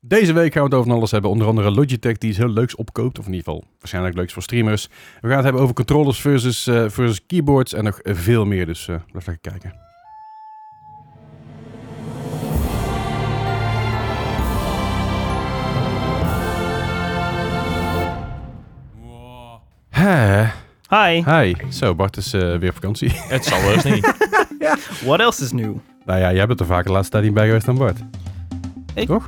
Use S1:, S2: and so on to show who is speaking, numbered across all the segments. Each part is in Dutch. S1: Deze week gaan we het over van alles hebben. Onder andere Logitech die iets heel leuks opkoopt. Of in ieder geval waarschijnlijk leuks voor streamers. We gaan het hebben over controllers versus, eh, versus keyboards en nog veel meer. Dus eh, blijf lekker kijken. Hè?
S2: Hi.
S1: Hi. Zo, Bart is eh, weer op vakantie.
S3: Het zal wel eens niet.
S2: What else is new?
S1: nou ja, jij bent er vaker de laatste tijd niet bij geweest dan Bart.
S2: Ik-
S1: Toch?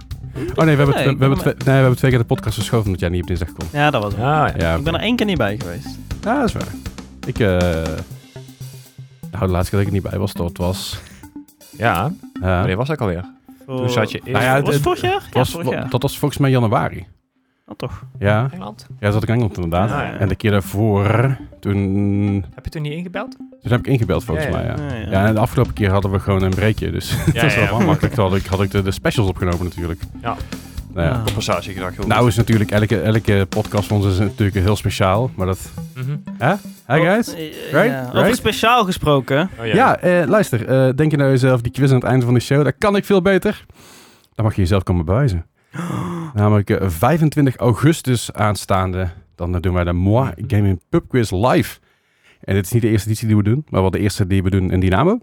S1: Oh nee, we hebben,
S2: Nee,
S1: we,
S2: ik
S1: hebben
S2: kom-
S1: twee, nee, we hebben twee keer de podcast verschoven omdat jij niet op dinsdag kon.
S2: Ja, dat was het.
S3: Ah, ja.
S1: Ja,
S2: Ik ben er één keer niet bij geweest.
S1: Ja, dat is waar. Ik, eh nou, de laatste keer dat ik er niet bij was, dat was...
S3: ja.
S1: eh,
S3: Wanneer was dat alweer?
S2: Voor...
S3: Toen zat je in
S1: Nou ja,
S2: was
S1: het-
S2: het vorig jaar? Ja,
S1: was,
S2: vorig jaar.
S1: Dat was volgens mij januari.
S2: Oh, toch.
S1: Ja,
S3: Engeland.
S1: ja dat zat ik in Engeland inderdaad.
S3: Ah, ja.
S1: En de keer daarvoor, toen,
S3: Heb je toen niet ingebeld?
S1: toen heb ik ingebeld volgens
S3: Ja, ja.
S1: mij, ja.
S2: Ja, ja.
S1: Ja, en de afgelopen keer hadden we gewoon een breekje, dus het
S3: Ja,
S1: was
S3: ja,
S1: wel
S3: ja.
S1: makkelijk. Toen had ik, had ik de, de specials opgenomen natuurlijk.
S3: Ja.
S1: Nou, ja.
S2: Ah.
S3: Passage gedacht. heel
S1: nou
S3: goed.
S1: is natuurlijk elke, elke podcast van ons is natuurlijk heel speciaal, maar dat...
S3: Mhm.
S1: Hi guys!
S2: Oh, eh, eh,
S1: Right?
S2: ja.
S1: Right?
S2: Over speciaal gesproken.
S3: Oh,
S1: Ja, eh, luister. eh, denk je nou jezelf, die quiz aan het einde van de show, dat kan ik veel beter? Dan mag je jezelf komen bewijzen. Namelijk eh, 25 augustus aanstaande. Dan eh, doen wij de Moi Gaming Pub Quiz live. En dit is niet de eerste editie die we doen, maar wel de eerste die we doen in Dynamo.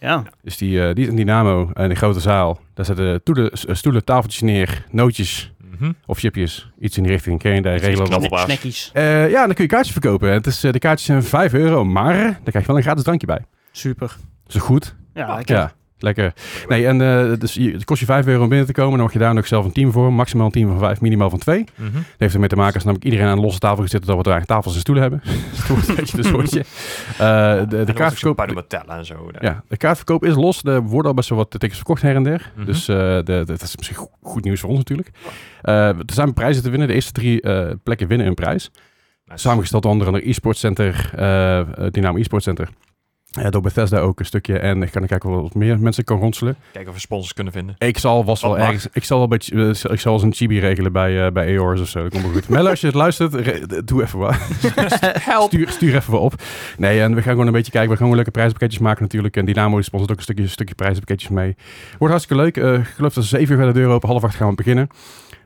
S2: Ja.
S1: Dus die, eh, die is in Dynamo, eh, in de grote zaal. Daar zitten toelen, s- eh, stoelen, tafeltjes neer, nootjes
S3: Mhm.
S1: of chipjes. Iets in die richting, ken je daar regelen. we
S3: knap.
S1: wat.
S3: Appelbaas.
S2: Snackies.
S1: Eh, ja, dan kun je kaartjes verkopen. En Het is, eh, de kaartjes zijn 5 euro, maar daar krijg je wel een gratis drankje bij.
S2: Super.
S1: Is dat goed?
S2: Ja, ik
S1: Ja, lekker. Nee, en eh, dus je- het kost je 5 euro om binnen te komen. Dan mag je daar nog zelf een team voor. Maximaal een team van 5, minimaal van 2. Dat
S3: Mhm.
S1: heeft ermee te maken als namelijk iedereen aan een losse tafel gezet dat we daar tafels en stoelen hebben. Het wordt dat je dus wordt je. Eh, de, de,
S3: En dan was er zo'n
S1: kaartverkoop,
S3: paar tellen en zo. daar.
S1: ja, de kaartverkoop is los. Er worden al best wel wat tickets verkocht her en der.
S3: Mhm.
S1: Dus eh, de, de- dat is misschien go- goed nieuws voor ons natuurlijk. Eh, er zijn prijzen te winnen. De eerste drie eh, plekken winnen een prijs.
S3: Nice.
S1: Samengesteld door onder andere e-sports center, eh, eh, Dynamo e-sports center. Eh, door Bethesda ook een stukje. En ik kan kijken wat meer mensen kan ronselen.
S3: Kijken of we sponsors kunnen vinden.
S1: Ik zal vast
S3: Wat
S1: wel
S3: mag?
S1: ergens. Ik zal wel bij, chi- eh, ik zal wel eens een chibi regelen bij, eh, bij Eors of zo. Dat komt wel goed. Mel, als je het luistert, re- doe even wat.
S3: Help!
S1: Stuur, stuur even wat op. Nee, en we gaan gewoon een beetje kijken. We gaan gewoon leuke prijzenpakketjes maken natuurlijk. En Dynamo die sponsort ook een stukje, stukje prijzenpakketjes mee. Wordt hartstikke leuk. Eh, ik geloof dat ze 7 uur gaan de deur open. Half acht gaan we beginnen.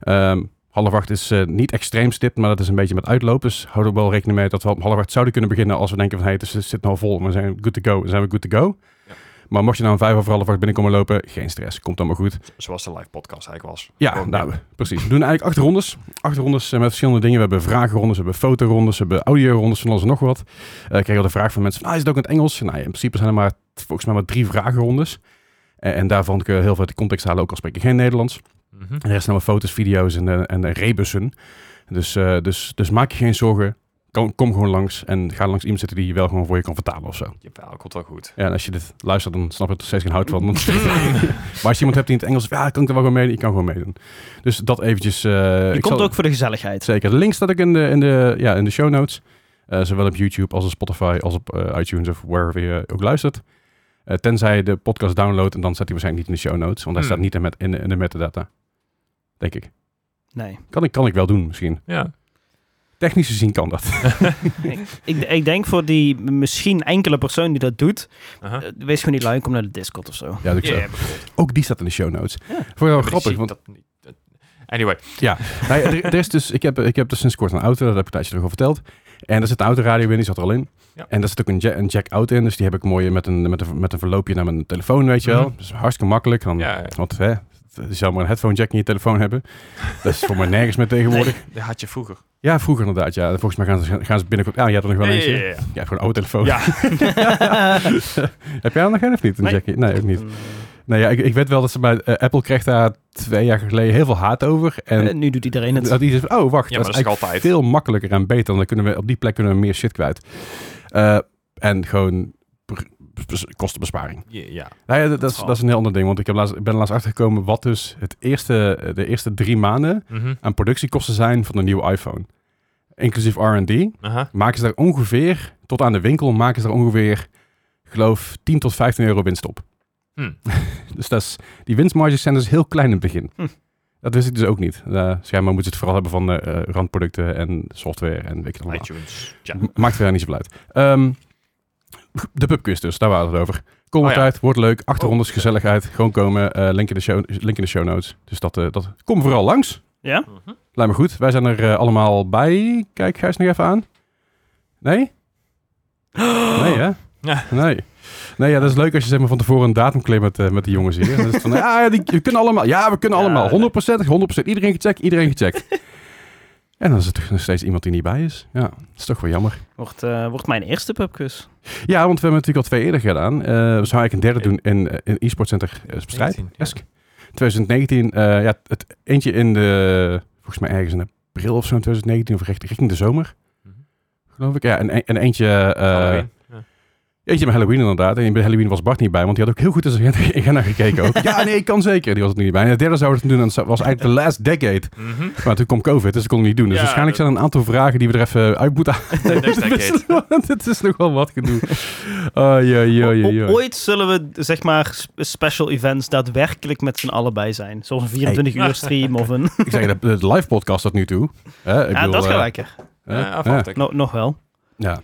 S1: Ehm, half acht is eh, niet extreem stipt, maar dat is een beetje met uitloop. Dus hou er wel rekening mee dat we om half acht zouden kunnen beginnen. Als we denken van, hé, hey, het is- zit nou vol. We zijn good to go. Dan zijn we good to go.
S3: Ja.
S1: Maar mocht je nou om vijf over half acht binnenkomen lopen, geen stress. Komt allemaal goed.
S3: Zoals de live podcast eigenlijk was.
S1: Ja,
S3: Gewoon-
S1: nou, precies. We doen eigenlijk acht rondes. Acht rondes eh, met verschillende dingen. We hebben vragenrondes, we hebben fotorondes, we hebben audiorondes, van alles en nog wat. Eh, ik kreeg al de vraag van mensen, van, ah, is het ook in het Engels? Nou, ja, in principe zijn er maar, volgens mij maar drie vragenrondes. Eh, en daarvan kun je heel veel uit de context halen, ook al spreek je geen Nederlands.
S3: Mhm.
S1: En er zijn allemaal foto's, video's en, eh, en eh, rebussen. Dus, eh, dus, dus maak je geen zorgen. Kom, kom gewoon langs en ga langs iemand zitten die je wel gewoon voor je kan vertalen of zo.
S3: Jawel, komt wel goed.
S1: Ja, en als je dit luistert, dan snap je er steeds geen hout van. want- maar als je iemand hebt die in het Engels zegt, ja, kan ik er wel gewoon mee, ik kan gewoon meedoen. Dus dat eventjes. eh,
S2: Je
S1: ik
S2: komt
S1: zal-
S2: ook voor de gezelligheid.
S1: Zeker. De link staat ook in de, in de, ja, in de show notes. Eh, zowel op YouTube als op Spotify, als op eh, iTunes of wherever je ook luistert. Eh, tenzij je de podcast downloadt en dan staat hij waarschijnlijk niet in de show notes, want hij
S3: Hmm.
S1: staat niet in, met, in, de- in de metadata. Denk ik.
S2: Nee.
S1: Kan ik, kan ik wel doen, misschien.
S3: Ja.
S1: Technisch gezien kan dat.
S2: Ik, ik denk voor die misschien enkele persoon die dat doet,
S3: Aha.
S2: eh, wees gewoon niet lui, kom naar de Discord of zo.
S1: Ja, dat ik zo.
S3: Uh-huh. Ja, bijvoorbeeld.
S1: Ook die staat in de show notes.
S2: Ja.
S1: Vond ik wel
S3: Maar die
S1: grappig,
S3: ziet
S1: want
S3: dat niet. Dat- Anyway.
S1: Nou ja, er, er is dus, ik, heb, ik heb dus sinds kort een auto, daar heb ik een tijdje terug over verteld. En daar zit een autoradio in, die zat er al in.
S3: Ja.
S1: En daar zit ook een, ja- een jack-out in, dus die heb ik mooi met een, met, een, met een verloopje naar mijn telefoon, weet je wel.
S3: Mhm.
S1: Dus hartstikke makkelijk. Dan,
S3: Ja, ja.
S1: Want hè, je zou maar een headphone jack in je telefoon hebben. Dat is voor mij nergens meer tegenwoordig.
S3: Dat had je vroeger.
S1: Ja, vroeger inderdaad. Ja. Volgens mij gaan ze, gaan ze binnenkort... Ja, je hebt er nog wel eentje.
S3: ja, ja.
S1: Je hebt gewoon een oude telefoon.
S3: Ja.
S1: heb jij er nog een of niet? Een
S2: Nee.
S1: jackie? Nee, ook niet.
S2: Mm.
S1: Nou ja, ik, ik weet wel dat ze bij eh, Apple kreeg daar twee jaar geleden heel veel haat over. En
S2: Eh, nu doet iedereen het.
S1: dat die zegt, oh wacht,
S3: Ja,
S1: dat
S3: maar
S1: is
S3: dat is
S1: eigenlijk
S3: toch altijd?
S1: veel makkelijker en beter. Want dan kunnen we op die plek kunnen we meer shit kwijt. Eh, en gewoon pr- bes- kostenbesparing.
S3: Ja, ja.
S1: Nou ja, dat, dat is, dat is een heel ander ding. Want ik, heb laatst, ik ben er laatst achtergekomen wat dus het eerste, de eerste drie maanden
S3: Mhm.
S1: aan productiekosten zijn van een nieuwe iPhone. Inclusief R&D.
S3: Aha.
S1: Maken ze daar ongeveer, tot aan de winkel, maken ze daar ongeveer, geloof 10 tot 15 euro winst op.
S3: Hm.
S1: Dus dat is, die winstmarges zijn dus heel klein in het begin.
S2: Hm.
S1: Dat wist ik dus ook niet. Eh schijnbaar moeten ze het vooral hebben van eh, eh, randproducten en software en weet ik het allemaal.
S3: iTunes. Ja.
S1: M- Maakt verder niet zoveel uit. Ehm, de pubquiz dus, daar waren we het over. Kom
S3: Oh,
S1: wat
S3: ja.
S1: uit, wordt leuk. Achterrondes,
S3: Oh, oké.
S1: gezellig uit. Gewoon komen. eh, link, in de show, link in de show notes. Dus dat, eh, dat kom vooral langs.
S2: Ja?
S3: Mhm.
S1: Lijkt me goed. Wij zijn er eh, allemaal bij. Kijk Gijs nog even aan. Nee? Nee, hè?
S3: Ja.
S1: Nee. Nee, ja, dat is leuk als je zeg maar, van tevoren een datum claimt met, eh, met de jongens hier. Dan is het van, ja, ja, die, we kunnen allemaal. Ja, we kunnen
S3: Ja,
S1: allemaal.
S3: nee.
S1: 100%, 100%. Iedereen gecheckt, iedereen gecheckt. en dan is er toch nog steeds iemand die niet bij is. Ja, dat is toch wel jammer.
S2: Wordt, eh, wordt mijn eerste pubquiz.
S1: Ja, want we hebben natuurlijk al twee eerder gedaan. Eh, we zouden eigenlijk een derde doen in, eh, in e-sport center eh, strijd.
S3: 19, ja.
S1: Esk. 2019, eh, ja, het eentje in de, volgens mij ergens in april of zo in 2019, of richt- richting de zomer,
S3: Mhm.
S1: geloof ik. Ja, en, e- en eentje, eh,
S3: Halloween. Ja.
S1: eentje bij Halloween inderdaad. En bij Halloween was Bart niet bij, want die had ook heel goed in zijn agenda- agenda gekeken ook. ja, nee, ik kan zeker. Die was er niet bij. En de derde zouden we het doen, en dat was eigenlijk de last decade.
S3: Mhm.
S1: Maar toen kwam COVID, dus dat kon ik niet doen. Dus
S3: Ja,
S1: waarschijnlijk
S3: dat-
S1: zijn er een aantal vragen die we er even uit moeten
S3: Nee, next
S1: halen.
S3: decade.
S1: Het is nog wel wat gedoe. Oh, jee, jee, jee,
S2: O-
S1: jee.
S2: o- Ooit zullen we, zeg maar, sp- special events daadwerkelijk met z'n allen bij zijn. Zoals een 24 uur stream of een...
S1: Ik zeg, de, de live podcast tot nu toe. hè, ik
S2: Ja,
S1: bedoel,
S2: dat is
S1: eh,
S2: gelijk. hè.
S1: hè,
S3: Ja,
S1: ja.
S3: afwachten.
S2: No- nog wel.
S1: Ja,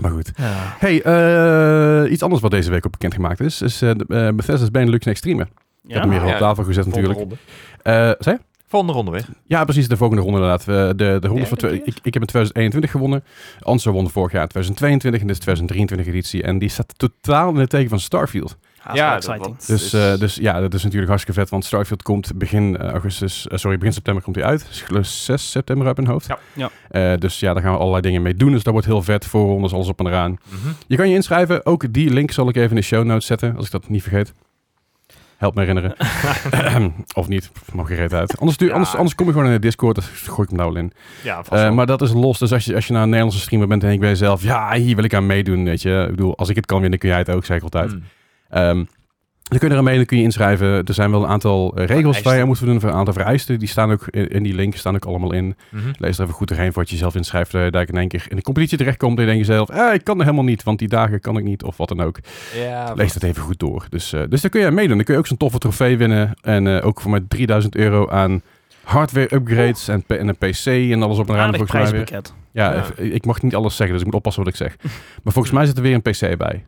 S1: maar goed.
S3: Ja.
S1: Hey, eh, iets anders wat deze week ook bekendgemaakt is, is eh, de- eh, Bethesda's Benelux Next Streamen. Ik heb hem
S2: Ja?
S1: hier al op
S3: Ja.
S1: tafel gezet
S3: Volgende
S1: natuurlijk.
S3: ronde.
S1: Eh zei?
S3: Volgende ronde weer.
S1: Ja, precies, de volgende ronde inderdaad. Eh, de, de ronde van
S3: Derde
S1: twee- ik, ik heb in 2021 gewonnen. Anso won vorig jaar in 2022 en dit is 2023 editie. En die staat totaal in het teken van Starfield.
S2: is wel
S3: dat-
S2: exciting.
S3: want
S1: Dus,
S3: is-
S1: eh, dus ja, dat is natuurlijk hartstikke vet, want Starfield komt begin eh, augustus, eh, sorry, begin september komt hij uit. Dus ik geloof 6 september uit mijn hoofd.
S3: Ja.
S2: Ja.
S1: Eh, dus ja, daar gaan we allerlei dingen mee doen. Dus dat wordt heel vet. Voorrondes, alles op en eraan.
S3: Mhm.
S1: Je kan je inschrijven. Ook die link zal ik even in de show notes zetten, als ik dat niet vergeet. Help me herinneren. of niet, mag gereed uit. Anders, duur,
S3: Ja.
S1: anders, anders kom je gewoon in de Discord, dan gooi ik hem nou wel in.
S3: Ja, vast
S1: Eh,
S3: wel.
S1: maar dat is los. Dus als je, als je naar een Nederlandse streamer bent en ik bij jezelf, ja, hier wil ik aan meedoen, weet je. Ik bedoel, als ik het kan winnen, kun jij het ook, zeg ik altijd.
S3: Mm.
S1: Ehm, dan kun je er aan mee, dan kun je inschrijven. Er zijn wel een aantal eh, regels waar je aan moet doen, een aantal vereisten. Die staan ook in, in die link, staan ook allemaal in.
S3: Mhm.
S1: Lees er even goed doorheen voordat je jezelf inschrijft. eh, dat ik in één keer in de competitie terechtkomt. En je denkt jezelf, eh, ik kan er helemaal niet, want die dagen kan ik niet. Of wat dan ook.
S3: Ja,
S1: Lees dat even goed door. Dus, eh, dus daar kun je aan meedoen. Dan kun je ook zo'n toffe trofee winnen. En eh, ook voor mij 3000 euro aan hardware upgrades. En, p- en een pc en alles op een ruimte
S2: Aardig
S1: volgens mij weer.
S2: prijspakket.
S1: Ja,
S3: Ja.
S1: even- ik mag niet alles zeggen, dus ik moet oppassen wat ik zeg. Maar volgens mij zit er weer een pc bij.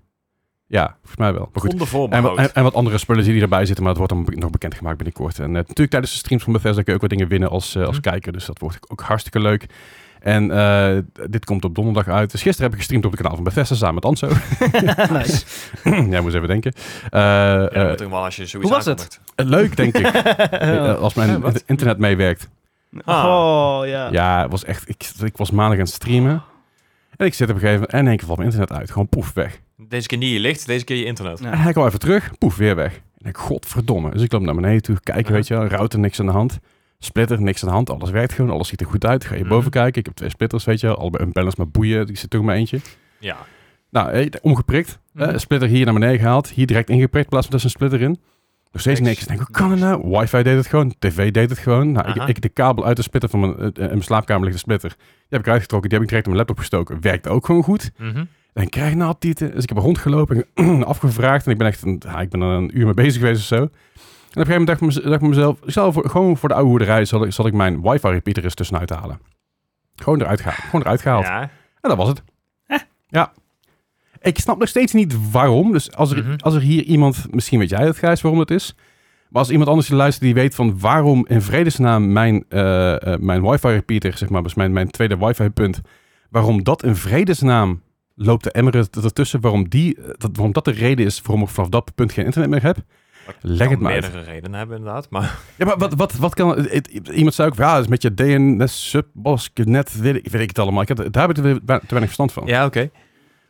S1: Ja, volgens mij wel. Maar goed,
S3: Onder
S1: en,
S3: voorbehoud.
S1: wat- en, en wat andere spullen die erbij zitten, maar dat wordt dan be- nog bekendgemaakt binnenkort. En eh, natuurlijk tijdens de streams van Bethesda kun je ook wat dingen winnen als, eh, als
S3: Hm.
S1: kijker. Dus dat wordt ook hartstikke leuk. En eh, dit komt op donderdag uit. Dus gisteren heb ik gestreamd op het kanaal van Bethesda samen met Anso.
S2: Nice.
S1: Jij moest even denken. Eh,
S3: Ja, dat
S1: eh,
S3: moet ook wel als je zoiets
S2: Hoe was het?
S3: aankondigt.
S1: leuk, denk ik. Eh, als mijn
S3: wat?
S1: internet meewerkt.
S3: Ah.
S2: Oh, ja.
S1: Ja, het was echt. Ik, ik was maandag aan het streamen. En ik zit op een gegeven moment en in één keer valt mijn internet uit. Gewoon poef, weg.
S3: Deze keer niet je licht, deze keer je internet.
S2: Ja.
S1: En hij kwam even terug, poef, weer weg. En ik, godverdomme. Dus ik loop naar beneden toe, kijk,
S3: Ja.
S1: weet je wel, router, niks aan de hand. Splitter, niks aan de hand, alles werkt gewoon, alles ziet er goed uit. Ga je boven
S3: Mhm.
S1: kijken, ik heb twee splitters, weet je wel, allebei unbalanced met boeien, die zit toch maar eentje.
S3: Ja.
S1: Nou, hé, omgeprikt, Eh,
S3: Mhm.
S1: splitter hier naar beneden gehaald, hier direct ingeprikt, in plaats van tussen splitter in. Nog steeds
S3: Niks.
S1: niks. Ik denk, hoe kan het nou? Wifi deed het gewoon, tv deed het gewoon. Nou, ik,
S3: Aha.
S1: ik de kabel uit de splitter van mijn, eh, eh, in mijn slaapkamer ligt de splitter. Die heb ik uitgetrokken, die heb ik direct in mijn laptop gestoken. Werkt ook gewoon goed.
S3: Mhm.
S1: En krijg nou tieten. Dus ik heb rondgelopen, en afgevraagd. En ik ben echt een, ja, ik ben er een uur mee bezig geweest of zo. En op een gegeven moment dacht ik, mez- dacht ik mezelf, ik zal voor, gewoon voor de oude hoerderij zal ik, zal ik mijn wifi repeater eens tussenuit halen. Gewoon eruit, geha- gewoon eruit gehaald.
S3: Ja.
S1: En dat was het. Ja. Ik snap nog steeds niet waarom. Dus als er,
S3: Mhm.
S1: als er hier iemand, misschien weet jij het Gijs waarom dat is. Maar als iemand anders die luistert die weet van waarom in vredesnaam mijn, eh, eh, mijn wifi repeater, zeg maar, dus mijn, mijn tweede wifi punt. Waarom dat in vredesnaam loopt de emmer ertussen. Waarom, die, eh, dat, waarom dat de reden is waarom ik vanaf dat punt geen internet meer heb. Leg
S3: Kan
S1: het maar uit.
S3: meerdere redenen hebben inderdaad, maar...
S1: Ja, maar wat, wat, wat kan... het- het- Iemand zei ook, ja, dat is met je DNS, subbasket, net, weet ik, weet ik het allemaal. Ik heb, daar heb ik te, we- te weinig verstand van.
S3: Ja, oké.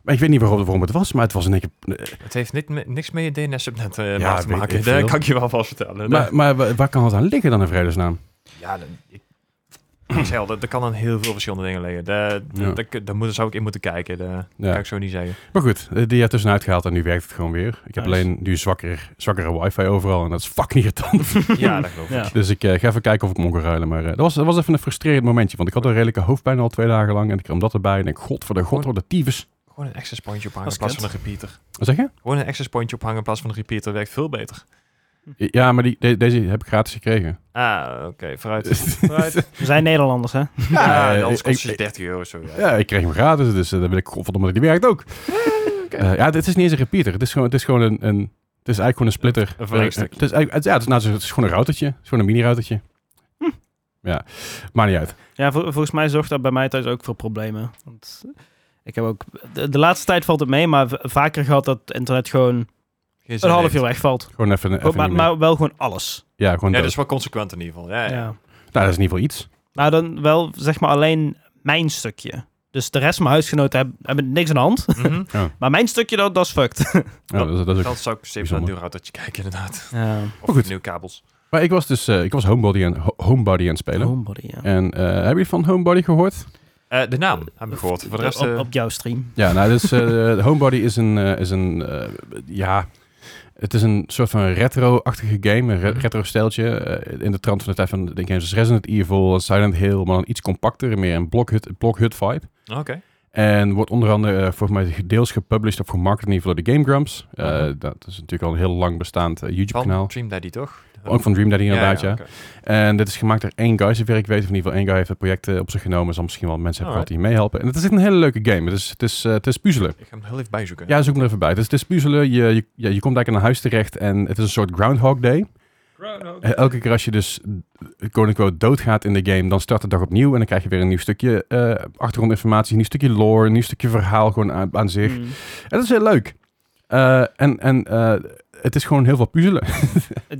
S1: Maar ik weet niet waarom, waarom het was, maar het was in één keer... eh,
S3: Het heeft niet, me- niks met je DNS-subnet eh
S1: Ja,
S3: maar te
S1: weet ik
S3: maken. Dat
S1: veel.
S3: kan ik je wel vast vertellen.
S1: Maar, maar wa- waar kan het aan liggen dan in vredesnaam?
S3: Ja, dat, ik, ik zei al, dat, dat kan aan heel veel verschillende dingen liggen. Daar
S1: Ja.
S3: dat dat- daar moet- zou ik in moeten kijken. Dat
S1: Ja.
S3: kan ik zo niet zeggen.
S1: Maar goed, eh, die heb tussenuit gehaald en nu werkt het gewoon weer. Ik heb
S2: Nice.
S1: alleen nu zwakker, zwakkere wifi overal en dat is fucking irritant.
S3: ja, dat geloof ik.
S2: Ja.
S1: dus ik eh, ga even kijken of ik hem om kan ruilen. Maar eh, dat, was, dat was even een frustrerend momentje, want ik had een redelijke hoofdpijn al twee dagen lang. En ik kwam dat erbij en ik, god voor de god, wat de tyfus.
S3: Gewoon een access pointje ophangen in
S2: Dat is
S3: plaats van een repeater.
S1: Wat zeg je?
S3: Gewoon een access pointje ophangen in plaats van een repeater werkt veel beter.
S1: Ja, maar die, de- deze heb ik gratis gekregen.
S3: Ah, oké, vooruit. vooruit.
S2: We zijn Nederlanders, hè?
S3: Ja,
S1: eh,
S3: anders
S1: ik-
S3: kost het je
S1: ik-
S3: 30 euro of zo. Ja.
S1: Ja, ik kreeg hem gratis, dus eh, dan ben ik godverdomme dat die werkt ook. Eh, ja, dit is niet eens een repeater. Het is gewoon, het is gewoon een, een... Het is eigenlijk gewoon een splitter.
S3: Een verlengstuk.
S1: Eh, het is eigenlijk, het- ja, het is, nou, het is gewoon een routertje. Het is gewoon een mini-routertje. Ja, maakt niet uit.
S2: Ja, vol- volgens mij zorgt dat bij mij thuis ook voor problemen. Want eh, ik heb ook... De, de laatste tijd valt het mee, maar v- vaker gehad dat internet gewoon een half uur wegvalt.
S1: Gewoon even... even
S2: Oh, Maar,
S1: niet meer.
S2: maar wel gewoon alles.
S1: ja, gewoon
S3: Ja, dus-
S1: dat.
S3: dat is wel consequent in ieder geval. Ja, ja.
S2: Ja.
S1: Nou, dat is in ieder geval iets.
S2: Nou, dan wel zeg maar alleen mijn stukje. Dus de rest van mijn huisgenoten hebben, hebben niks aan de hand.
S3: Mhm.
S2: Maar mijn stukje, dat, dat is fucked.
S1: Ja, dat, is- dat is ook...
S3: Dan zou ik steeds naar een nieuw routertje kijken, inderdaad.
S2: Ja.
S3: Of
S1: goed.
S3: nieuwe kabels.
S1: Maar ik was dus... eh, ik was Homebody aan, ho- homebody aan het spelen.
S2: Homebody, ja.
S1: En eh hebben jullie van Homebody gehoord?
S3: Eh, de naam hebben we gehoord. Voor de rest...
S2: op,
S3: eh,
S2: op jouw stream.
S1: Ja, nou, dus eh, de Homebody is een, eh, is een eh, ja, het is een soort van retro-achtige game, een
S3: Mhm.
S1: retro-steltje, eh, in de trant van de tijd van de games als Resident Evil, als Silent Hill, maar dan iets compacter, meer een blokhut, blokhut vibe.
S3: Oké.
S1: En wordt onder andere eh, volgens mij deels gepublished of gemarket in ieder geval door de Game Grumps. Eh,
S3: Mhm.
S1: Dat is natuurlijk al een heel lang bestaand eh, YouTube-kanaal.
S3: Van Dream Daddy, toch?
S1: Ook van Dream Daddy inderdaad, ja.
S3: oké.
S1: En dit is gemaakt door één guy, zover ik weet. Of in ieder geval één guy heeft het project eh, op zich genomen. Zal misschien wel mensen
S3: Oh,
S1: hebben gehad die meehelpen. En het is echt een hele leuke game. Het is, het is, eh, het is puzzelen.
S3: Ik ga hem heel even bijzoeken.
S1: Ja, zoek hem er even bij. Dus het is puzzelen. Je, je, ja, je komt eigenlijk in een huis terecht en het is een soort Groundhog Day. Eh, Elke keer als je dus quote-unquote doodgaat in de game, dan start de dag opnieuw. En dan krijg je weer een nieuw stukje eh, achtergrondinformatie, een nieuw stukje lore, een nieuw stukje verhaal gewoon aan, aan
S3: Hmm.
S1: zich.
S2: Mm.
S1: En dat is heel leuk. Eh, en en eh, het is gewoon heel veel puzzelen.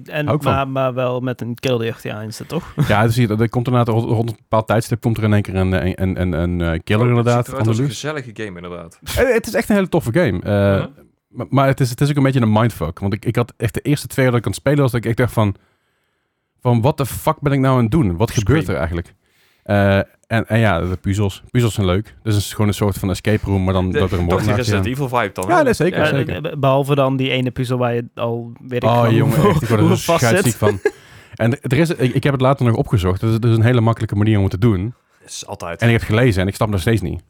S2: En,
S1: Hou ik van.
S2: maar, maar wel met een kill die achter je aan zit, toch?
S1: ja, dus hier, er komt inderdaad rond, rond een bepaald tijdstip komt er in één keer een, een, een, een, een eh, killer
S3: Oh, het
S1: inderdaad. aan
S3: ziet eruit
S1: de
S3: als een Uh-huh.
S1: lucht.
S3: gezellige game, inderdaad.
S1: Eh, het is echt een hele toffe game. Eh,
S3: Ja.
S1: Maar, maar het, is, het is ook een beetje een mindfuck. Want ik, ik had echt de eerste twee jaar dat ik aan het spelen was, dat ik echt dacht van... Van, wat de fuck ben ik nou aan het doen? Wat gebeurt er
S3: Scream.
S1: eigenlijk? Eh, en, en ja, de puzzels. Puzzels zijn leuk. Dus het is gewoon een soort van escape room, maar dan dat er een
S3: Toch
S1: moord
S3: die Resident Evil vibe dan. hè?
S1: Ja, nee, zeker,
S2: Ja,
S1: zeker.
S2: eh, Behalve dan die ene puzzel waar je al weet ik
S1: Oh
S2: van
S1: jongen,
S2: hoe-
S1: echt, ik word
S2: hoe
S1: er zo
S2: vast zit.
S1: scheidsziek van. En er is, ik, ik heb het later nog opgezocht. Dat is, dat is een hele makkelijke manier om het te doen.
S3: Dat is altijd.
S1: En ik heb het gelezen en ik snap nog steeds niet.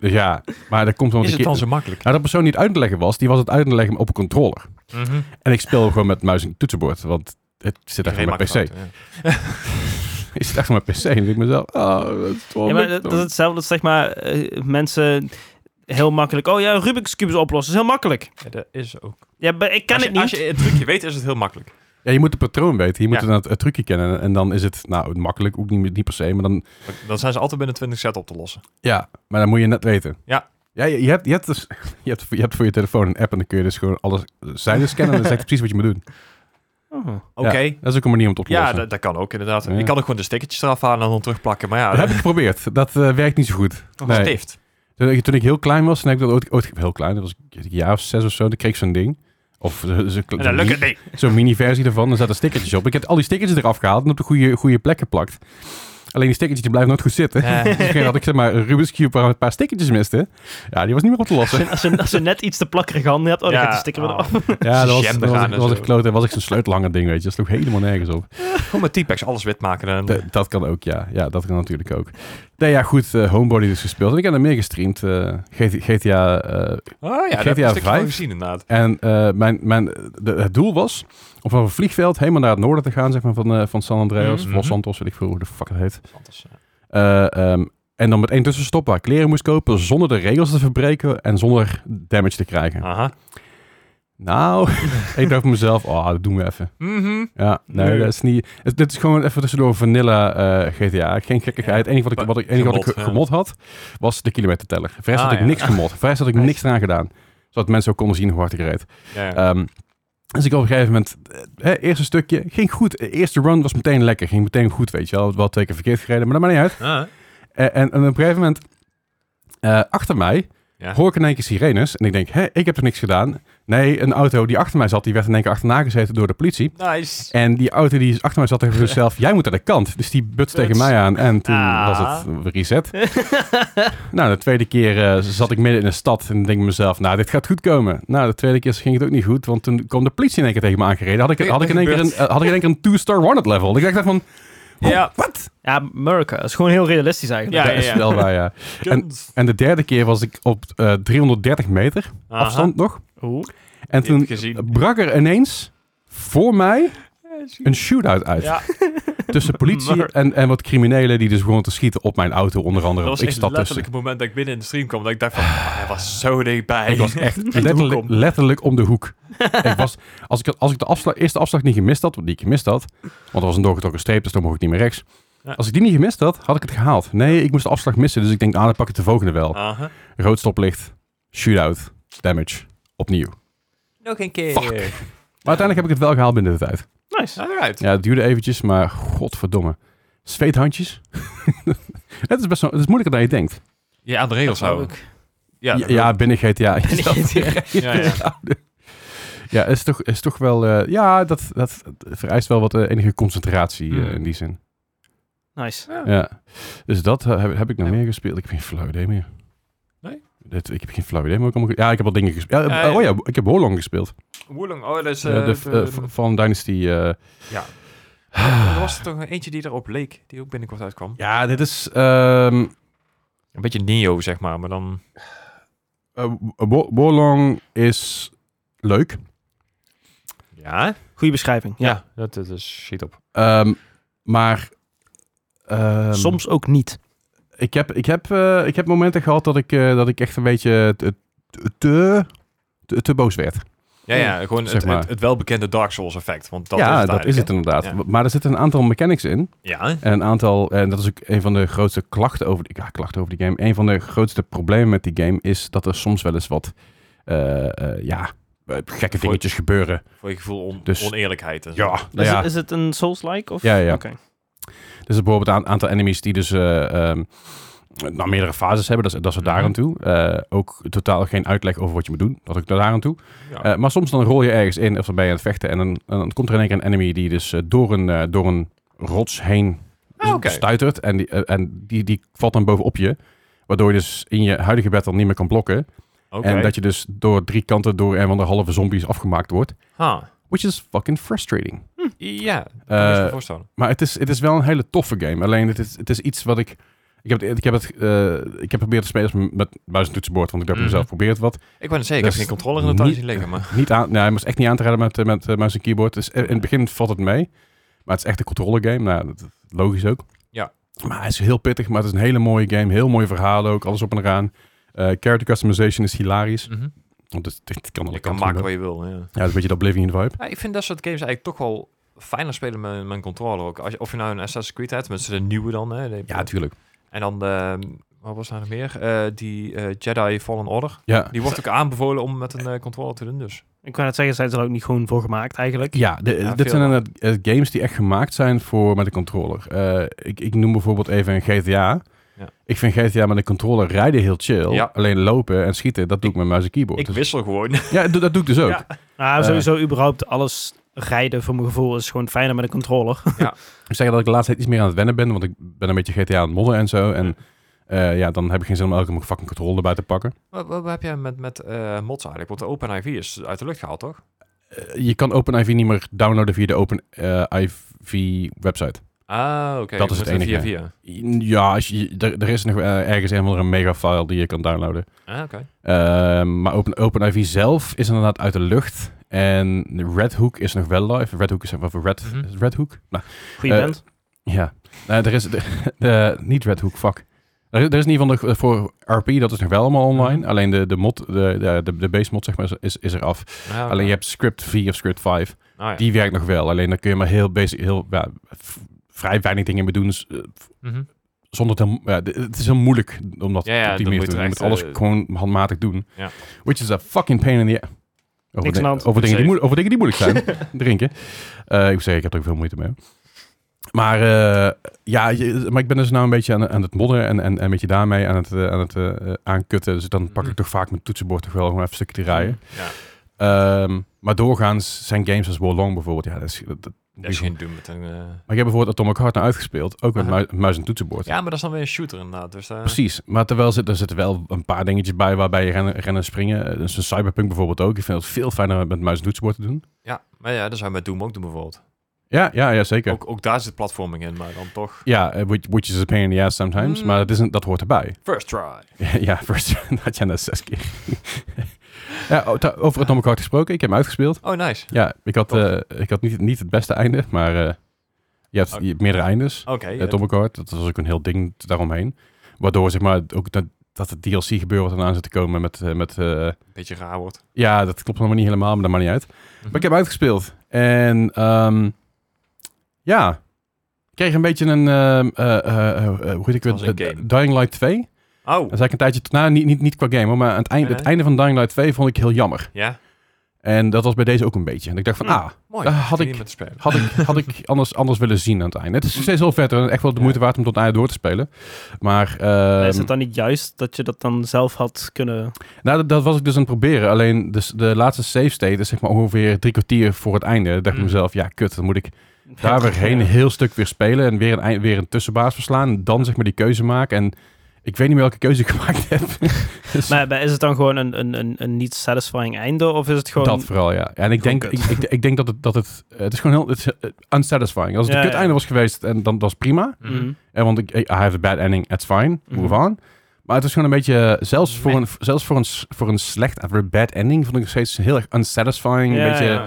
S1: Dus ja, maar dat komt omdat
S3: is
S1: ik...
S3: het dan zo makkelijk?
S1: Nou, dat persoon die het uit te leggen was, die was het uit te leggen op een controller. En Mhm. ik speel gewoon met muis en toetsenbord, want het zit achter mijn
S3: Geen
S1: PC.
S3: makkelijk fouten, ja.
S1: Ik zit achter mijn PC en denk ik mezelf, ah, dat is toch
S2: Ja, maar
S1: leuk.
S2: dat, dat is hetzelfde dat zeg maar eh, mensen heel makkelijk... Oh ja, Rubik's Cubes oplossen is heel makkelijk.
S3: Ja, dat is ook.
S2: Ja, maar ik kan
S3: als
S2: het
S3: je,
S2: niet.
S3: Als je het trucje weet, is het heel makkelijk.
S1: Ja, je moet het patroon weten, je moet
S3: Ja.
S1: het, het trucje kennen en dan is het, nou, makkelijk, ook niet, niet per se, maar dan,
S3: Dan zijn ze altijd binnen 20 set op te lossen.
S1: ja, maar dan moet je net weten.
S3: Ja.
S1: Ja, je, je hebt, je, hebt dus, je, hebt, je hebt voor je telefoon een app en dan kun je dus gewoon alles zijden scannen en dan zegt het precies wat je moet doen.
S2: Oh.
S3: Oké. Ja.
S1: Dat is ook een manier om het op te lossen.
S3: dat, dat kan ook inderdaad.
S1: Ja.
S3: Je kan ook gewoon de stickertjes eraf halen en dan terugplakken. Maar ja,
S1: Dat heb ik geprobeerd. Dat eh, werkt niet zo goed.
S3: toch
S1: nee.
S3: stift.
S1: Toen ik, toen ik heel klein was, en heb ik dat ooit, ooit heel klein, dat was ik een jaar of zes of zo, dan kreeg ik zo'n ding. Of eh, zo'n
S3: En dan lukt het niet.
S1: zo'n mini-versie ervan. Er zaten stickertjes op. Ik heb al die stickertjes eraf gehaald en op de goede, goede plek geplakt. Alleen die stickertjes die blijven nooit goed zitten.
S3: Ja.
S1: Dus op een gegeven moment had ik zeg maar een Rubik's Cube waar een paar stickertjes miste. Ja, die was niet meer op te lossen.
S2: Als, je, als je net iets te plakkerig handen hebt, oh, dan
S3: Ja,
S2: gaat de sticker weer
S3: oh.
S2: af.
S1: Ja, dat was,
S3: Jam
S1: dat was,
S3: eraan
S1: dat
S3: en
S1: was
S3: zo.
S1: echt kloot. Dat was echt zo'n sleutelhanger ding, weet je. Dat sloeg helemaal nergens op.
S3: Gewoon met T-Packs alles wit maken. En,
S1: Dat, dat kan ook, ja. Ja, dat kan natuurlijk ook. Nee, ja, goed. eh, Homebody dus gespeeld. En ik heb er meer gestreamd. eh, GT GTA eh,
S3: oh ja, dat
S1: GTA
S3: heb ik een stukje
S1: vijf.
S3: van gezien inderdaad.
S1: En eh, mijn, mijn, de, het doel was om van een vliegveld helemaal naar het noorden te gaan, zeg maar, van, eh, van San Andreas,
S3: Mhm.
S1: Los Santos, weet ik veel hoe de fuck het heet.
S3: Anders, eh,
S1: Eh, ehm, en dan met één tussenstop waar ik kleren moest kopen, zonder de regels te verbreken en zonder damage te krijgen.
S3: Aha.
S1: Nou, ik dacht voor mezelf, oh, dat doen we even.
S3: Mhm.
S1: Ja, nee,
S3: Nee.
S1: dat is niet... het- dit is gewoon even tussendoor vanilla eh, GTA. Geen gekkigheid. Het enige wat ik, wat ik, enige wat ik
S3: Gemod,
S1: ge-
S3: ja.
S1: gemod had, was de kilometerteller. Voor de rest
S3: Ah,
S1: had ik
S3: ja.
S1: niks gemod. Voor de rest had ik
S3: Nice.
S1: niks eraan gedaan. Zodat mensen ook konden zien hoe hard ik reed.
S3: Ja, ja.
S1: Ehm, dus ik op een gegeven moment, eh, hè, eerste stukje, ging goed. De eerste run was meteen lekker, ging meteen goed, weet je wel. Wel twee keer verkeerd gereden, maar dat maakt niet uit.
S3: Ah,
S1: Eh, En, en op een gegeven moment, eh, achter mij,
S3: Ja.
S1: hoor ik in één keer sirenes. En ik denk, hè, ik heb er niks gedaan. Nee, een auto die achter mij zat, die werd in één keer achterna gezeten door de politie.
S3: Nice.
S1: En die auto die achter mij zat tegen zichzelf, jij moet aan de kant. Dus die butst tegen mij aan en toen
S2: Ah.
S1: was het reset. nou, de tweede keer eh, zat ik midden in een stad en denk ik mezelf, nou, dit gaat goed komen. Nou, de tweede keer ging het ook niet goed, want toen kwam de politie in één keer tegen me aangereden. Had ik, had ik in één keer een, eh, had ik in één keer een two-star wanted level. Ik dacht echt van,
S3: Ja.
S1: Oh, wat?
S2: Ja, America. Dat is gewoon heel realistisch eigenlijk.
S3: Ja,
S1: dat is
S3: ja.
S1: wel waar, ja. En de derde keer was ik op eh, 330 meter
S3: Aha.
S1: afstand nog.
S2: Oeh.
S1: En
S3: Niet
S1: toen Oh,
S3: gezien.
S1: brak er ineens voor mij een shootout uit.
S3: Ja.
S1: Tussen politie
S3: Maar-
S1: en, en wat criminelen die dus gewoon te schieten op mijn auto, onder andere.
S3: Dat
S1: Want
S3: was
S1: ik
S3: echt
S1: stap tussen.
S3: letterlijk het moment dat ik binnen in de stream kwam. Dat ik dacht van, ah, hij was zo dichtbij.
S1: Ik was echt
S3: de
S1: letterlijk,
S3: hoek om.
S1: letterlijk om de hoek. ik was, als, ik, als ik de afslag, eerste afslag niet gemist had, want die ik gemist had, want er was een doorgetrokken streep, dus dan mocht ik niet meer rechts.
S3: Ja.
S1: Als ik die niet gemist had, had ik het gehaald. Nee, ik moest de afslag missen, dus ik denk, ah, dan pak ik de volgende wel.
S3: Aha.
S1: Rood stoplicht, shootout, damage, opnieuw.
S3: Nog een keer.
S1: Fuck. Maar uiteindelijk heb ik het wel gehaald binnen de tijd.
S2: Nice.
S3: Alright.
S1: Ja, het duurde eventjes, maar godverdomme. Zweethandjes. het, is best wel, het is moeilijker dan je denkt.
S3: Ja, aan de regels
S2: Dat wou
S3: houden.
S2: ik.
S1: Ja,
S3: dat
S1: ja binnen GTA.
S2: Binnen GTA.
S1: Oh. Ja,
S3: Ja,
S1: ja. is toch, is toch wel... eh, ja, dat, dat vereist wel wat eh, enige concentratie eh,
S3: Hmm.
S1: in die zin.
S2: Nice.
S3: Ja.
S1: Ja. Dus dat eh, heb, heb ik nog
S3: Ja.
S1: meer gespeeld. Ik heb geen flauw idee meer.
S3: Nee?
S1: Dat, ik heb geen flauw idee meer. ook allemaal ge- Ja, ik heb al dingen gespeeld. Ja,
S3: Ja,
S1: eh,
S3: ja.
S1: Oh ja, ik heb Wolong gespeeld.
S3: Woeling, oh, dat is...
S1: Eh,
S3: eh,
S1: de,
S3: de-
S1: eh, v- Ah. van Dynasty... eh,
S3: ja. Er was er toch een eentje die erop leek, die ook binnenkort uitkwam.
S1: ja, dit is... ehm
S3: Een beetje Neo, zeg maar, maar dan...
S1: eh, Wo- Wolong is leuk.
S3: Ja?
S2: Goede beschrijving. Ja.
S3: dat, dat is shit op.
S1: Ehm, maar... ehm,
S2: Soms ook niet.
S1: Ik heb, ik, heb, eh, ik heb momenten gehad dat ik, eh, dat ik echt een beetje te, te, te, te boos werd.
S3: Ja, ja, gewoon
S1: Zeg
S3: het,
S1: maar.
S3: het, het welbekende Dark Souls effect, want dat
S1: ja,
S3: is het
S1: dat is het
S3: eigenlijk,
S1: inderdaad.
S3: Ja.
S1: Maar er zitten een aantal mechanics in.
S3: hè? Ja,
S1: En een aantal, en dat is ook een van de grootste klachten over, die- ja, klachten over die game. Een van de grootste problemen met die game is dat er soms wel eens wat eh, eh, ja, eh, gekke dingetjes gebeuren.
S3: voor je gevoel on-
S1: Dus-
S3: oneerlijkheid. En zo.
S1: Ja,
S2: Is,
S1: nou ja.
S2: Dus Het, is het een Souls-like? Of?
S1: Ja, ja.
S2: Oké.
S1: Dus er bijvoorbeeld een aantal enemies die dus eh, ehm, nou, meerdere fases hebben. Dat is, dat is er
S3: Mhm.
S1: daar aan toe. Eh, ook totaal geen uitleg over wat je moet doen. Dat ook daar aan toe.
S3: Ja.
S1: Eh, maar soms dan rol je ergens in of dan ben je aan het vechten. En dan, en dan komt er in één keer een enemy die dus eh, door, een, eh, door een rots heen
S3: Ah, oké.
S1: stuitert. En, die, eh, en die, die valt dan bovenop je. Waardoor je dus in je huidige battle niet meer kan blokken.
S3: Oké.
S1: En dat je dus door drie kanten door een van de halve zombies afgemaakt wordt.
S3: Ha.
S1: Which is fucking frustrating.
S3: Ja, dat
S1: Eh,
S3: kan ik me voorstellen.
S1: Maar het is, het is wel een hele toffe game. Alleen het is, het is iets wat ik... Ik heb, het- ik heb het eh, ik heb geprobeerd te spelen met- met buis en toetsenbord. Want ik heb
S3: Mhm.
S1: mezelf probeerd wat.
S3: Ik wou net zeggen, ik
S1: dat
S3: heb
S1: is
S3: geen controller in de tuin
S1: niet-
S3: zien liggen, maar...
S1: Niet aan, nou, hij was echt niet aan te raden met, eh, met eh, muis en keyboard. Dus eh, in het begin valt het mee. Maar het is echt een controller game. Nou, dat, dat- logisch ook.
S3: Ja.
S1: Maar hij is heel pittig. Maar het is een hele mooie game. Heel mooi verhaal ook. Alles op en eraan. Eh, character customization is hilarisch.
S3: Mhm.
S1: Want het, het kan alle
S3: Je kan
S1: kanten
S3: maken
S1: op.
S3: wat je wil, ja.
S1: Ja, het is een beetje de Oblivion vibe.
S3: Ja, ik vind dat soort games eigenlijk toch wel fijner spelen met met een controller ook. Als je, of je nou een Assassin's Creed hebt, tenminste de nieuwe dan. Hè, de-
S1: Ja, tuurlijk.
S3: en dan, de, wat was daar nog meer? Eh, die eh, Jedi Fallen Order.
S1: Ja,
S3: Die wordt ook aanbevolen om met een eh, controller te doen, dus.
S2: Ik kan het zeggen, zijn ze er ook niet gewoon voor gemaakt eigenlijk.
S1: ja, de-
S3: Ja,
S1: dit
S3: veel
S1: zijn inderdaad eh, games die echt gemaakt zijn voor met een controller. Eh, ik, ik noem bijvoorbeeld even een GTA.
S3: Ja.
S1: Ik vind GTA met een controller rijden heel chill.
S3: Ja.
S1: Alleen lopen en schieten, dat doe ik met muis en keyboard.
S3: Ik
S1: Dus-
S3: wissel gewoon.
S1: Ja, dat, dat doe ik dus ook.
S3: Ja.
S2: Nou,
S1: Eh.
S2: sowieso überhaupt alles rijden voor mijn gevoel is gewoon fijner met een controller.
S1: Ik zeg dat ik de laatste tijd iets meer aan het wennen ben, want ik ben een beetje GTA aan het modden en zo. En eh, ja, dan heb ik geen zin om elke keer mijn fucking controle erbij te pakken.
S3: wat, wat, wat heb jij met, met eh, mods eigenlijk? Want de OpenIV is uit de lucht gehaald, toch?
S1: Eh, je kan OpenIV niet meer downloaden via de OpenIV website.
S3: Ah, oké.
S1: Dat
S3: je
S1: is het
S3: moet
S1: enige.
S3: Via, via.
S1: Ja, als je, je- er, er is nog eh, ergens een of andere megafile die je kan downloaden.
S3: Ah, oké.
S1: Ehm, maar Open, OpenIV zelf is inderdaad uit de lucht. En Red Hook is nog wel live. Red Hook is even voor Red,
S3: Mhm.
S1: is het Red Hook. Nou,
S2: Goeie
S1: Eh,
S2: band.
S1: Ja, nou, er is de, de- niet Red Hook, fuck. Er, is- er is in ieder geval nog eh, voor RP, dat is nog wel allemaal online. Alleen de, de mod, de, de, de base mod zeg maar, is, is eraf.
S3: Ah, oké.
S1: Alleen je hebt script 4 of script 5.
S3: Ah, ja.
S1: Die werkt nog wel. Alleen dan kun je maar heel basic, heel, ja, v- vrij weinig dingen mee doen. z- eh,
S3: Mhm.
S1: Zonder te, ja, de- het is heel moeilijk om dat
S3: Ja, ja,
S1: op die
S3: dat
S1: manier
S3: moet
S1: te doen.
S3: je
S1: Je moet
S3: echt,
S1: alles
S3: eh,
S1: gewoon handmatig doen.
S3: Ja.
S1: Which is a fucking pain in the... Over,
S2: Niks aan de hand.
S1: over, dingen, die
S3: Safe.
S1: moe- over dingen die moeilijk zijn. drinken. Eh, ik moet zeggen, ik heb er ook veel moeite mee. Maar, eh, ja, je- maar ik ben dus nou een beetje aan, aan het modden en, en, en een beetje daarmee aan het, eh, aan het eh, eh, aankutten. Dus dan pak
S3: Mhm.
S1: ik toch vaak mijn toetsenbord toch wel gewoon even een stukje te rijden.
S3: Ja,
S1: Ehm, maar doorgaans zijn games als Warlong bijvoorbeeld. Ja, dat is, dat, dat-
S3: dat is geen doen met een... eh,
S1: Maar ik heb bijvoorbeeld Atomic Heart nou uitgespeeld. Ook met
S3: Aha.
S1: mui- muis en toetsenbord.
S3: Ja, maar dat is dan weer een shooter inderdaad. Dus, eh,
S1: Precies, maar terwijl zit, er zitten wel een paar dingetjes bij waarbij je rennen, rennen en springen. Eh, Dus een Cyberpunk bijvoorbeeld ook. Ik vind het veel fijner met muis en toetsenbord te doen.
S3: Ja, maar ja, dat zou je met Doom ook doen bijvoorbeeld.
S1: Ja, ja, ja zeker.
S3: Ook, ook daar zit platforming in, maar dan toch...
S1: Ja, eh, which, which is a pain in the ass sometimes.
S3: Mm.
S1: Maar dat, is een, dat hoort erbij.
S3: First try.
S1: ja, first, dat had jij net zes keer. Ja, o- ta- over Atomic Heart gesproken. Ik heb hem uitgespeeld.
S3: Oh, nice.
S1: Ja, ik had,
S3: Tof.
S1: eh, ik had niet, niet het beste einde, maar eh, je, hebt, je hebt meerdere eindes.
S3: Oké.
S1: Eh,
S3: Oh. ja.
S1: Atomic Heart, dat was ook een heel ding daaromheen. Waardoor zeg maar ook dat, dat het DLC gebeuren wat eraan zit te komen met... eh, met eh,
S3: beetje raar wordt.
S1: ja, dat klopt allemaal niet helemaal, maar dat maakt niet uit. Maar ik heb uitgespeeld. En ehm, ja, ik kreeg een beetje een, ehm, eh, eh, eh, hoe heet ik
S3: Het
S1: het,
S3: was een
S1: Eh,
S3: game.
S1: Dying Light 2.
S3: Oh,
S1: Dat is eigenlijk een tijdje, nou niet, niet, niet qua game hoor, maar aan het einde,
S3: Nee,
S1: het
S3: nee.
S1: einde van Dying Light 2 vond ik heel jammer.
S3: ja.
S1: En dat was bij deze ook een beetje. En ik dacht van,
S2: Hm.
S1: ah,
S3: Mooi.
S1: Daar had
S3: Kun je
S1: ik-
S3: niet met spelen.
S1: had ik, had ik anders, anders willen zien aan het einde. Het is nog steeds heel vet en echt wel de
S3: Ja.
S1: moeite waard om tot het einde door te spelen. Maar ehm,
S2: is het dan niet juist dat je dat dan zelf had kunnen...
S1: nou, dat, dat was ik dus aan het proberen. Alleen de, de laatste save state is zeg maar ongeveer drie kwartier voor het einde. Dan dacht ik
S3: Hm.
S1: mezelf, ja kut, dan moet ik daar weer heen,
S2: Mm. Ja.
S1: een heel stuk weer spelen en weer een, eind- weer een tussenbaas verslaan. Dan zeg maar die keuze maken en ik weet niet meer welke keuze ik gemaakt heb. Dus-
S2: Maar maar is het dan gewoon een, een, een, een niet satisfying einde? Of is het gewoon...
S1: Dat vooral, ja. En ik
S2: Gewoon
S1: denk, ik,
S2: kut.
S1: ik, ik denk dat het, dat het... eh, Het is gewoon heel... Het is eh, unsatisfying. Als het
S2: Ja,
S1: een
S2: ja.
S1: kut einde was geweest, en dan was prima.
S3: Mhm.
S2: Mhm.
S1: En Eh, want ik, I have a bad ending, it's fine.
S2: Mhm.
S1: Move on. Maar het is gewoon een beetje... eh, Zelfs voor
S3: Meh.
S1: een, zelfs voor een, s- voor een slecht... Voor een bad ending vond ik het steeds heel erg unsatisfying.
S2: Ja,
S1: een beetje...
S2: ja.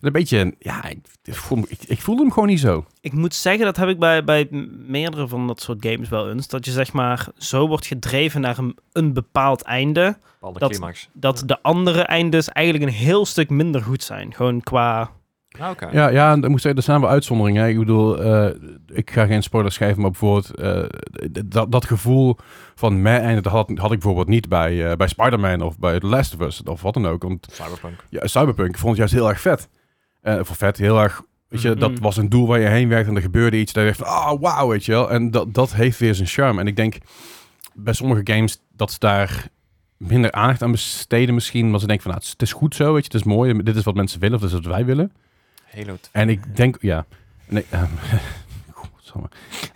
S1: Een beetje... Ja, ik, ik voel, me- ik, ik voelde hem gewoon niet zo.
S2: Ik moet zeggen, dat heb ik bij, bij meerdere van dat soort games wel eens. Dat je zeg maar zo wordt gedreven naar een, een bepaald einde.
S3: Bepaalde
S2: Dat-
S3: climax.
S2: Dat de andere eindes eigenlijk een heel stuk minder goed zijn. Gewoon qua...
S3: Ah, Oké.
S1: Ja, ja en dan moet zeggen, er zijn wel uitzonderingen. hè. Ik bedoel, eh, ik ga geen spoilers geven, maar bijvoorbeeld eh, d- dat, dat gevoel van mij en dat had, had ik bijvoorbeeld niet bij, eh, bij Spider-Man of bij The Last of Us of wat dan ook. Want
S3: Cyberpunk.
S1: ja, Cyberpunk vond ik juist heel erg vet. Eh of vet, heel erg, weet je, dat
S2: Mhm.
S1: was een doel waar je heen werkt en er gebeurde iets. Daar dacht je van, ah, wauw, weet je wel. En dat, dat heeft weer zijn charme. En ik denk bij sommige games dat ze daar minder aandacht aan besteden misschien. Want ze denken van, nou, het is- het is goed zo, weet je, het is mooi. Dit is wat mensen willen of dit is wat wij willen.
S3: Halo 2.
S1: En ik denk, ja. Nee, ehm, godsamme.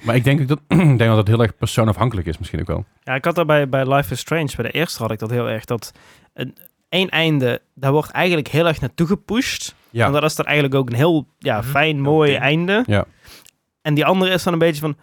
S1: maar ik denk, ook dat, ik denk dat het heel erg persoonafhankelijk is, misschien ook wel.
S2: Ja, ik had dat bij, bij Life is Strange. Bij de eerste had ik dat heel erg. Dat een, één einde, daar wordt eigenlijk heel erg naartoe gepusht.
S1: Ja.
S2: En dat is dan eigenlijk ook een heel ja,
S3: Mhm.
S2: fijn,
S3: Heel
S2: mooi
S3: ding.
S2: einde.
S1: Ja.
S2: En die andere is dan een beetje van...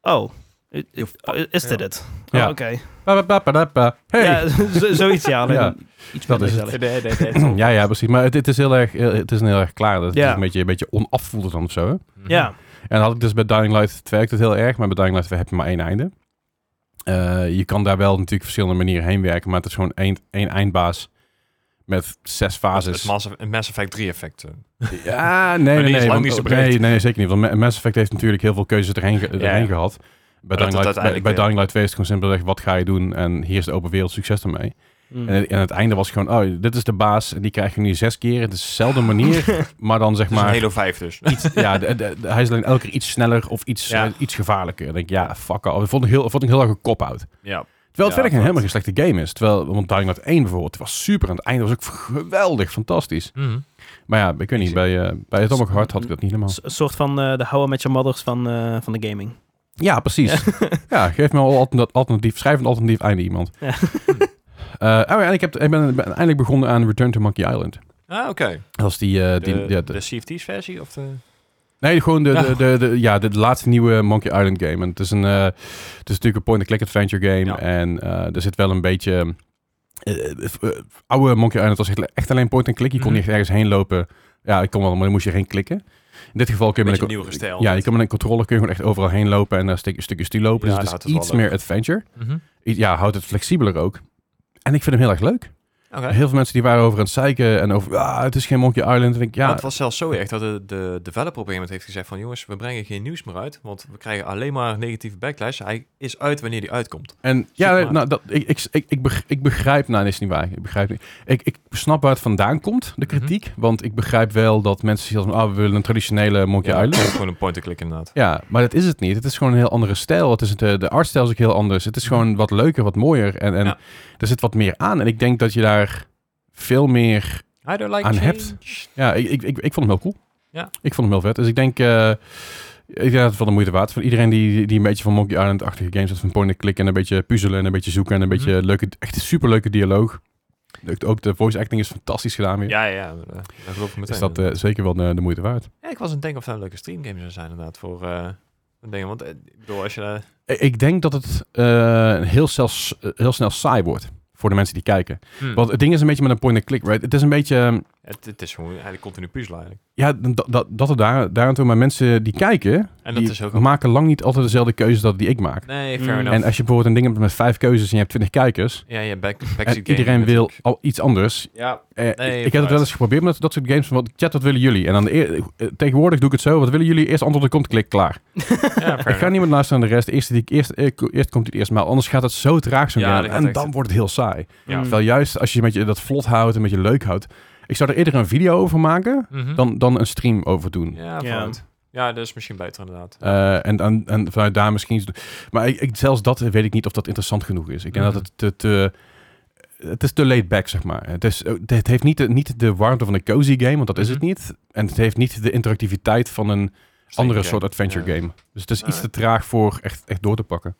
S2: Oh, i- i- is dit
S3: Ja.
S2: het? Oh,
S1: Ja.
S2: Oké.
S1: Ba, ba, ba, ba, da, ba. Hey! Ja,
S2: Ja, z- zoiets ja. alleen
S1: Ja.
S2: dan Iets
S1: Dat
S2: minder
S1: is het.
S2: gezellig.
S3: Nee, nee, nee.
S1: ja, precies. Maar het, het is heel erg, heel- het is een heel erg klaar. Het
S2: Ja.
S1: is een beetje, een beetje onafvoelde dan of zo. hè.
S3: Mhm.
S2: Ja.
S1: En dan had ik dus bij Dying Light 2 ook dat heel erg. Maar bij Dying Light 2 heb je maar één einde. Eh, je kan daar wel natuurlijk verschillende manieren heen werken. Maar het is gewoon één, één eindbaas met zes
S3: Het
S1: fases.
S3: Mass, het Mass Effect 3 effect. eh.
S1: Ja, nee,
S3: die
S1: nee,
S3: is
S1: nee,
S3: lang
S1: want- oh,
S3: niet zo breed.
S1: nee, nee, zeker niet. Want Ma- Mass Effect heeft natuurlijk heel veel keuzes erheen, ge- erheen
S3: ja.
S1: gehad. Bij
S3: dat
S1: Dying,
S3: het
S1: Light, bij,
S3: uiteindelijk
S1: bij
S3: de-
S1: Dying Light 2 is het gewoon simpelweg, wat ga je doen? En hier is de open wereld, succes ermee.
S3: Mm.
S1: En, eh, en het einde was gewoon, oh, dit is de baas. En die krijg je nu zes keer. Het is dezelfde manier, maar dan zeg
S3: Het is een
S1: maar...
S3: Halo 5 dus.
S1: Iets, ja, de- de- de- hij is alleen elke keer iets sneller of iets,
S3: Ja.
S1: eh, iets gevaarlijker. Dan denk ik, ja, fuck al. Dat vond ik heel, vond ik heel erg een cop-out.
S3: ja.
S1: Terwijl
S3: Ja,
S1: het verder geen,
S3: klopt.
S1: helemaal geen slechte game is. Terwijl, want Dying Light 1 bijvoorbeeld, het was super. En het einde was ook geweldig, fantastisch.
S3: Mhm.
S1: Maar ja, ik weet niet, bij, eh bij Atomic Heart had ik dat niet helemaal.
S2: S- Een soort van eh, de houden met je mothers van, eh, van de gaming.
S1: Ja, precies. Ja, geef me al altern- alternatief. Schrijf een alternatief einde iemand.
S2: Ja.
S1: Eh, oh ja, en ik, heb, ik ben, ben eindelijk begonnen aan Return to Monkey Island.
S3: Ah, oké.
S1: Dat is die... eh,
S3: De,
S1: die ja, de-
S3: de CFT's versie? Of de...
S1: nee, gewoon de,
S3: Ja.
S1: de, de, de- ja, de, de laatste nieuwe Monkey Island game. En het is, een, eh, het is natuurlijk een point-and-click adventure game.
S3: Ja.
S1: En eh, er zit wel een beetje... eh, eh, eh, oude Monkey Island was echt- echt alleen point-and-click. Je kon
S3: Mhm.
S1: niet echt ergens heen lopen. Ja, ik kon wel, maar dan moest je heen klikken. In dit geval kun je met
S3: Beetje
S1: een,
S3: nieuw gesteld.
S1: Ja, je kan met een controller kun je gewoon echt overal heen lopen en daar stuk- een stukje stuk lopen.
S3: Ja,
S1: dus
S3: dat
S1: het
S3: is
S1: is
S3: wel
S1: iets
S3: leuk.
S1: meer adventure.
S3: Mhm.
S1: I- Ja, houdt het flexibeler ook. En ik vind hem heel erg leuk.
S3: Oké.
S1: Heel veel mensen die waren over aan het zeiken en over, ah, het is geen Monkey Island. En ik,
S3: Ja.
S1: ja,
S3: het was zelfs zo erg dat de, de developer op een gegeven moment heeft gezegd van... jongens, we brengen geen nieuws meer uit, want we krijgen alleen maar negatieve backlash. Hij is uit wanneer die uitkomt.
S1: en
S3: Ziek
S1: ja, nee,
S3: maar.
S1: nou, dat, ik, ik, ik, ik, beg- ik begrijp, nou, nee, is niet waar. Ik begrijp niet. Ik, ik snap waar het vandaan komt, de
S3: Mhm.
S1: kritiek. Want ik begrijp wel dat mensen zeggen, van, ah, we willen een traditionele Monkey
S3: Ja,
S1: Island.
S3: Gewoon een point-and-click inderdaad.
S1: Ja, maar dat is het niet. Het is gewoon een heel andere stijl. Het is de, de artstijl is ook heel anders. Het is gewoon wat leuker, wat mooier. En, en
S3: Mhm. Ja.
S1: er zit wat meer aan. En ik denk dat je daar veel meer...
S3: I don't like
S1: Aan
S3: change.
S1: Ja, ik, ik, ik, ik vond hem heel cool.
S3: Ja.
S1: Ik vond hem heel vet. Dus ik denk... eh, ik denk dat het wel de moeite waard is. Voor iedereen die, die een beetje van Monkey Island-achtige games heeft. Van point-and-click en een beetje puzzelen en een beetje zoeken. En een beetje
S3: Mhm.
S1: leuke... Echt een superleuke dialoog. Ook- Ook de voice acting is fantastisch gedaan weer.
S3: Ja, ja, ja. eh, Daar geloof ik meteen
S1: Is dat
S3: in.
S1: eh, zeker wel de, de moeite waard?
S3: Ja, ik was aan het denken of dat een leuke streamgame zou zijn inderdaad voor... eh dingen. Want eh, ik bedoel, als je... eh,
S1: Ik- Ik denk dat het eh, heel, zelfs, heel eh, snel saai wordt. voor de mensen die kijken.
S3: Hm.
S1: Want het ding is een beetje met een point-and-click, right? Het is een beetje... ehm,
S3: Het, het is gewoon eigenlijk continu puzzelen eigenlijk.
S1: Ja, dat, dat, dat er daar, daar aan toe. Maar mensen die kijken,
S3: En dat
S1: die
S3: is ook...
S1: maken lang niet altijd dezelfde keuzes dat die ik maak.
S3: Nee,
S2: Mm.
S3: fair enough.
S1: En als je bijvoorbeeld een ding hebt met vijf keuzes en je hebt twintig kijkers...
S3: ja, ja, back,
S1: En
S3: backseat
S1: iedereen
S3: game
S1: wil
S3: natuurlijk.
S1: al iets anders.
S3: Ja,
S1: Eh, ik- ik heb het
S3: vooruit.
S1: wel eens geprobeerd met dat soort games. Van, wat- chat, wat willen jullie? En dan de eer- eh, tegenwoordig doe ik het zo. Wat willen jullie? Eerst antwoord, er komt klik, klaar.
S3: ja, fair
S1: Ik ga
S3: enough.
S1: niemand luisteren naar de rest. Eerst, die, eerst, eh, ko- eerst komt die eerst maar. Anders gaat het zo traag zo'n
S3: Ja,
S1: game.
S3: dat gaat
S1: En
S3: echt- Hmm.
S1: dan wordt het heel saai.
S2: Mm.
S3: Ja.
S1: Terwijl juist als je een beetje dat vlot houdt, een beetje leuk houdt. Ik zou er eerder een video over maken
S3: Mhm.
S1: dan, dan een stream over doen.
S3: Ja,
S2: Ja.
S3: vooruit. Ja, dat is misschien beter inderdaad.
S1: Eh, en, en, en vanuit daar misschien... iets doen. Maar ik, ik- zelfs dat weet ik niet of dat interessant genoeg is. Ik denk
S3: Mhm.
S1: dat het te... te- het is te laid back, zeg maar. Het, is, eh, het heeft niet de, niet de warmte van een cozy game, want dat is het
S3: Mhm.
S1: niet. En het heeft niet de interactiviteit van een andere soort adventure
S3: Ja.
S1: game. Dus het is iets te
S3: Alright.
S1: traag voor echt, echt door te pakken.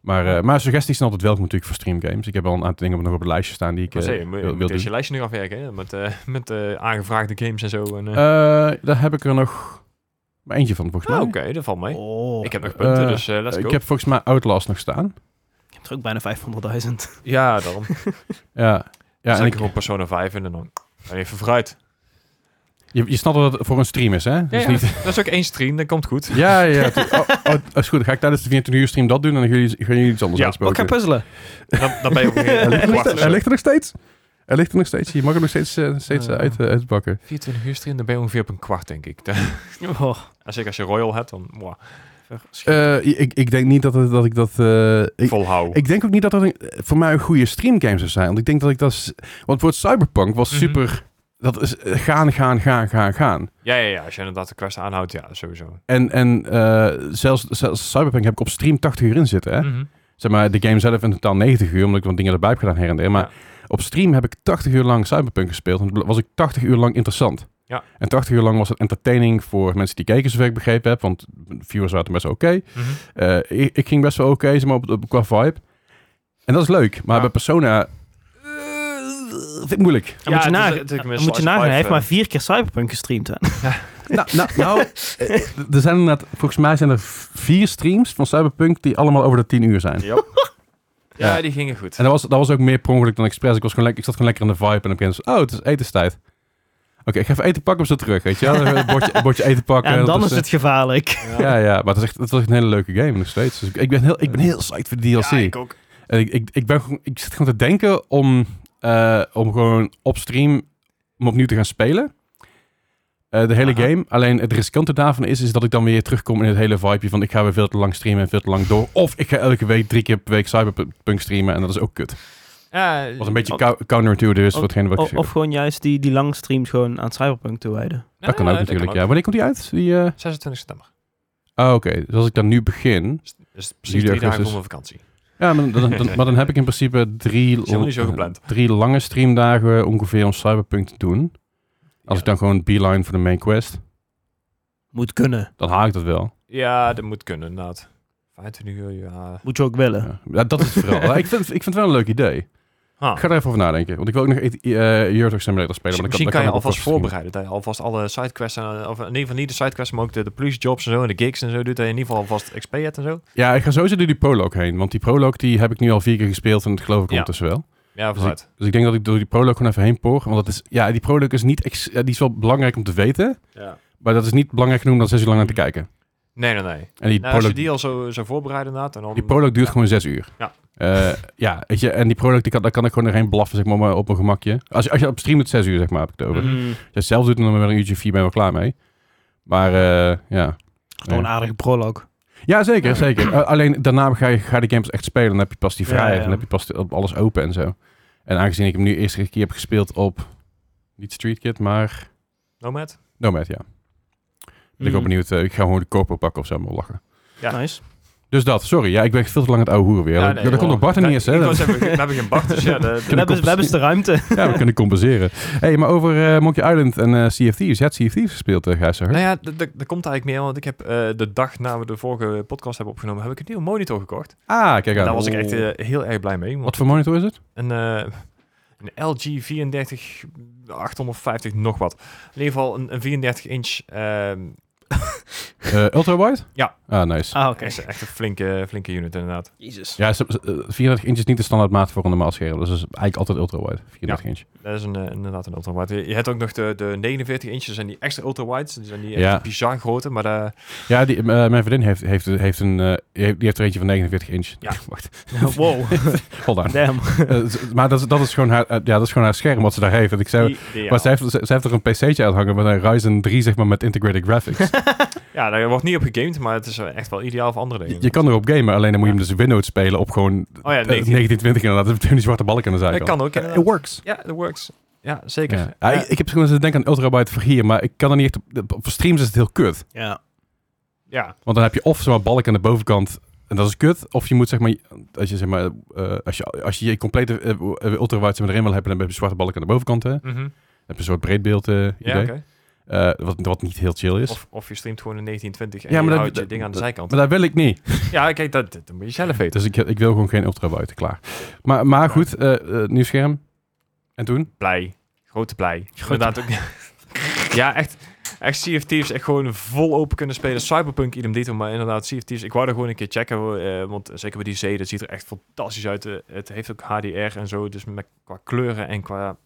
S1: Maar, eh, maar suggesties zijn altijd welkom natuurlijk voor streamgames. Ik heb wel een aantal dingen nog op het lijstje staan die ik
S3: Ik wou
S1: eh,
S3: zeggen, je moet- je
S1: wil,
S3: moet
S1: wil doen.
S3: eerst je lijstje nog afwerken hè, met, eh, met eh, aangevraagde games en zo. En, eh.
S1: Eh, daar heb ik er nog maar eentje van volgens
S3: Ah,
S1: mij.
S3: Oké, dat valt mee.
S2: Oh,
S3: Ik heb nog punten,
S1: Eh,
S3: dus eh, let's
S1: Eh,
S3: go.
S1: ik heb volgens mij Outlast nog staan.
S2: ik heb er ook bijna 500.000.
S3: Ja, daarom.
S1: Ja, ja
S3: Ja,
S1: en
S3: ik
S1: ik,
S3: gewoon Persona 5 in en dan en even vooruit.
S1: je, je snapt dat het voor een stream is, hè? Dus
S3: ja,
S1: Niet,
S3: Dat is ook één stream, dat komt goed.
S1: ja, ja. tu- oh, oh, dat is goed. Dan ga ik tijdens de 24 uur stream dat doen en dan gaan jullie, gaan jullie iets anders
S3: Ja,
S2: Wat
S1: uitspreken.
S2: gaan puzzelen?
S3: Dan, dan ben je op een
S1: Hij
S3: gegeven
S1: ligt, er nog
S3: moment
S1: steeds- hij ligt er nog steeds. Hij ligt er nog steeds. Je mag hem nog steeds, eh, steeds eh, uit, eh, uitpakken.
S3: 24 uur stream, dan ben je ongeveer op een kwart, denk ik.
S2: Oh,
S3: En zeker als je Royal hebt, dan wow,
S1: Eh, ik, ik denk niet dat, het- dat ik dat... eh, ik,
S3: volhou.
S1: ik denk ook niet dat dat een- voor mij een goede streamgame zou zijn. Want ik denk dat ik dat... s- Want voor het Cyberpunk was
S3: Mhm.
S1: super... Dat is eh, gaan, gaan, gaan, gaan, gaan.
S3: Ja, ja, ja, als je inderdaad de quest aanhoudt, ja, sowieso.
S1: En, en eh, zelfs, zelfs Cyberpunk heb ik op stream 80 uur in zitten. Hè?
S3: Mhm.
S1: Zeg maar, de game zelf in totaal 90 uur, omdat ik wat dingen erbij heb gedaan her en der. Maar op stream heb ik 80 uur lang Cyberpunk gespeeld. En was ik 80 uur lang interessant.
S3: Ja.
S1: En 80 uur lang was het entertaining voor mensen die keken, zover ik begrepen heb. Want viewers waren toen best wel oké.
S3: Mhm.
S1: Eh, ik, ik ging best wel oké, zeg maar, op, op, qua vibe. En dat is leuk. Maar
S3: Ja.
S1: bij Persona... eh, vind ik moeilijk.
S2: ja,
S3: Dan moet je
S2: het is-
S3: nagaan-
S2: het-
S3: natuurlijk
S2: moet
S3: met
S2: je
S3: Slice
S2: nagaan, Hij
S3: Five,
S2: heeft
S3: eh,
S2: maar vier keer Cyberpunk gestreamd. Hè?
S1: Nou, nou, nou eh, er zijn inderdaad... Volgens mij zijn er vier streams van Cyberpunk die allemaal over de 10 uur zijn.
S3: Ja,
S1: Ja.
S3: die gingen goed.
S1: En dat was, dat was ook meer per ongeluk dan expres. Ik, was gewoon lekker- ik zat gewoon lekker in de vibe en op een gegeven moment, oh, het is etenstijd. Oké, ik ga even eten pakken op zo terug, weet je wel? Even Een bordje, een bordje eten pakken.
S2: en dan
S1: dat
S2: is het gevaarlijk.
S1: eh, Ja, ja, maar het, is echt, het was echt een hele leuke game nog steeds. Dus ik, ik ben, heel, ik ben heel psyched voor de DLC.
S3: Ja, ik ook.
S1: En ik, ik, ik, ben, gewoon- ik zit gewoon te denken om, eh, om gewoon op stream om opnieuw te gaan spelen. Eh, de hele
S3: Aha.
S1: game. Alleen het riskante daarvan is, is dat ik dan weer terugkom in het hele vibeje van ik ga weer veel te lang streamen en veel te lang door. Of ik ga elke week drie keer per week Cyberpunk streamen en dat is ook kut.
S3: Ja,
S1: Wat een beetje cou- counterintuitive is
S2: Of-
S1: voor
S3: Oh,
S1: hetgene wat ik
S2: Of,
S1: zeg.
S2: of gewoon juist die, die lange streams gewoon aan Cyberpunk toewijden.
S1: Dat kan ook natuurlijk, ja. Wanneer komt die uit? Die, eh,
S3: 26 september.
S1: Oh, oké. Dus als ik dan nu begin...
S3: Dus- Dus precies
S1: Jullie
S3: drie dagen
S1: augustus.
S3: voor mijn vakantie.
S1: Ja, maar dan, dan- dan- maar dan heb ik in principe drie,
S3: helemaal niet zo gepland.
S1: drie lange streamdagen ongeveer om Cyberpunk te doen. Als
S3: Ja.
S1: ik dan gewoon beeline voor de main quest,
S2: Moet kunnen.
S1: dan haal ik dat wel.
S3: Ja, dat moet kunnen, inderdaad. 25 uur, ja.
S2: Moet je ook willen.
S1: Ja. Ja, dat is het vooral. ik, vind, ik vind het wel een leuk idee.
S3: Ha.
S1: Ik ga er even over nadenken. Want ik wil ook nog eh Euro Truck Simulator spelen. maar
S3: Misschien
S1: dat
S3: kan, je
S1: dat ik ook
S3: alvast
S1: wel streamen.
S3: voorbereiden. Dat je alvast alle sidequests, en, eh, of in ieder geval niet de sidequests, maar ook de, de police jobs en zo en de gigs en zo doet. Dat je in ieder geval alvast XP hebt en zo.
S1: Ja, ik ga sowieso door die prologue heen. Want die prologue die heb ik nu al vier keer gespeeld en dat geloof ik
S3: Ja.
S1: ondertussen wel.
S3: Ja, vooruit.
S1: Dus ik denk dat ik door die prologue gewoon even heen poor. Want dat is, ja, die prologue is niet ex- ja, die is wel belangrijk om te weten.
S3: Ja.
S1: Maar dat is niet belangrijk genoeg om dan zes uur lang naar te kijken.
S3: Nee, nee, nee.
S1: En die,
S3: Nou, als je
S1: prologue, die...
S3: die al zo, zo voorbereiden inderdaad. En dan,
S1: prologue duurt gewoon zes uur.
S3: Ja.
S1: Eh, ja, weet je, en die prologue, die kan, daar kan ik gewoon erheen blaffen, zeg maar, maar op mijn gemakje. Als je, als je op stream doet, zes uur, zeg maar, heb ik het over.
S3: Mhm.
S2: Mm.
S1: Als je het zelf doet, dan ben je een uurtje of vier, ben je wel klaar mee. Maar, eh, ja.
S2: Gewoon een aardige prologue.
S1: Ja, zeker, zeker. Eh, alleen daarna ga je, ga je de games echt spelen. Dan heb je pas die
S2: Ja,
S1: vrijheid.
S2: ja.
S1: Dan heb je pas de- alles open en zo. En aangezien ik hem nu eerst een keer heb gespeeld op... Niet Street Kid, maar...
S3: Nomad?
S1: Nomad, ja. Ben
S3: Mm.
S1: ik ook benieuwd. eh, ik ga gewoon de corpo pakken of zo, maar lachen.
S3: Ja.
S2: Nice.
S1: Dus dat, sorry. Ja, ik ben veel te lang aan het ouwe hoeren weer.
S3: Ja,
S1: dat
S3: nee,
S1: dat komt nog Bart er
S3: Nee,
S1: niet eens, hè?
S3: ik
S1: Dat-
S3: wou zeggen, we hebben geen Bart, dus ja. de- de-
S2: We hebben,
S1: compenseren.
S2: we hebben eens de ruimte.
S1: ja, we kunnen compenseren. hey, maar over eh, Monkey Island en eh Sea of Thieves. Je hebt Sea of Thieves gespeeld, eh Gijs, zag ik.
S3: Nou ja, dat dat- dat komt eigenlijk meer, want ik heb eh, de dag na we de vorige podcast hebben opgenomen, heb ik een nieuwe monitor gekocht.
S1: Ah, kijk aan.
S3: Daar was ik echt
S1: Oh.
S3: eh, heel erg blij mee. Want
S1: Wat voor monitor is het?
S3: een, eh, een LG 34 850 nog wat. In ieder geval een, een 34 inch ehm,
S1: Eh, ultra-wide?
S3: Ja.
S1: Ah, nice.
S2: Ah, oké.
S3: Dat is echt een flinke, flinke unit inderdaad.
S2: Jezus.
S1: Ja, ze- ze- eh, 34 inch is niet de standaard maat voor een normaal scherm. Dus dat is eigenlijk altijd ultra-wide, 34 inch.
S3: Dat is een, eh, inderdaad een ultrawide. Je, je hebt ook nog de, de 49 inches en die extra ultrawides. Die zijn die echt
S1: Ja.
S3: bizar grote, maar daar
S1: Ja, die, eh, mijn vriendin heeft, heeft, heeft een, eh, die heeft- die heeft er eentje van 49 inch.
S3: Ja.
S1: Wacht,
S2: wow.
S1: hold on.
S2: Damn.
S1: Eh, z- maar dat, is- dat, is gewoon haar, eh, ja, dat is gewoon haar scherm wat ze daar heeft. En ik zei,
S3: ideaal.
S1: maar ze heeft, ze, ze heeft er een PC'tje uithangen met een Ryzen 3 zeg maar, met integrated graphics.
S3: Ja, daar wordt niet op gegamed, maar het is eh, echt wel ideaal voor andere
S1: je,
S3: dingen.
S1: je kan erop gamen, alleen dan moet je hem dus Windows spelen op gewoon
S3: oh ja,
S1: eh,
S3: 19.
S1: 1920 inderdaad. Dat betekent die zwarte balk aan de
S3: dat
S1: zijkant.
S3: kan ook.
S1: It
S3: inderdaad.
S1: works.
S3: Eh, Ja, dat works. Ja, zeker.
S1: Ja.
S3: Ja.
S1: Ja, ik, ik heb gewoon zitten denken aan ultrabyte voor hier, maar ik kan er niet echt op, op streams is het heel kut.
S2: Ja.
S3: ja.
S1: Want dan heb je of zo'n balk aan de bovenkant en dat is kut, of je moet zeg maar als je zeg maar eh, als je als je, je complete eh, eh, ultrawide zeg maar, erin wil hebben, dan heb je een zwarte balk aan de bovenkant. Hè? Dan
S3: Mhm.
S1: heb je een soort breedbeeld eh, idee,
S3: Ja, oké.
S1: Eh, wat, wat niet heel chill is.
S3: Of, of je streamt gewoon in 1920 en
S1: Ja,
S3: ja,
S1: maar
S3: maar je
S1: dat-
S3: houdt je
S1: dat-
S3: ding aan de
S1: dat-
S3: zijkant.
S1: Maar dat wil ik niet.
S3: ja, kijk, dat, dat, dat moet je zelf weten.
S1: Dus ik, ik wil gewoon geen ultrawide, klaar. Maar, maar goed, eh, eh, nieuw scherm. En toen?
S3: Blij. Grote blij. Inderdaad ook. ja, echt. Echt Sea of Thieves, echt gewoon vol open kunnen spelen. Cyberpunk, idem dito, maar inderdaad Sea of Thieves. Ik wou er gewoon een keer checken, eh, want zeker bij die zee, dat ziet er echt fantastisch uit. Eh, het heeft ook HDR en zo, dus met, qua kleuren en qua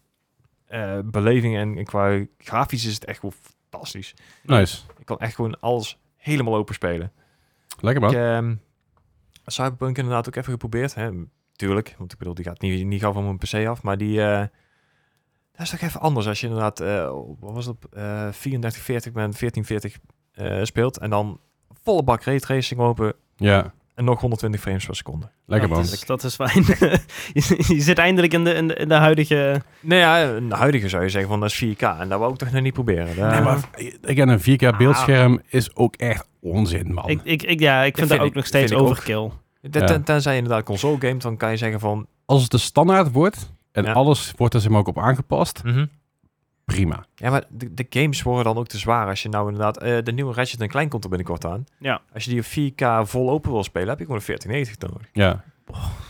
S3: eh, beleving en, en qua grafisch is het echt gewoon fantastisch.
S1: Nice.
S3: Ik kan echt gewoon alles helemaal open spelen.
S1: Lekker man.
S3: Ik, ehm, Cyberpunk inderdaad ook even geprobeerd. Hè? Tuurlijk, want ik bedoel, die gaat niet, niet gauw van mijn PC af. Maar die... eh, dat is toch even anders als je inderdaad... eh, op- wat was het? Op, eh 3440 met 1440 eh, speelt. En dan volle bak raytracing open.
S1: Ja,
S3: En nog 120 frames per seconde.
S1: lekker
S2: dat
S1: man.
S2: Is, dat is fijn. je, je zit eindelijk in de, in de, in de huidige...
S3: Nou ja, een huidige zou je zeggen van dat is 4K. En dat wou ik toch nog niet proberen. Eh, Daar-
S1: Nee, maar again, een 4K beeldscherm is ook echt onzin, man.
S2: Ik, ik, ik, ja, ik vind
S3: vind
S2: dat ook
S3: ik-
S2: nog steeds
S3: vind ik ook.
S2: overkill.
S3: Ten- ten- Tenzij je inderdaad console gamet, dan kan je zeggen van...
S1: Als het de standaard wordt en
S3: Ja.
S1: alles wordt er zeg maar ook op aangepast, prima.
S3: Ja, maar de, de games worden dan ook te zwaar. Als je nou inderdaad... eh, de nieuwe Ratchet Klein komt er binnenkort aan.
S2: Ja.
S3: Als je die op 4K vol open wil spelen, heb je gewoon een 1490 nodig.
S1: Ja.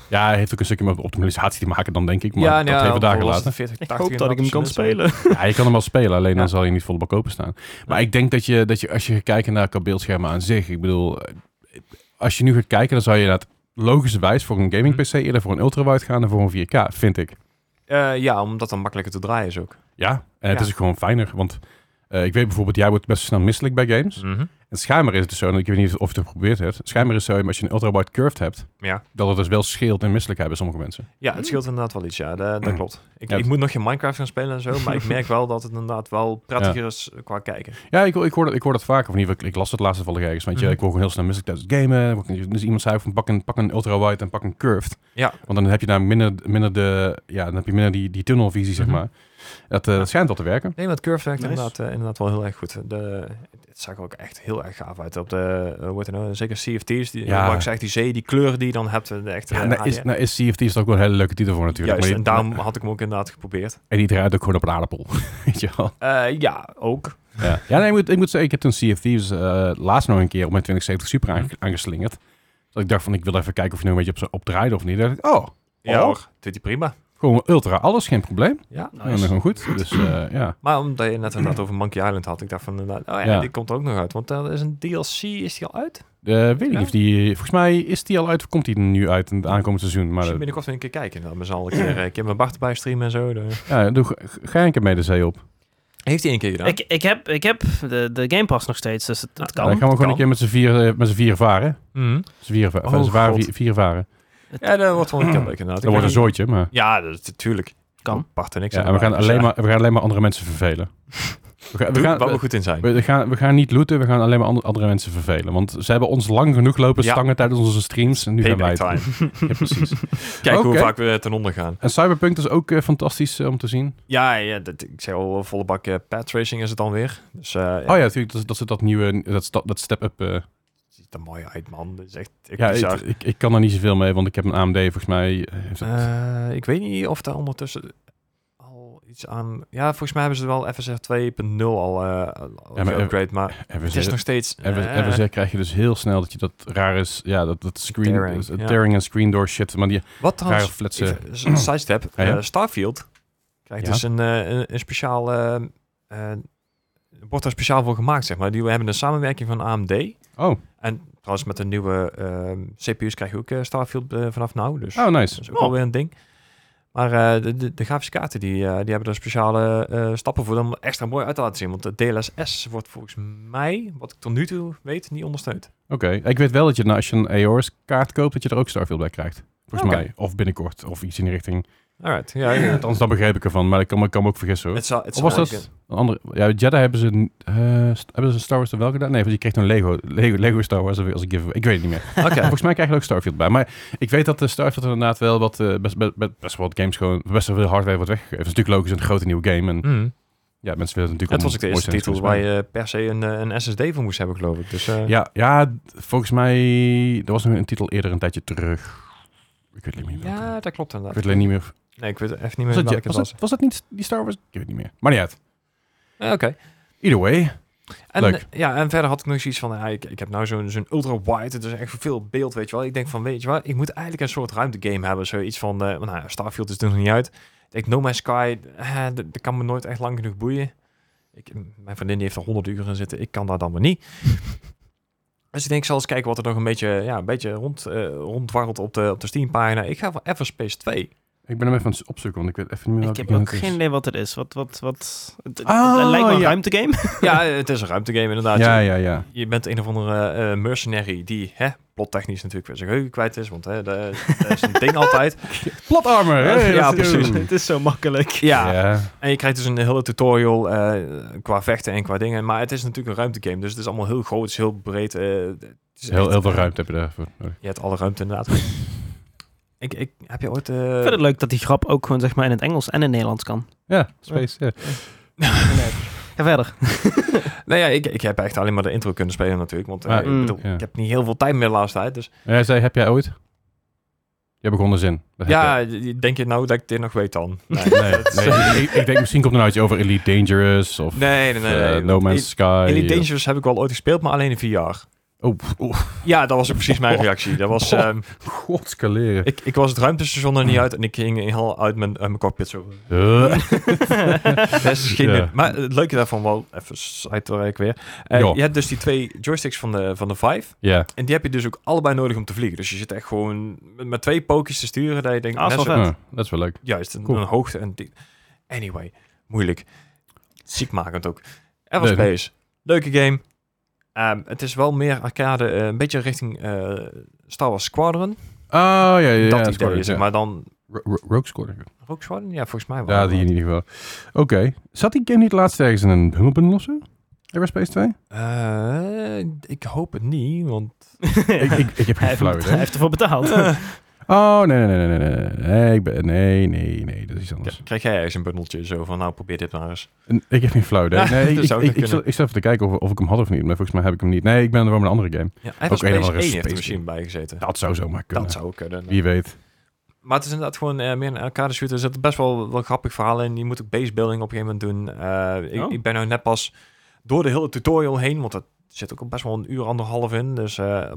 S1: Ja, hij heeft ook een stukje met optimalisatie te maken dan, denk ik. Maar
S3: nou
S1: dat even dagen later.
S2: Ik hoop dat ik hem kan spelen.
S1: Ja, je kan hem wel spelen, alleen dan
S3: Ja.
S1: zal je niet volle bak openstaan. Maar ik denk dat je, dat je, als je gaat kijken naar qua beeldschermen aan zich, ik bedoel, eh, als je nu gaat kijken, dan zou je dat logischerwijs voor een
S3: Mhm.
S1: gaming PC eerder voor een ultrawide gaan dan voor een 4K, vind ik.
S3: Eh, ja, omdat dan makkelijker te draaien is ook.
S1: Ja, en het
S3: Ja.
S1: is ook gewoon fijner, want eh, ik weet bijvoorbeeld, jij wordt best snel misselijk bij games.
S3: Mhm.
S1: En schijnbaar is het dus zo, en ik weet niet of je het geprobeerd hebt, schijnbaar is het zo, als je een ultrawide curved hebt,
S3: Ja.
S1: dat het dus wel scheelt in misselijkheid bij sommige mensen.
S3: ja, het scheelt inderdaad wel iets. Ja, dat, dat klopt. Ik,
S1: Mhm. Ja.
S3: ik moet nog geen Minecraft gaan spelen en zo, maar ik merk wel dat het inderdaad wel prettiger is eh, qua kijken.
S1: Ja, ik, ik, hoor dat, ik hoor dat vaak. Of in ieder geval, ik las het laatste toevallig ergens. Weet je,
S3: Mhm.
S1: ik hoor gewoon heel snel misselijk tijdens het gamen. Word ik- Dus iemand zei ook van pak een, pak een ultra-wide en pak een curved.
S3: Ja.
S1: Want dan heb je daar minder, minder de... Ja, dan heb je minder die, die tunnelvisie, zeg
S3: Mhm.
S1: maar. Dat, eh, dat schijnt wel te werken.
S3: Nee, maar het curve werkt
S2: Nice.
S3: inderdaad, eh, inderdaad wel heel erg goed. De, het zag er ook echt heel erg gaaf uit op de, eh, hoe heet het nou, zeker CFT's, die,
S1: Ja.
S3: waar ik zeg, die zee, die kleuren die je dan hebt. eh, Echt,
S1: Ja,
S3: eh,
S1: nou, is,
S3: ADR.
S1: nou is CFT is er ook wel een hele leuke titel voor natuurlijk.
S3: Juist,
S1: maar
S3: en
S1: die,
S3: daarom had ik hem ook inderdaad geprobeerd.
S1: en die draait ook gewoon op een aardappel. Weet je wel.
S3: Eh, ja, ook.
S1: Ja, ja nee, ik moet, ik moet zeggen, ik heb toen CFT's eh laatst nog een keer op mijn 2070 Super aange-
S3: Mhm.
S1: aangeslingerd. Dat ik dacht van, ik wil even kijken of je nou een beetje op, zo- op draaide of niet. Dan dacht ik, oh,
S3: Ja
S1: Oh.
S3: hoor, doet hij prima.
S1: gewoon ultra, alles geen probleem.
S3: Ja.
S1: En dan gewoon goed. Dus eh, ja.
S3: Maar omdat je net inderdaad over Monkey Island had, ik dacht van inderdaad, oh ja,
S1: Ja.
S3: die komt er ook nog uit. Want dat is een DLC, is die al uit?
S1: Eh, weet ik
S3: Ja.
S1: niet of die... Volgens mij is die al uit... of Komt die er nu uit in het aankomend seizoen? Maar
S3: Misschien
S1: eh,
S3: binnenkort weer een keer kijken. Dan hebben ze al een keer, eh, ik heb mijn Bart erbij streamen en zo. dan-
S1: ja, doe, ga- ga je een keer mee de zee op.
S3: Heeft hij één keer gedaan?
S2: Ik, ik heb, ik heb de, de Game Pass nog steeds, dus het, het
S1: Dan
S2: kan.
S1: gaan we gewoon
S3: kan.
S1: een keer met z'n vier, eh, met z'n vier varen.
S3: Mhm.
S1: Z'n vier, va-
S3: Oh,
S1: van z'n varen,
S3: God.
S1: vier, vier varen.
S3: Ja, dat wordt wel een keer leuk inderdaad.
S1: Dat wordt een zooitje, maar...
S3: Ja, dat is tuurlijk.
S2: Kan.
S3: Bart en ik
S1: Ja,
S3: zijn
S1: en we gaan,
S3: erbij, dus
S1: alleen
S3: ja.
S1: maar, we gaan alleen maar andere mensen vervelen. We gaan, we,
S3: Doen
S1: gaan,
S3: waar we
S1: we,
S3: goed in zijn.
S1: we gaan, we gaan niet looten, we gaan alleen maar ander- andere mensen vervelen. Want ze hebben ons lang genoeg lopen
S3: Ja.
S1: stangen tijdens onze streams. En nu gaan wij
S3: Payback
S1: het doen.
S3: time.
S1: Ja, precies.
S3: Kijk hoe
S1: Oké.
S3: vaak we ten onder gaan.
S1: En Cyberpunk is ook eh, fantastisch eh, om te zien.
S3: Ja, ja dat, ik zei al, volle bak eh, path tracing is het dan weer. Dus eh,
S1: Oh ja, natuurlijk, dat, dat ze dat nieuwe... Dat, sta- dat step-up... eh,
S3: het ziet er mooi uit, man. Dat is echt, echt
S1: Ja,
S3: bizar.
S1: ik, ik, ik kan er niet zoveel mee, want ik heb een AMD volgens mij. eh, heeft dat-
S3: Eh, ik weet niet of daar ondertussen al iets aan... Ja, volgens mij hebben ze wel FSR 2.0 al eh al
S1: Ja, maar-
S3: geüpgrade, maar
S1: en we
S3: het is
S1: zeggen-
S3: nog steeds...
S1: en we-
S3: eh,
S1: en we zeggen, krijg je dus heel snel dat je dat raar is. Ja, dat, dat screen.
S3: Tearing,
S1: dus, eh,
S3: ja.
S1: tearing en screen door shit. Maar die
S3: wat
S1: rare
S3: trouwens,
S1: flitsen.
S3: even, s- sidestep,
S1: Ja, ja.
S3: eh, Starfield krijgt
S1: Ja.
S3: dus een, eh, een, een speciaal eh, eh, wordt daar speciaal voor gemaakt, zeg maar. Die we hebben een samenwerking van AMD.
S1: Oh,
S3: En trouwens, met de nieuwe ehm, CPU's krijg je ook eh, Starfield eh, vanaf nou. Dus
S1: oh nice.
S3: dat is ook
S2: Oh.
S3: alweer een ding. Maar eh, de, de, de grafische kaarten, die, eh, die hebben daar speciale eh, stappen voor om het extra mooi uit te laten zien. Want de DLSS wordt volgens mij, wat ik tot nu toe weet, niet ondersteund.
S1: Oké, ik weet wel dat je nou, als je een EOS kaart koopt, dat je er ook Starfield bij krijgt. Volgens
S3: Oké.
S1: mij. Of binnenkort, of iets in die richting.
S3: Alright, ja. ja.
S1: Althans, dat begreep ik ervan, maar ik kan, me- ik kan me ook vergissen hoor.
S3: Het zal, het
S1: Of was
S3: zal-
S1: dat een andere... Ja, Jedi hebben ze, een, eh, st- hebben ze Star Wars er wel gedaan? Nee, want je kreeg toen Lego, Lego, Lego Star Wars als een giveaway. Ik weet het niet meer.
S3: Oké.
S1: Volgens mij krijg je er ook Starfield bij. Maar ik weet dat de Starfield inderdaad wel wat, eh, best, best, best, best wel wat games gewoon... Best wel veel hardware wordt weggegeven. Het is natuurlijk logisch, een grote nieuwe game. En
S3: Hmm.
S1: ja, mensen willen het natuurlijk...
S3: Het
S1: om
S3: was ook de
S1: Mm. mooi
S3: eerste
S1: te
S3: titel
S1: spelen.
S3: waar je per se een, eh, een SSD voor moest hebben, geloof ik. Dus, eh,
S1: Ja, ja, d- volgens mij... Er was nog een titel eerder een tijdje terug. Ik weet het niet meer. welke.
S3: ja, dat klopt
S1: Ik
S3: inderdaad.
S1: weet alleen niet meer
S3: Nee, ik weet even niet meer
S1: Was dat,
S3: welke
S1: was,
S3: het was.
S1: dat, was dat niet die Star Wars? Ik weet het niet meer. Maar niet uit.
S3: Eh, Oké.
S1: Either way.
S3: En,
S1: Leuk.
S3: eh, Ja, en verder had ik nog zoiets van, ja, ik, ik heb nou zo'n zo'n ultra-wide, het is echt veel beeld, weet je wel. Ik denk van, weet je wel, ik moet eigenlijk een soort ruimtegame hebben. Zoiets van, eh, nou, Starfield is er nog niet uit. Ik denk, No Man's Sky, eh, dat dat kan me nooit echt lang genoeg boeien. Ik, mijn vriendin die heeft er 100 uur in zitten, ik kan daar dan maar niet. Dus ik denk, ik zal eens kijken wat er nog een beetje, ja, een beetje rond, eh rondwarrelt op de, op de Steam-pagina. Ik ga voor Everspace 2.
S1: Ik ben hem even aan het opzoeken, want ik weet even niet meer
S2: Ik
S1: welke
S2: heb
S1: game
S2: ook
S1: het is.
S2: geen idee wat het is. Wat, wat, wat... Het, het-
S1: Ah,
S2: het lijkt wel een
S1: ja.
S2: ruimtegame.
S3: dus. ja, het is een ruimtegame inderdaad.
S1: Ja, ja, ja.
S3: je bent een of andere eh, mercenary die, hè, plottechnisch natuurlijk weer zijn geheugen kwijt is, want hè, dat dat is een ding altijd.
S1: Plot armor! hey,
S3: Ja,
S1: dat is-
S3: precies.
S1: Oeh.
S2: het is zo makkelijk.
S3: Ja,
S1: Ja.
S3: en je krijgt dus een hele tutorial eh, qua vechten en qua dingen, maar het is natuurlijk een ruimtegame, dus het is allemaal heel groot, het is heel breed. eh, het is
S1: Heel,
S3: echt- eh,
S1: heel veel ruimte heb je daarvoor nodig.
S3: Je hebt alle ruimte inderdaad. ik, ik, heb je ooit... eh,
S2: Ik vind het leuk dat die grap ook gewoon zeg maar in het Engels en in het Nederlands kan.
S1: Ja, space, ja.
S2: Ga verder.
S3: nou ja, ik, ik heb echt alleen maar de intro kunnen spelen natuurlijk, want eh,
S1: Ah,
S3: ik,
S2: mm,
S3: bedoel,
S1: ja.
S3: ik heb niet heel veel tijd meer de laatste tijd, dus
S1: En hij zei, heb jij ooit? Jij begon de zin. Dat heb
S3: ja,
S1: jij.
S3: je- denk je nou dat ik dit nog weet dan? Nee,
S1: Nee, nee, ik, ik denk misschien komt er nou iets over Elite Dangerous of
S3: nee, nee. nee,
S1: eh,
S3: nee.
S1: No Man's Sky. eh.
S3: Elite
S1: of-
S3: Dangerous heb ik wel ooit gespeeld, maar alleen in VR.
S1: Oh, oh,
S3: Ja, dat was ook precies mijn reactie. Dat was, ehm,
S1: godskaleren.
S3: ik, ik was het ruimtestation er niet uit en ik ging heel uit mijn, uit mijn cockpit zo.
S1: Eh,
S3: Dat is geen,
S1: Ja.
S3: Maar het leuke daarvan wel, even sidetrack weer. Eh,
S1: Ja.
S3: je hebt dus die twee joysticks van de, van de Vive
S1: Ja.
S3: en die heb je dus ook allebei nodig om te vliegen. Dus je zit echt gewoon met, met twee pookjes te sturen dat je denkt,
S2: Ah, is wel
S3: net zo-
S2: vet.
S1: Oh, Dat is wel leuk.
S3: juist, een,
S1: Cool.
S3: een hoogte en die. Anyway, moeilijk. Ziekmakend ook.
S1: Leuk,
S3: Ever
S1: hè?
S3: Space, leuke game. Ehm, het is wel meer arcade, eh, een beetje richting eh, Star Wars Squadron.
S1: Oh, ja, ja, ja.
S3: dat idee,
S1: Squadron,
S3: zeg
S1: ja.
S3: maar. Dan
S1: Ro- ro- Rogue Squadron.
S3: Rogue Squadron? Ja, volgens mij wel.
S1: Ja, die in ieder geval. Oké. Zat die game niet laatst ergens in een Humble Bundle of zo? Everspace 2?
S3: Eh, ik hoop het niet, want...
S1: ik, ik, ik heb
S2: hij,
S1: geen
S2: heeft,
S1: flauw
S2: hij
S1: idee.
S2: heeft ervoor betaald.
S1: Oh, nee, nee, nee, nee, nee, nee. Nee, ik ben, nee, nee, nee, dat is iets anders.
S3: Krijg jij ergens een bundeltje zo van, nou probeer dit maar eens.
S1: En Ik heb geen flauw idee.
S3: Ja,
S1: Nee,
S3: dat
S1: ik,
S3: zou
S1: ik,
S3: nog
S1: ik, zat,
S3: kunnen.
S1: ik zat even te kijken of, of ik hem had of niet, maar volgens mij heb ik hem niet. Nee, ik ben er wel met een andere game.
S3: Ja, hij was
S1: een of
S3: Space
S1: andere
S3: 1 heeft er
S1: space-
S3: misschien bij gezeten.
S1: Dat zou zomaar kunnen.
S3: Dat zou kunnen.
S1: Wie weet.
S3: Maar het is inderdaad gewoon eh, meer een arcade shooter. Er zitten best wel, wel grappig verhalen in. Je moet ook base building op een gegeven moment doen. Eh, ik,
S2: Oh.
S3: ik ben nou net pas door de hele tutorial heen, want dat zit ook al best wel een uur, anderhalf in. Dus eh,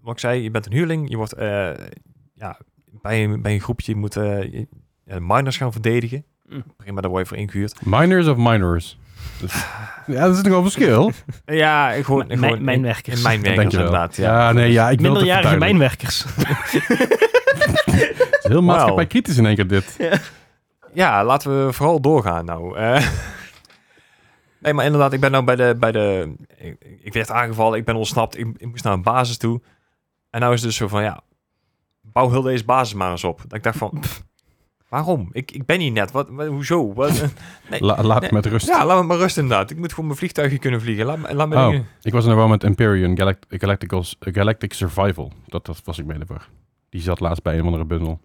S3: wat ik zei, je bent een huurling. Je wordt eh, ja, bij, een, bij een groepje, je moet eh, je- ja, miners gaan verdedigen.
S2: Mm.
S3: Prima, daar word je voor ingehuurd.
S1: Miners of minors? Dat is- ja, dat is toch wel verschil?
S3: Ja, gewoon,
S2: Mijn-
S3: gewoon in,
S2: mijnwerkers.
S3: in mijnwerkers
S1: Dankjewel.
S3: inderdaad. Ja.
S1: Ja, nee, ja, ik wil het even
S2: Minderjarige
S1: duidelijk.
S2: mijnwerkers.
S1: Het is Heel
S3: Wauw.
S1: maatschappij kritisch in één keer dit.
S3: Ja, laten we vooral doorgaan nou. Eh, nee, maar inderdaad, ik ben nou bij de... Bij de ik, ik werd aangevallen, ik ben ontsnapt, ik, ik moest naar een basis toe. En nou is het dus zo van, ja, bouw heel deze basis maar eens op. Dat ik dacht van, pff, waarom? Ik, ik ben hier net, wat, wat- hoezo? Wat, Nee,
S1: La- laat
S3: nee.
S1: het met rust.
S3: ja, laat me maar rust inderdaad. Ik moet gewoon mijn vliegtuigje kunnen vliegen. Laat, me- laat me
S1: Oh.
S3: dingen-
S1: Ik was in een wel met Empyrean Galact Galacticals- Galactic Survival. Dat, dat was ik mede voor. Die zat laatst bij een of andere bundel.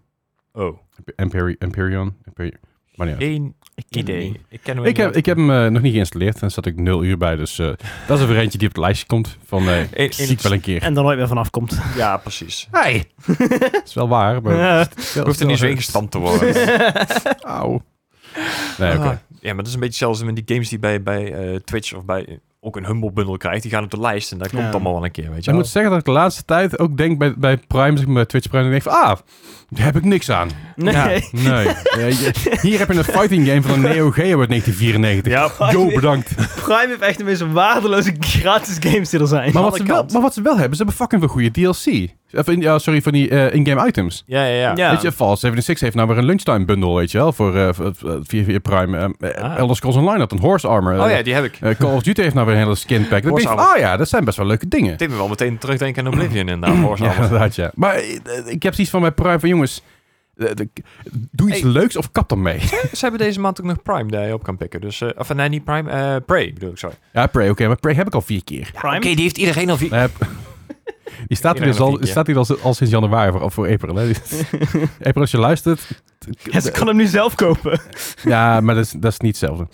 S3: Oh,
S1: Empyre Empyreon? Empyreon. Maar niet uit.
S3: geen
S2: Ik ken het
S3: idee.
S2: niet.
S3: Ik ken hem
S1: Ik heb,
S3: inderdaad.
S1: ik heb hem eh, nog niet geïnstalleerd. En zat ik nul uur bij. Dus eh, dat is een eentje die op het lijstje komt. Van eh
S3: In- in
S1: zie ik
S3: het-
S1: wel een keer.
S2: En er nooit meer vanaf komt.
S3: Ja, precies.
S1: Hey! dat is wel waar. Maar
S2: Ja.
S1: stel-
S3: Ik hoef er niet zo
S1: stel-
S3: ingestampt te worden.
S1: Auw. Nee, oké.
S3: Ah, ja, maar dat is een beetje zelfs met die games die bij, bij eh, Twitch of bij ook een Humble Bundle krijgt, die gaan op de lijst en dat komt
S2: Ja.
S3: allemaal wel een keer, weet je
S1: Ik
S3: wel.
S1: moet zeggen dat ik de laatste tijd ook denk bij, bij Prime, zeg maar, bij Twitch Prime, en denk van, ah, daar heb ik niks aan.
S2: Nee.
S3: Ja.
S1: Nee. Eh, je- hier heb je een fighting game van een Neo Geo uit 1994.
S3: Ja,
S1: Jo, bedankt.
S2: Prime heeft echt de meest waardeloze gratis games die er zijn.
S1: Maar wat,
S3: Alle
S1: ze wel,
S3: kanten.
S1: maar wat ze wel hebben, ze hebben fucking veel goede DLC. Of in- ja, sorry, van die eh, in-game items.
S3: ja, ja. ja.
S2: Ja.
S1: Weet je, Fallout 76 heeft nou weer een lunchtime bundle, weet je wel, voor, eh, voor- voor- via, via Prime. Eh, eh,
S3: Ah.
S1: Elder Scrolls Online had een horse armor.
S3: Oh
S1: Eh,
S3: ja, die heb ik.
S1: eh, Call of Duty heeft nou weer een hele skin pack. Dat
S3: Horse
S1: denk ik,
S3: armor.
S1: oh ja, dat zijn best wel leuke dingen.
S3: Dit me wel meteen terugdenken aan Oblivion inderdaad. Horse
S1: Ja,
S3: Armor.
S1: inderdaad, ja. Maar eh, ik heb zoiets van bij Prime van, jongens, eh, de- doe iets
S3: Hey.
S1: leuks of kap ermee.
S3: Ze hebben deze maand ook nog Prime die je op kan pikken. Dus, eh of nee, niet Prime, eh Prey bedoel ik, sorry.
S1: Ja, Prey, oké, maar Prey heb ik al vier keer.
S2: Prime?
S3: die heeft iedereen al vier...
S1: Eh, die staat hier,
S3: Iedereen
S1: dus al,
S3: nog vier keer.
S1: staat hier al, al sinds januari voor, voor April. Hè. April, als je luistert.
S2: Ja, ze kan hem nu zelf kopen.
S1: Ja, maar dat is, dat is niet hetzelfde.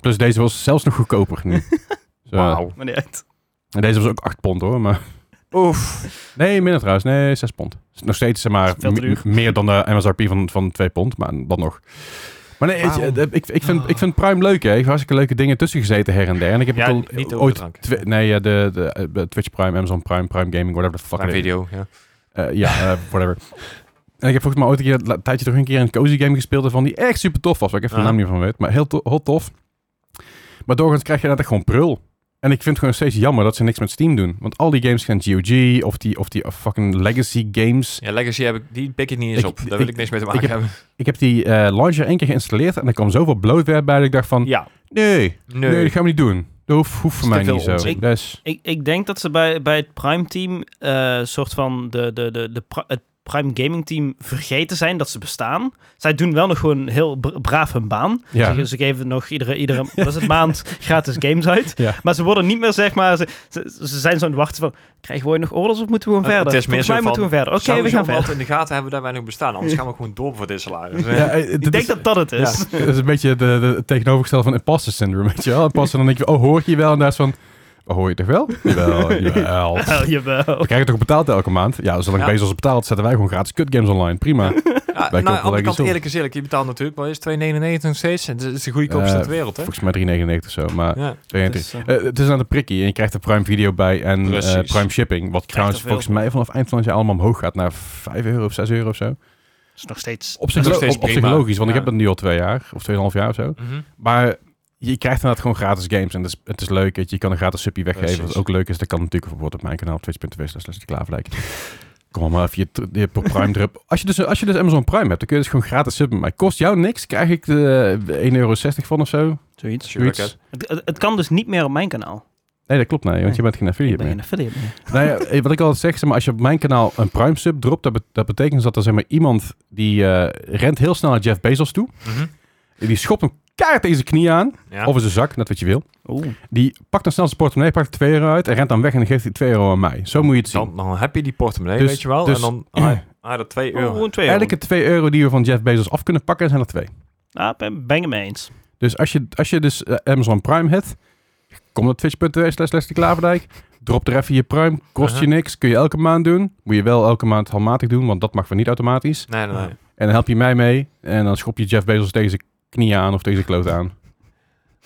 S1: Plus deze was zelfs nog goedkoper nu. Dus, eh, Zo.
S3: Wauw.
S2: Maar niet uit.
S1: En deze was ook 8 pond hoor, maar...
S3: Oef.
S1: Nee, minder trouwens. Nee, 6 pond. Is nog steeds zeg maar
S2: Is veel te
S1: m-
S2: duur.
S1: meer dan de MSRP van, van 2 pond, maar dan nog. Maar nee, weet je,
S3: Wauw.
S1: ik, ik, vind,
S3: Ah.
S1: ik vind Prime leuk hè. Ik heb hartstikke leuke dingen tussen gezeten her en der. En ik heb
S3: Ja,
S1: het al-
S3: niet over de
S1: ooit...
S3: drank.
S1: twi- nee, eh, de, de, eh, de Twitch Prime, Amazon Prime, Prime Gaming, whatever the fuck.
S3: Prime
S1: it is.
S3: video, ja.
S1: Eh, ja, eh, whatever. En ik heb volgens mij ooit een, keer, la- een tijdje terug een keer een cozy game gespeeld ervan die echt super tof was. Waar ik even de
S3: Aha.
S1: naam niet van weet, maar heel, to- heel tof. Maar doorgaans krijg je dat echt gewoon prul. En ik vind het gewoon steeds jammer dat ze niks met Steam doen. Want al die games gaan GOG of die, of die eh, fucking legacy games.
S3: Ja, Legacy heb ik, die pik ik niet eens
S1: Ik-
S3: op. Daar
S1: ik-
S3: wil ik niks mee te maken
S1: ik
S3: hebben.
S1: Ik heb die eh, launcher één keer geïnstalleerd en er kwam zoveel blootware bij dat ik dacht van...
S3: Ja.
S1: Nee, nee,
S3: Nee.
S1: dat gaan we niet doen. Dat hoeft, hoeft voor
S3: Is te
S1: mij
S3: veel
S1: niet zo. Dus,
S3: onzin.
S1: Dat is-
S2: Ik, ik denk dat ze bij, bij het Prime team eh soort van de, de, de, de pri- het Prime Gaming team vergeten zijn dat ze bestaan. Zij doen wel nog gewoon heel bra- braaf hun baan.
S1: ja.
S2: Ze, ze geven nog iedere, iedere wat is het, maand gratis games uit.
S1: Ja.
S2: Maar ze worden niet meer, zeg maar, ze, ze, ze zijn zo aan het wachten van, krijgen we ooit nog orders of moeten we gewoon
S3: Het
S2: verder?
S3: is meer
S2: Volgens mij
S3: zo
S2: moeten we
S3: van,
S2: verder. Oké,
S3: Sowieso
S2: we gaan
S3: wel
S2: verder.
S3: in de gaten hebben dat wij nog bestaan. Anders gaan we gewoon door voor dit salaris.
S1: Ja, eh, dit
S2: Ik
S1: is-
S2: denk dat dat het is.
S1: Dat is een beetje de, de, het tegenovergestelde van imposter syndrome, weet je wel? Imposter, dan denk je, oh, hoor ik je wel? En daar is van, oh, hoor je toch wel? Jawel, jawel. We
S2: Oh, jawel.
S1: krijgen toch betaald elke maand? Ja, zolang
S3: Ja.
S1: Bezos betaalt, zetten wij gewoon gratis kutgames online. Prima.
S3: Ja,
S1: Wij
S3: nou, aan
S1: kopen
S3: de
S1: Legacy
S3: andere kant
S1: zelf.
S3: eerlijk is eerlijk. Je betaalt natuurlijk wel eens 2,99 nog steeds. Het is de goedkoopste
S1: Eh,
S3: ter wereld, hè?
S1: Volgens mij 3,99 of zo, maar...
S3: Ja.
S1: 92.
S2: Dus, eh,
S1: Eh, het is aan de prikkie en je krijgt er Prime Video bij en eh,
S3: Precies.
S1: Prime Shipping. Wat trouwens
S2: er veel.
S1: volgens mij vanaf eind van het jaar allemaal omhoog gaat naar 5 euro of 6 euro of zo.
S2: is nog steeds...
S1: Op zich,
S3: nog
S1: lo-
S3: steeds
S1: op, op zich
S3: prima.
S1: logisch, want ik
S3: Ja.
S1: heb dat nu al twee jaar of 2,5 jaar of zo.
S3: Mhm.
S1: Maar je krijgt inderdaad gewoon gratis games. En het is, het is leuk. weet Je je kan een gratis subje weggeven.
S3: Precies.
S1: Wat ook leuk is, dat kan natuurlijk bijvoorbeeld op mijn kanaal. Twitch.tv slash de Klaverlijk. Kom maar even je, tr- je Prime erop. Als je, dus, als je dus Amazon Prime hebt, dan kun je dus gewoon gratis subben. Maar het kost jou niks. Krijg ik de 1,60 euro van of zo?
S2: Zoiets.
S3: Tuurlijk,
S1: Zoiets.
S3: hè.
S2: Het, het, het kan dus niet meer op mijn kanaal.
S1: Nee, dat klopt. Nee, want
S2: Nee.
S1: je bent geen
S2: Ik
S1: affiliate
S2: ben
S1: meer.
S2: geen affiliate meer.
S1: Nou ja, eh, wat ik altijd zeg, zeg maar, als je op mijn kanaal een Prime sub dropt, dat, bet- dat betekent dat er zeg maar, iemand die eh, rent heel snel naar Jeff Bezos toe.
S3: Mhm.
S1: Die schopt hem keihard in zijn knie aan.
S3: Ja.
S1: Of in zijn zak, net wat je wil.
S2: Oeh.
S1: Die pakt dan snel zijn portemonnee, pakt er 2 euro uit en rent dan weg en dan geeft hij 2 euro aan mij. Zo moet je het zien.
S3: dan, dan heb je die portemonnee,
S1: Dus-
S3: weet je wel.
S1: dus- Oh,
S3: en dan ah, ah, dat 2 euro.
S2: Oeh, twee euro.
S1: Elke 2 euro die we van Jeff Bezos af kunnen pakken, zijn er 2.
S2: Ah, ben, ben ik het mee eens.
S1: Dus als je, als je dus eh, Amazon Prime hebt, kom naar twitch.tv slash Leslie Klaverdijk. Drop er even je Prime, kost je
S3: Aha.
S1: niks, kun je elke maand doen. Moet je wel elke maand handmatig doen, want dat mag van niet automatisch.
S3: Nee, nee, nee.
S1: En dan help je mij mee en dan schop je Jeff Bezos tegen zijn knieën aan of tegen zijn kloot aan.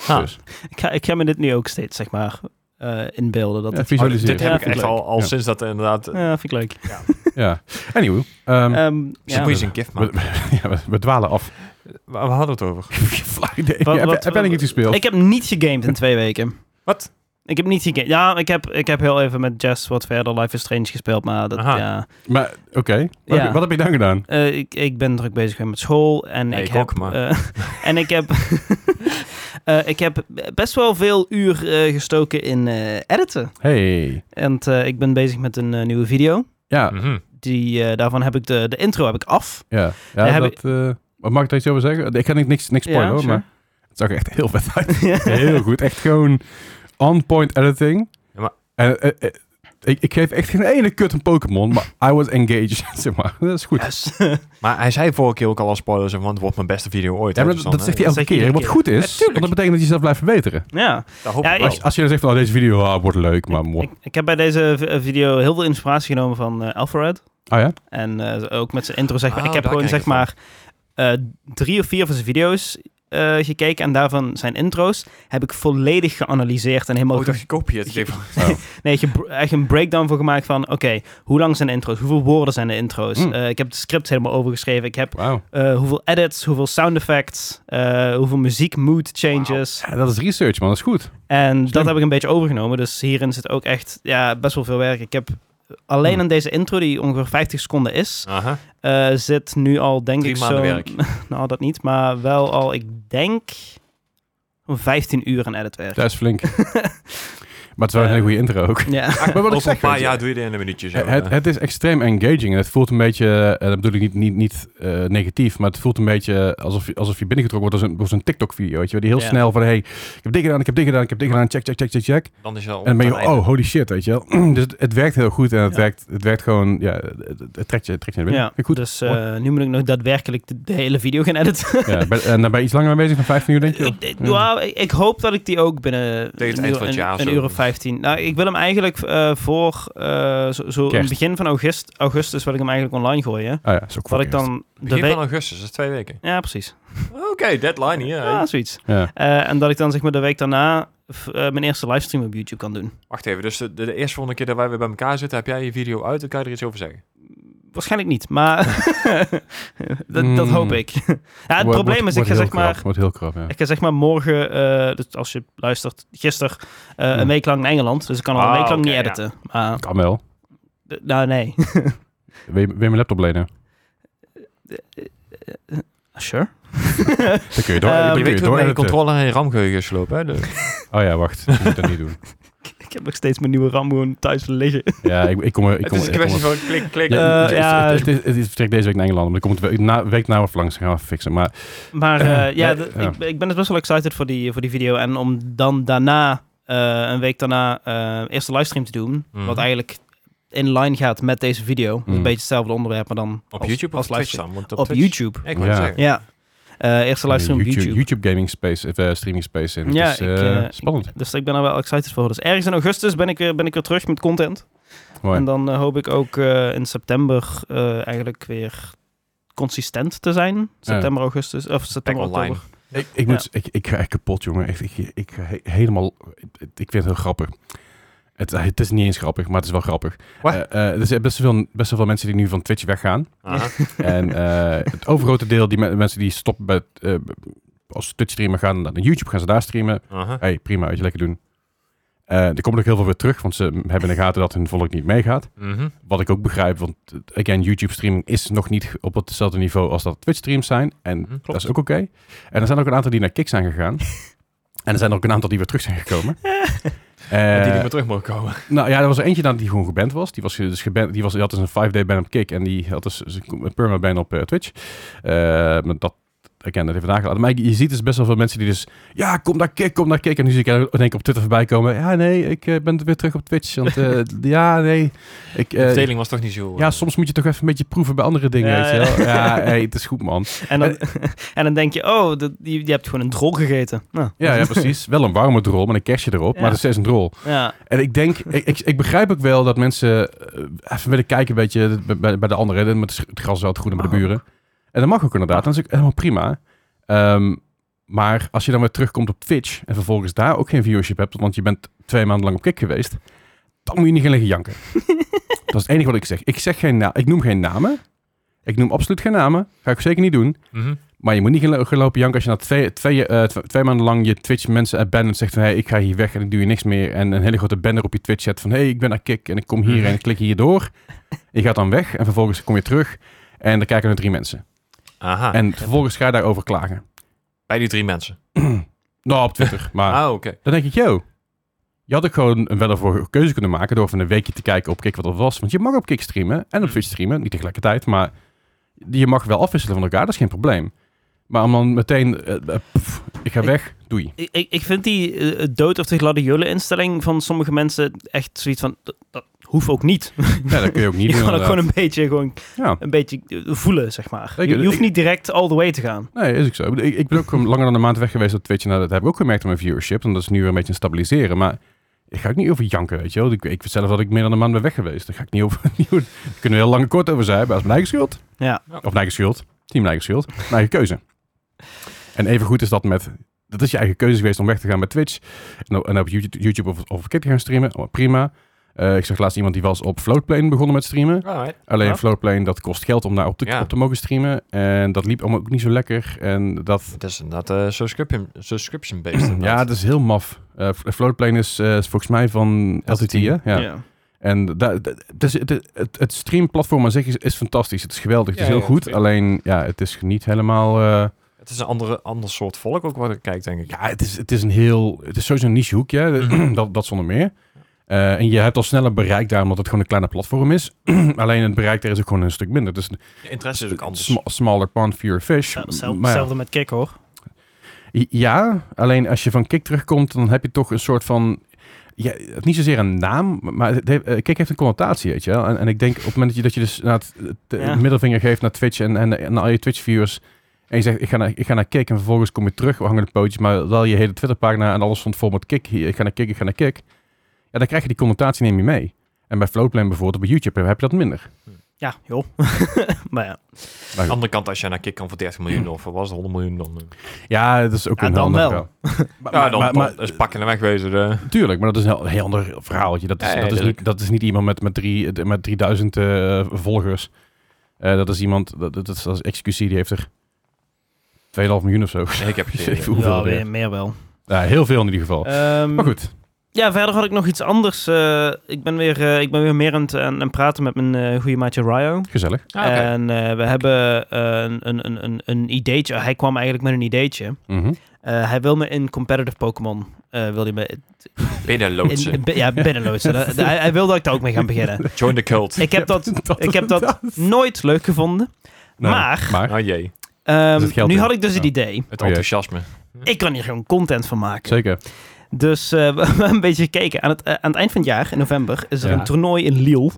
S3: Ah.
S1: Dus,
S2: Ik ga, ik ga me dit nu ook steeds, zeg maar, eh, inbeelden. Dat
S1: ja,
S2: het-
S3: Oh,
S1: visualiseer.
S3: dit heb
S2: Ja,
S3: ik
S2: vind ik
S3: echt al, al
S1: Ja.
S3: sinds dat er inderdaad...
S2: Ja, vind ik leuk.
S1: Ja. Anyway, ehm,
S2: Ehm,
S3: Misschien
S2: ja.
S3: moet je eens een gift maken.
S1: ja, we, we dwalen af.
S3: Waar waar hadden we het over?
S1: Flauw idee. Heb
S2: Wat-
S1: heb-
S2: wat-
S1: heb jij niet iets gespeeld?
S2: Ik heb niet gegamed in twee weken.
S3: Wat?
S2: Ik heb niet gegamed. Ja, ik heb, ik heb heel even met Jess wat verder Life is Strange gespeeld, maar dat,
S3: Aha.
S2: ja.
S1: Maar oké, wat,
S2: Ja.
S1: heb je- wat heb je dan gedaan?
S2: Eh, ik, ik ben druk bezig met school en
S3: Ja,
S2: ik,
S3: ik
S2: heb...
S3: ook, maar-
S2: eh, en ik heb... eh, ik heb best wel veel uur eh, gestoken in eh, editen.
S1: Hey.
S2: En eh, ik ben bezig met een eh, nieuwe video.
S1: Ja,
S3: Mhm.
S2: Die, eh, daarvan heb ik de, de intro heb ik af.
S1: ja.
S2: Ja,
S1: ja
S2: heb
S1: dat, eh, wat mag ik daar iets over zeggen? Ik ga niet- niks, niks spoilen
S2: Ja,
S1: hoor,
S2: sure.
S1: maar het zag er echt heel vet uit. heel goed. Echt gewoon on-point editing.
S3: Ja, maar-
S1: En, eh, eh, ik, ik geef echt geen ene kut een Pokémon, maar I was engaged, zeg maar. Dat is goed.
S2: Yes.
S3: Maar hij zei vorige keer ook al als spoilers, want het wordt mijn beste video ooit.
S1: Ja,
S3: hè,
S1: maar
S3: dus
S1: dat,
S3: dan,
S1: dat zegt hij
S2: Dat
S1: elke
S2: zeg je
S1: keer.
S2: iedere
S1: Wat
S2: keer.
S1: goed is, want
S3: Ja, tuurlijk.
S1: dat betekent dat je zelf blijft verbeteren.
S2: ja.
S3: eh, daar hoop
S2: Ja,
S3: ik
S2: ik-
S1: Als,
S3: wel.
S1: als je dan zegt, oh, deze video ah, wordt leuk, maar...
S2: Ik, ik heb bij deze v- eh, video heel veel inspiratie genomen van eh, Alfred.
S1: Oh ja?
S2: En eh, ook met zijn intro, zeg maar.
S3: Oh,
S2: ik heb
S3: daar
S2: gewoon,
S3: ken
S2: zeg
S3: ik het
S2: maar, eh, drie of vier van zijn video's eh, gekeken en daarvan zijn intro's heb ik volledig geanalyseerd en helemaal
S3: Oh, dat je kopieert. Ik
S2: Je-
S3: denk van,
S2: Nee, je br- echt een breakdown voor gemaakt van... oké, hoe lang zijn de intro's? Hoeveel woorden zijn de intro's?
S1: Hmm.
S2: Eh, ik heb het script helemaal overgeschreven. Ik heb
S1: Wauw.
S2: eh, hoeveel edits, hoeveel sound effects... eh, hoeveel muziek, mood changes.
S1: Ja, dat is research, man. Dat is goed.
S2: En dat
S1: Slim.
S2: heb ik een beetje overgenomen. Dus hierin zit ook echt ja, best wel veel werk. Ik heb alleen
S1: Hmm.
S2: aan deze intro, die ongeveer 50 seconden is...
S3: aha.
S2: eh, zit nu al, denk
S3: Drie
S2: ik
S3: maanden
S2: zo...
S3: werk.
S2: nou, dat niet. Maar wel al, ik denk... zo'n 15 uur aan editwerk.
S1: Dat is flink. maar het is wel een
S2: Eh.
S1: hele goede intro ook.
S2: Ja.
S1: Maar wat ik
S3: Over
S1: zeg,
S3: een paar
S1: weet je,
S3: jaar doe je dit in een minuutje zo.
S1: Het,
S2: eh.
S1: het is extreem engaging. en Het voelt een beetje, en dat bedoel ik niet, niet, niet eh, negatief, maar het voelt een beetje alsof je, alsof je binnengetrokken wordt als een, als een TikTok-video. Weet je, wel, die heel
S2: Ja.
S1: snel van, hey, ik heb dit gedaan, ik heb dit gedaan, ik heb dit gedaan, check, check, check, check, check.
S3: dan is je al
S1: En dan ben
S3: op het
S1: je,
S3: einde.
S1: oh, holy shit, weet je wel. dus het, het werkt heel goed en het,
S2: Ja.
S1: werkt, het werkt gewoon, ja, het, het trekt je, het trekt je naar binnen.
S2: Ja,
S1: Vind ik Goed.
S2: dus eh, nu moet ik nog daadwerkelijk de, de hele video gaan editen.
S1: Ja, bij- en daar ben je iets langer mee bezig, van 15 uur denk je?
S2: ik, ik- nou, ik, ik hoop dat ik die ook binnen
S3: Tegen het
S2: een,
S3: eind
S2: uur,
S3: van het
S2: een-
S3: jaar
S2: een
S3: zo.
S2: uur of 15. Nou, ik wil hem eigenlijk eh, voor eh, zo, zo in
S1: Kerst.
S2: het begin van august, augustus wil ik hem eigenlijk online gooien.
S1: Ah ja, dat is ook
S2: Dat
S1: voor
S2: ik dan de
S3: Begin
S2: week...
S3: van augustus, dat is twee weken.
S2: Ja, precies.
S3: Oké, deadline hier.
S2: Ja, zoiets.
S1: Ja.
S2: Eh, en dat ik dan zeg maar de week daarna f- eh, mijn eerste livestream op YouTube kan doen.
S3: Wacht even, dus de, de, de eerste volgende keer dat wij weer bij elkaar zitten, heb jij je video uit en kan je er iets over zeggen?
S2: Waarschijnlijk niet, maar dat, dat
S1: Mm.
S2: hoop ik. ja, het
S1: Wordt-
S2: probleem
S1: wordt-
S2: is, ik ga
S1: wordt heel
S2: zeg maar
S1: krap, Wordt heel krap, ja.
S2: Ik ga zeg maar morgen, eh, dus als je luistert, gisteren eh,
S1: Ja.
S2: een week lang in Engeland. Dus ik kan al een
S3: Ah,
S2: week lang
S3: oké,
S2: niet editen. Maar,
S1: Kan wel.
S2: d- nou, nee.
S1: Wil je, wil je mijn laptop lenen?
S2: Eh, sure.
S1: Dan kun je door.
S2: Eh,
S1: dan
S2: je
S1: kun
S3: je weet
S1: door
S3: hoe je
S1: editen.
S3: controller en je ramgeheugen is gelopen, hè? dus- De-
S1: Oh ja, wacht. Ik moet dat niet doen.
S2: Ik heb nog steeds mijn nieuwe RAM gewoon thuis liggen.
S1: Ja, ik, ik kom er... Ik
S3: het
S1: kom,
S3: is een
S1: ik kom
S3: kwestie
S1: er-
S3: van klik, klik.
S2: Eh,
S1: Ja, het is-
S2: ja,
S1: het is- het is- het vertrekt deze week naar Engeland, maar ik kom het we- na, week na of langs gaan we fixen. Maar
S2: Maar
S1: Eh,
S2: eh, ja,
S1: nee,
S2: d-
S1: ja.
S2: Ik, ik ben dus best wel excited voor die, voor die video. En om dan daarna, eh, een week daarna, eh eerst een livestream te doen.
S3: Mhm.
S2: Wat eigenlijk in line gaat met deze video. Dus Een
S1: Mm.
S2: beetje hetzelfde onderwerp, maar dan
S3: Op
S2: als-
S3: YouTube
S2: als
S3: of Twitch
S2: livestream.
S3: dan? Want
S2: Op
S3: Twitch-
S2: YouTube.
S3: Ik wou het
S1: Ja.
S3: zeggen.
S2: Ja. Eh eerste livestream op
S1: YouTube,
S2: YouTube.
S1: YouTube gaming space, of, eh, streaming space in.
S2: Ja,
S1: Ja, is,
S2: ik,
S1: eh,
S2: eh,
S1: spannend.
S2: Dus ik ben er wel excited voor. Dus ergens in augustus ben ik weer, ben ik weer terug met content.
S1: Mooi.
S2: En dan eh, hoop ik ook eh, in september eh, eigenlijk weer consistent te zijn. September, augustus. Of september,
S3: online.
S2: online. oktober.
S1: Ik, ik, moet, ik, ik ga echt kapot, jongen. Echt, ik, ik, ga he- helemaal... Ik vind het heel grappig. Het, het is niet eens grappig, maar het is wel grappig.
S3: Wat?
S1: Eh, eh, er zijn best wel, best wel veel mensen die nu van Twitch weggaan.
S3: Aha.
S1: En eh, het overgrote deel, die me- mensen die stoppen bij, het, eh, als Twitch streamen, gaan naar YouTube, gaan ze daar streamen.
S3: Aha.
S1: hey, prima, weet je, lekker doen. Eh, er komt ook heel veel weer terug, want ze hebben in de gaten dat hun volk niet meegaat.
S3: Mhm.
S1: Wat ik ook begrijp, want eh, again, YouTube streaming is nog niet op hetzelfde niveau als dat Twitch streams zijn. En
S3: Mhm.
S1: dat is ook oké. En er zijn ook een aantal die naar Kick zijn gegaan. en er zijn ook een aantal die weer terug zijn gekomen. Eh,
S3: Dat die niet meer terug mogen komen.
S1: nou ja, er was er eentje dan die gewoon geband was. Die, was dus geband, die, was, die had dus een 5-day ban op Kick en die had dus een perma-ban op eh, Twitch. Eh, maar dat, ik ken dat even nagelaten. Maar je ziet dus best wel veel mensen die dus, ja, kom naar Kick, kom naar Kick. En nu zie ik in één keer op Twitter voorbij komen. Ja, nee, ik eh, ben weer terug op Twitch. Want eh, ja, nee, ik...
S3: de
S1: eh,
S3: verdeling was toch niet zo...
S1: ja, soms moet je toch even een beetje proeven bij andere dingen,
S2: Ja,
S1: weet je wel.
S2: ja.
S1: Ja, hey, het is goed, man.
S2: En dan,
S1: Eh,
S2: en dan denk je, oh, dat, je, je hebt gewoon een drol gegeten. Nou,
S1: Ja, ja, precies. Wel een warme drol met een kerstje erop,
S2: Ja.
S1: maar het is steeds een drol.
S2: ja.
S1: En ik denk, ik, ik, ik begrijp ook wel dat mensen eh, even willen kijken een beetje bij- bij, bij de anderen. hè, Met het sch- het gras is altijd groener bij de
S2: Mag
S1: buren. En dat mag ook inderdaad. Dat is ook helemaal prima. Ehm, maar als je dan weer terugkomt op Twitch en vervolgens daar ook geen viewership hebt, want je bent twee maanden lang op kick geweest, dan moet je niet gaan liggen janken. dat is het enige wat ik zeg. Ik, zeg geen na ik noem geen namen. Ik noem absoluut geen namen. Ga ik zeker niet doen.
S3: Mhm.
S1: Maar je moet niet gelo- gaan lopen janken als je na twee, twee, eh, tw- twee maanden lang je Twitch mensen uit en zegt van... hé, hey, ik ga hier weg en ik doe hier niks meer. En een hele grote banner op je Twitch zet van... hé, hey, ik ben naar Kik en ik kom hier en ik klik hier door. Je gaat dan weg en vervolgens kom je terug. En dan kijken er drie mensen.
S3: Aha.
S1: En vervolgens ga je daarover klagen.
S3: Bij die drie mensen.
S1: Nou, op Twitter. Maar
S3: Ah, oké.
S1: dan denk ik, yo... Je had ook gewoon een wel of een keuze kunnen maken door van een weekje te kijken op Kik wat er was. Want je mag op Kik streamen
S2: Mhm.
S1: en op Twitch streamen. Niet tegelijkertijd, maar je mag wel afwisselen van elkaar. Dat is geen probleem. Maar om dan meteen, eh, eh, pff, ik ga
S2: Ik-
S1: weg, doei.
S2: Ik- Ik, ik vind die eh, dood of de gladiolen instelling van sommige mensen echt zoiets van, dat, dat hoeft ook niet.
S1: Ja, dat kun je ook niet
S2: je
S1: doen.
S2: kan ook gewoon
S1: inderdaad.
S2: een beetje, gewoon,
S1: Ja,
S2: een beetje eh, voelen, zeg maar.
S1: Ik-
S2: je, je hoeft
S1: ik-
S2: niet direct all the way te gaan.
S1: nee, is ook zo. Ik, bedoel, ik- ik ben ook gewoon langer dan een maand weg geweest op Twitch. En dat heb ik ook gemerkt aan mijn viewership. En dat is nu weer een beetje aan het stabiliseren. Maar ik ga ook niet over janken, weet je wel. Ik, ik weet zelf dat ik meer dan een maand ben weg geweest. Daar ga ik niet over... niet over- Daar kunnen we heel lang en kort over zijn. Maar dat is mijn eigen schuld.
S2: Ja.
S1: Of mijn eigen schuld. Team mijn eigen schuld. Mijn eigen keuze. En even goed is dat met... Dat is je eigen keuze geweest om weg te gaan met Twitch. En, en op YouTube, YouTube of, of Kit gaan streamen. Oh, prima. Eh, ik zag laatst iemand die was op Floatplane begonnen met streamen.
S3: Alright.
S1: Alleen
S2: Ja.
S1: Floatplane, dat kost geld om daar op te,
S3: Ja.
S1: op te mogen streamen. En dat liep allemaal ook niet zo lekker. En dat...
S3: Het is inderdaad eh, subscription, subscription based.
S1: Ja, dat is heel maf. Eh, F- Floatplane is, eh, is volgens mij van
S3: LTT,
S1: LTT, hè? Ja.
S2: ja.
S1: En da- da- het, is- het, het, het streamplatform aan zich is, is fantastisch. Het is geweldig. Het
S3: Ja,
S1: is heel
S3: ja,
S1: goed.
S3: zeker.
S1: Alleen, ja, het is niet helemaal... eh,
S3: Het is een andere, ander soort volk ook wat ik kijk, denk ik.
S1: ja, het is, het is een heel... Het is sowieso een niche hoekje.
S3: Mhm.
S1: dat, dat zonder meer. Eh, en je hebt al sneller bereik daar, omdat het gewoon een kleine platform is. Alleen het bereik daar is ook gewoon een stuk minder. Dus
S3: De interesse is ook anders.
S1: sma- smaller pond, fewer fish.
S2: Ja, hetzelfde-
S1: Maar ja.
S2: Hetzelfde met Kik hoor.
S1: Ja, alleen als je van Kik terugkomt, dan heb je toch een soort van... Ja, niet zozeer een naam, maar het heeft- eh, Kik heeft een connotatie, weet je wel. En, en ik denk op het moment dat je, dat je dus naar het, de
S2: Ja.
S1: middelvinger geeft naar Twitch en, en, en al je Twitch-viewers... En je zegt, ik ga, naar, ik ga naar Kik en vervolgens kom je terug, we hangen de pootjes, maar wel je hele Twitterpagina en alles stond vol met Kik. Hier, Ik ga naar Kik, ik ga naar Kik. Ja, dan krijg je die connotatie neem je mee. En bij Floatplane bijvoorbeeld, bij YouTube heb je dat minder.
S2: Ja, joh. maar ja,
S3: Aan de andere kant, als je naar Kik kan voor 30 miljoen of wat was het 100 miljoen dan? eh.
S1: Ja, dat is ook
S2: Ja,
S1: een
S2: dan
S1: heel ander
S2: wel.
S1: verhaal. Maar-
S3: Ja,
S1: maar-
S3: dan,
S1: maar- maar-
S3: dan is pakken en wegwezen. eh.
S1: Tuurlijk, maar dat is een heel, heel ander verhaaltje. Dat is,
S3: Ja, ja,
S1: dat, is
S3: tuurlijk.
S1: niet, dat is niet iemand met, met, drie, met 3000 eh, volgers. Eh, dat is iemand, dat, dat is, dat is XQC, die heeft er 2,5 miljoen of zo.
S3: Ik heb geen idee.
S1: Even hoeveel
S2: ja
S1: er-
S2: weer, meer wel.
S1: Ja, heel veel in ieder geval.
S2: Ehm,
S1: maar goed,
S2: Ja, verder had ik nog iets anders. Eh, ik, ben weer, eh, ik ben weer meer aan het aan- aan praten met mijn eh, goede maatje Ryo.
S1: gezellig.
S3: Ah, oké.
S2: En eh, we hebben eh, een, een, een, een, een ideetje. Hij kwam eigenlijk met een ideetje.
S1: Mhm.
S2: Eh, hij wil me in competitive Pokémon. eh, wil hij me in-
S3: Binnen
S2: in,
S3: loodsen.
S2: bi- ja, binnenloodsen. Dat- hij, hij wil dat ik daar ook mee ga beginnen.
S3: Join the cult.
S2: Ik heb dat, ik heb dat nooit leuk gevonden.
S1: Nou,
S2: Maar
S1: maar
S3: Ah jee,
S2: ehm,
S1: Is het geld
S2: nu
S1: in?
S2: had ik dus het
S1: Ja.
S2: idee.
S3: het
S1: Oh, jee.
S3: enthousiasme.
S2: Ik kan hier gewoon content van maken.
S1: zeker.
S2: Dus eh, we hebben een beetje gekeken. Aan het, eh, aan het eind van het jaar, in november, is er
S1: Ja.
S2: een toernooi in Lille.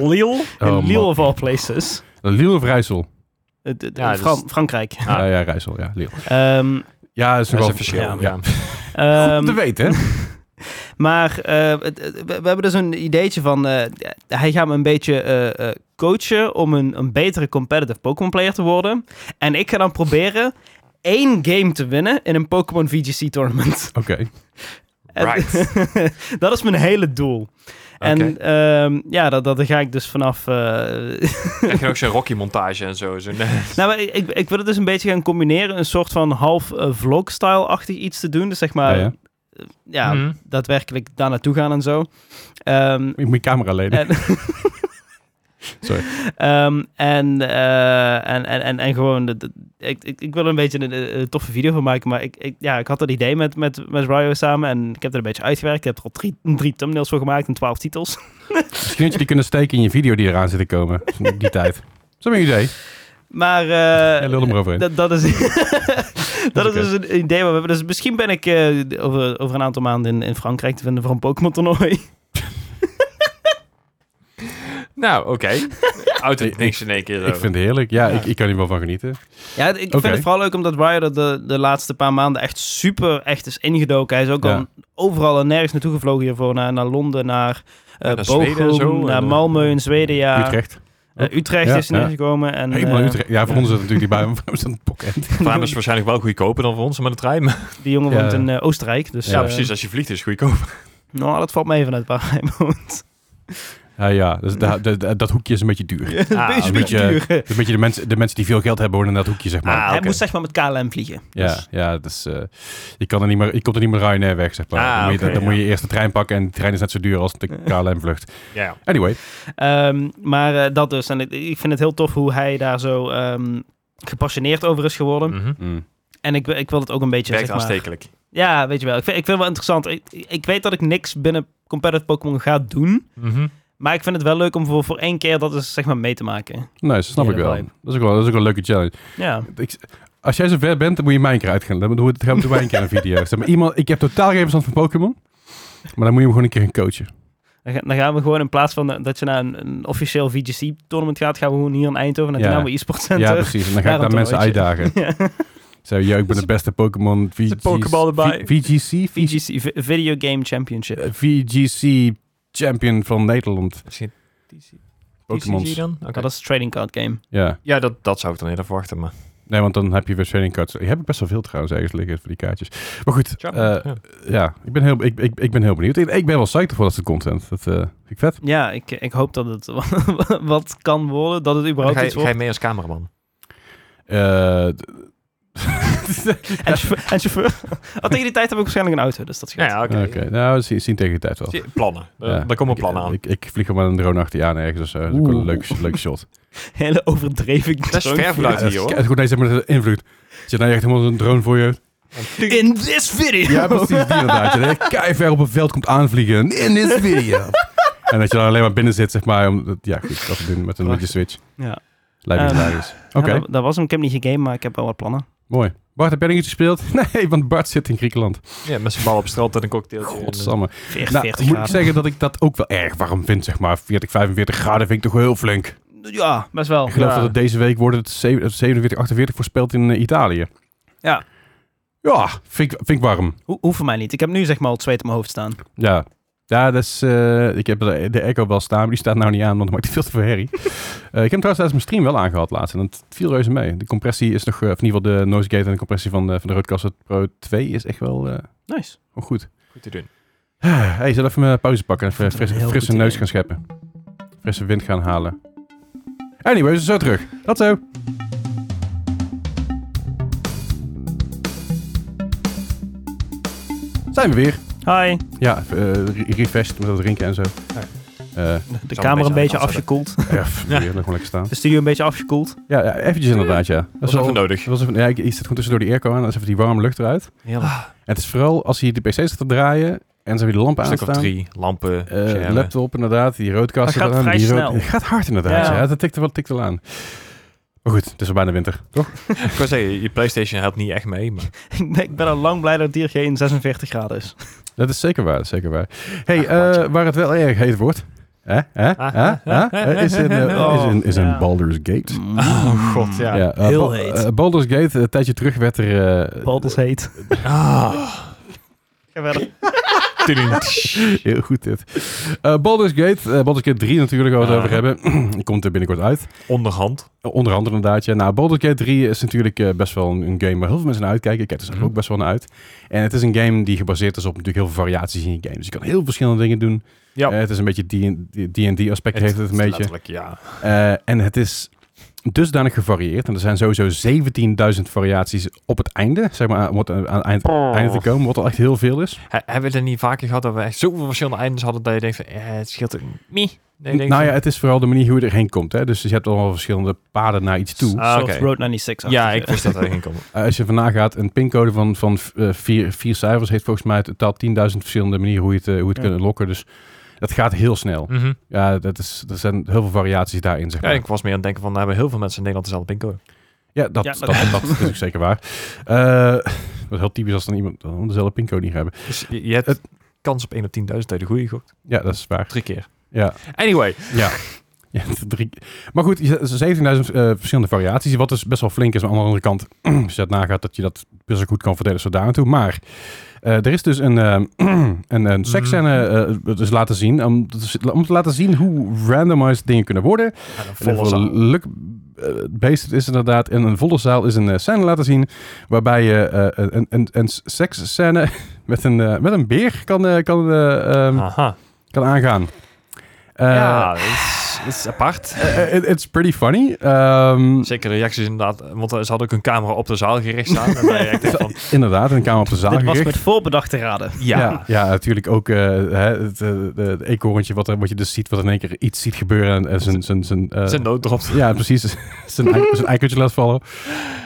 S2: Lille? In
S1: Oh,
S2: Lille
S1: man.
S2: of all places.
S1: Lille of Rijssel?
S2: Eh, d- d-
S3: Ja, dus-
S2: Fran- Frankrijk.
S3: Ah.
S1: Ja, ja, Rijssel, ja. Lille.
S2: Ehm,
S1: Ja, dat is
S3: Dat is
S1: nogal
S3: een verschil. Ja.
S1: Ja. Goed om
S2: ehm,
S1: te weten, hè?
S2: Maar eh, het- het- we, we hebben dus een ideetje van... eh, hij gaat me een beetje eh, eh, coachen om een, een betere competitive Pokémon player te worden. En ik ga dan proberen één game te winnen in een Pokémon VGC tournament.
S1: Oké.
S2: En- dat is mijn hele doel. En ehm, ja, dat, dat ga ik dus vanaf... eh,
S3: Krijg je ook zo'n Rocky montage en zo. zo'n-
S2: Nou, maar ik, ik- ik wil het dus een beetje gaan combineren. Een soort van half eh, vlog-style-achtig iets te doen. Dus zeg maar,
S1: Ja,
S2: ja,
S1: ja.
S3: Mhm.
S2: daadwerkelijk daar naartoe gaan en zo. Ehm,
S1: Ik moet je camera lenen.
S3: Eh,
S2: en,
S1: Sorry.
S2: ehm, en, eh, en, en, en, en gewoon, de- de- ik, ik, ik wil er een beetje een, eh, eh, toffe video van maken. Maar ik, ik, ja, ik had dat idee met, met, met Ryo samen. En ik heb er een beetje uitgewerkt. Ik heb er al drie, drie thumbnails voor gemaakt en twaalf titels.
S1: Misschien dat je die kunnen steken in je video die eraan zit te komen. Die tijd. Dat is een idee.
S2: Maar eh,
S1: Ja, lul hem eroverheen.
S2: dat, dat is, dat is
S1: oké.
S2: dus een idee. waar we hebben. Dus misschien ben ik eh, over, over een aantal maanden in, in Frankrijk te vinden voor een Pokémon toernooi.
S3: Nou, oké. Uit het
S1: Ik-
S3: niks in één keer. eh.
S1: Ik
S3: zo.
S1: vind het heerlijk. Ja,
S3: Ja.
S1: Ik, ik kan hier wel van genieten.
S2: Ja, ik
S1: Oké.
S2: vind het vooral leuk omdat Ryo er de, de laatste paar maanden echt super echt is ingedoken. Hij is ook
S1: Ja.
S2: al overal en nergens naartoe gevlogen hiervoor. Naar, naar Londen, naar, eh
S3: Ja, naar Zweden en
S2: Bochum,
S3: zo,
S2: naar
S3: en, eh,
S2: Malmö in Zweden. Ja. Eh, Utrecht,
S1: Utrecht. ook. Ja,
S2: is hij
S1: ja.
S2: neergekomen. En,
S1: Helemaal
S2: eh,
S1: Utrecht. Ja, voor
S2: ja.
S1: ons is het natuurlijk niet bij, maar voor ons is het een pocket.
S3: Prime is waarschijnlijk wel goedkoper dan voor ons met de trein. maar-
S2: die jongen
S1: Ja.
S2: woont in eh, Oostenrijk. Dus,
S1: Ja,
S2: eh,
S3: Ja, precies. Als je vliegt is het goedkoper.
S2: Nou, dat valt me even uit waar hij woont.
S1: Ja, ja. Dus da- da- da- dat hoekje is een beetje duur. Dat
S3: Ah,
S2: Beetje
S1: een
S2: beetje
S1: beetje-
S2: duur.
S1: is een beetje de mensen, de mensen die veel geld hebben wonen in dat hoekje, zeg maar.
S3: Ah,
S2: Hij
S3: oké.
S2: moest zeg maar met KLM vliegen.
S1: ja, ja, dus eh, je, kan er niet meer, je komt er niet meer Ryanair weg, zeg maar.
S3: Ah,
S1: dan moet je,
S3: oké,
S1: dan
S3: ja.
S1: moet je eerst de trein pakken en de trein is net zo duur als de KLM-vlucht.
S3: Ja.
S1: Anyway,
S2: Ehm, maar eh, dat dus. En ik, ik vind het heel tof hoe hij daar zo ehm, gepassioneerd over is geworden.
S3: Mhm.
S1: mm,
S2: En ik, ik wil het ook een beetje...
S3: Werkt
S2: zeg maar-
S3: aanstekelijk.
S2: Ja, weet je wel. Ik vind, ik vind het wel interessant. Ik, ik weet dat ik niks binnen competitive Pokémon ga doen.
S3: Mhm.
S2: Maar ik vind het wel leuk om voor, voor één keer dat eens zeg maar mee te maken.
S1: nice, snap
S2: Ja,
S1: ik wel.
S2: vibe.
S1: Dat is, ook wel. dat is ook een leuke challenge.
S2: Ja.
S1: Ik, als jij zo ver bent, dan moet je mijn keer uitgaan. Dan doen we dan gaan we mijn keer een video. Zeg maar, iemand, ik heb totaal geen verstand van Pokémon, maar dan moet je hem gewoon een keer gaan coachen.
S2: Dan, ga- dan gaan we gewoon in plaats van eh, dat je naar een, een officieel VGC-tournament gaat, gaan we gewoon hier in Eindhoven naar
S1: Ja.
S2: Dynamo e-sport center.
S1: Ja, precies. En dan ga ik
S2: Daarom
S1: daar mensen uitdagen.
S2: Ja.
S1: Zo, ja, ik ben de beste Pokémon VGC.
S3: Pokéball erbij.
S1: V- VGC? VGC,
S2: VGC, V- Video Game Championship.
S1: eh, VGC champion van Nederland.
S3: Misschien TC
S1: Pokémon.
S3: dan? Oké.
S2: Dat is een trading card game.
S1: Ja.
S3: Ja, dat, dat zou ik dan eerder verwachten. Maar
S1: Nee, want dan heb je weer trading cards. Je hebt best wel veel trouwens ergens liggen voor die kaartjes. Maar goed,
S3: Tja,
S1: eh,
S3: ja.
S1: ja, ik ben heel, ik, ik, ik ben heel benieuwd. Ik, ik ben wel psyched voor dat soort content. Dat eh, vind ik vet.
S2: Ja, ik, ik hoop dat het wat kan worden. Dat het
S3: Dan
S2: überhaupt
S3: ga je,
S2: iets
S3: ga je
S2: wordt.
S3: mee als cameraman.
S1: Eh, d-
S2: En chauffeur. En chauffeur. Oh, tegen die tijd heb ik waarschijnlijk een auto, dus dat scheelt.
S3: Ja, ja, oké.
S1: Oké, nou, we zien, zien tegen de tijd wel.
S3: Zie je, Plannen. Eh,
S1: Ja.
S3: Daar komen
S1: Ik-
S3: plannen aan.
S1: Ik, ik, vlieg er maar een drone achter je aan ergens. Dus, eh, dat is ook wel een leuk, leuk shot.
S2: Hele overdreven
S3: Dat is ver
S1: Ja,
S3: vanuit
S1: dat
S3: hier,
S1: is-
S3: hoor.
S1: het is goed dat je zegt, maar dat is invloed. Zit nou echt helemaal zo'n drone voor je?
S2: In this video.
S1: Ja, precies, die inderdaad. Je kei ver op een veld komt aanvliegen. In this video. en dat je dan alleen maar binnen zit, zeg maar. Om, dat- ja, goed, dat te doen met een beetje switch.
S2: Ja.
S1: Lijkt me
S2: Ehm,
S1: hilarisch. Oké,
S2: Ja, dat, dat was hem. Ik heb niet gegamed, maar ik heb wel wat plannen.
S1: mooi. Bart, heb jij nog iets gespeeld? Nee, want Bart zit in Griekenland.
S3: Ja, met z'n bal op strand en een cocktailtje. en, eh,
S1: Godsamme.
S2: 40,
S1: Nou,
S2: 40
S1: moet ik
S2: graden.
S1: zeggen dat ik dat ook wel erg warm vind, zeg maar. 40, 45 graden vind ik toch wel heel flink.
S2: Ja, best wel.
S1: Ik geloof
S3: Ja.
S1: dat het deze week wordt het zeven- het 47, 48 voorspeld in eh, Italië.
S2: Ja.
S1: Ja, vind ik, vind ik warm.
S2: Ho hoeft voor mij niet. Ik heb nu zeg maar al het zweet op mijn hoofd staan.
S1: Ja. Ja, dat is, eh, ik heb de de echo wel staan, maar die staat nou niet aan, want dan maakt het veel te veel herrie. Eh, ik heb hem trouwens tijdens mijn stream wel aangehad laatst en het viel reuze mee. De compressie is nog, eh, of in ieder geval de noise gate en de compressie van de, van de Rodecaster Pro 2 is echt wel, eh,
S2: Nice.
S1: wel goed.
S3: Goed te doen.
S1: hey, zal even mijn pauze pakken en even
S2: Ik vond het
S1: frisse,
S2: een heel
S1: frisse
S2: goed
S1: neus
S2: idee.
S1: gaan scheppen. Frisse wind gaan halen. Anyway, we zijn zo terug. Dat zo. Zijn we weer.
S2: Hi.
S1: Ja, eh, re- refreshed met dat drinken en zo.
S3: Ja.
S1: Eh,
S2: De
S3: Zal een
S2: camera een
S3: beetje
S2: beetje
S3: aan de
S2: afgekoeld.
S1: ja, pff, weer nog wel lekker staan.
S2: De studio een beetje afgekoeld.
S1: Ja, ja, eventjes inderdaad, ja. Dat
S3: Dat
S1: is
S3: is
S1: wel-
S3: even nodig.
S1: dat was even, ja, ik, ik zit gewoon tussendoor die airco aan, dan is even die warme lucht eruit.
S3: Heerlijk.
S1: En het is vooral als je de pc zit te draaien en ze weer de lampen
S3: Een stuk of
S1: aanstaan.
S3: drie. Lampen,
S1: Eh,
S3: schermen.
S1: laptop inderdaad, die roodkast.
S2: Dat gaat
S1: eraan,
S2: vrij
S1: die rood-
S2: snel.
S1: Het gaat hard inderdaad, ja.
S2: Ja.
S1: Dat tikt er wel, tikt er wel aan. Maar goed, het is al bijna winter.
S3: Ik wou zeggen, je Playstation helpt niet echt mee, maar
S2: ik, ben, ik ben al lang blij dat hier geen 46 graden is.
S1: Dat is zeker waar, dat is zeker waar. hey,
S3: Ah, maatje.
S1: eh, waar het wel erg heet wordt, hè, hè,
S3: Ah,
S1: hè,
S3: ah,
S1: hè, eh, is in, eh,
S2: oh,
S1: is in, is in
S2: ja.
S1: Baldur's Gate.
S2: Mm.
S3: Oh, god, ja.
S1: eh,
S2: heel
S1: Ba-
S2: heet.
S1: eh, Baldur's Gate, eh, een tijdje terug werd er... eh,
S2: Baldur's heet.
S1: Ah.
S2: Ga verder.
S1: Heel goed dit. Eh, Baldur's Gate, eh, Baldur's Gate 3 natuurlijk, waar we het
S3: Ah.
S1: over hebben. Die komt er binnenkort uit.
S3: onderhand.
S1: Eh, Onder andere inderdaad, ja. Nou, Baldur's Gate 3 is natuurlijk eh, best wel een, een game waar heel veel mensen naar uitkijken. Ik kijk er zelf
S3: Mhm.
S1: ook best wel naar uit. En het is een game die gebaseerd is op natuurlijk heel veel variaties in je game. Dus je kan heel verschillende dingen doen.
S3: Ja.
S1: Eh, het is een beetje D&D aspect heeft het een beetje.
S3: Letterlijk, ja.
S1: Eh, en het is dusdanig gevarieerd. En er zijn sowieso 17.000 variaties op het einde. Zeg maar aan, om het- aan het eind,
S3: Oh.
S1: einde te komen, wat al echt heel veel is.
S3: He- hebben we het er niet vaker gehad dat we echt zoveel verschillende eindes hadden dat je denkt van, eh, het scheelt ook niet. Nee, ik denk
S1: nou
S3: van-
S1: ja, het is vooral de manier hoe je erheen komt. Hè? Dus je hebt allemaal verschillende paden naar iets toe.
S3: Ah,
S2: Soft
S3: oké.
S2: Road 96. -achtig.
S3: ja, ik wist dat erin komen.
S1: Uh, als je vandaag gaat, een pincode van, van eh, vier, vier cijfers heeft volgens mij totaal 10.000 verschillende manieren hoe je het, eh, hoe je het
S2: Ja.
S1: kunt lokken. Dus dat gaat heel snel.
S3: Mhm.
S1: Ja, dat is, er zijn heel veel variaties daarin, zeg
S3: Ja,
S1: maar.
S3: ik was meer aan het denken van, nou hebben heel veel mensen in Nederland dezelfde pincode.
S1: Ja, dat,
S2: Ja,
S1: dat,
S2: dat-
S1: dat, is ook zeker waar. Eh dat is heel typisch als dan iemand dan dezelfde pincode niet hebben.
S3: Dus je, je hebt
S1: Het-
S3: kans op 1 op 10.000 dat je de goede gokt.
S1: Ja, dat is waar.
S3: Drie keer.
S1: Ja,
S3: Anyway.
S1: ja. ja drie. Maar goed, je- 17.000 eh, verschillende variaties, wat dus best wel flink is. Maar aan de andere kant, als je dat nagaat, dat je dat best wel goed kan verdelen zo daar aan toe. Maar eh, er is dus een, eh, een,
S3: Mhm.
S1: een seksscène eh, dus laten zien, om, te- om te laten zien hoe randomized dingen kunnen worden.
S3: Ja, dan
S1: En
S3: volle zaal.
S1: Luck eh, based is inderdaad. En een volle zaal is een eh, scène laten zien. Waarbij je eh, een, een, een seksscène met een, eh, met een beer kan, eh, kan, eh, ehm,
S3: Aha.
S1: kan aangaan. Eh,
S3: Ah. ja, dat is, dat is apart.
S1: eh, it- it's pretty funny. Ehm,
S3: Zeker de reacties inderdaad, want eh, ze hadden ook een camera op de zaal gericht staan. En wij echt van,
S1: inderdaad, een kamer op de zaal
S2: Dit was
S1: gericht.
S2: met voorbedachte raden.
S3: ja.
S1: Ja, ja, natuurlijk ook eh, hè, het, eh, de- de eekhoorntje wat, er- wat je dus ziet, wat in één keer iets ziet gebeuren. En, en zijn, zijn, zijn, eh,
S3: Zijn nood dropt.
S1: Ja, precies. zijn, ei- zijn eikeltje laat vallen.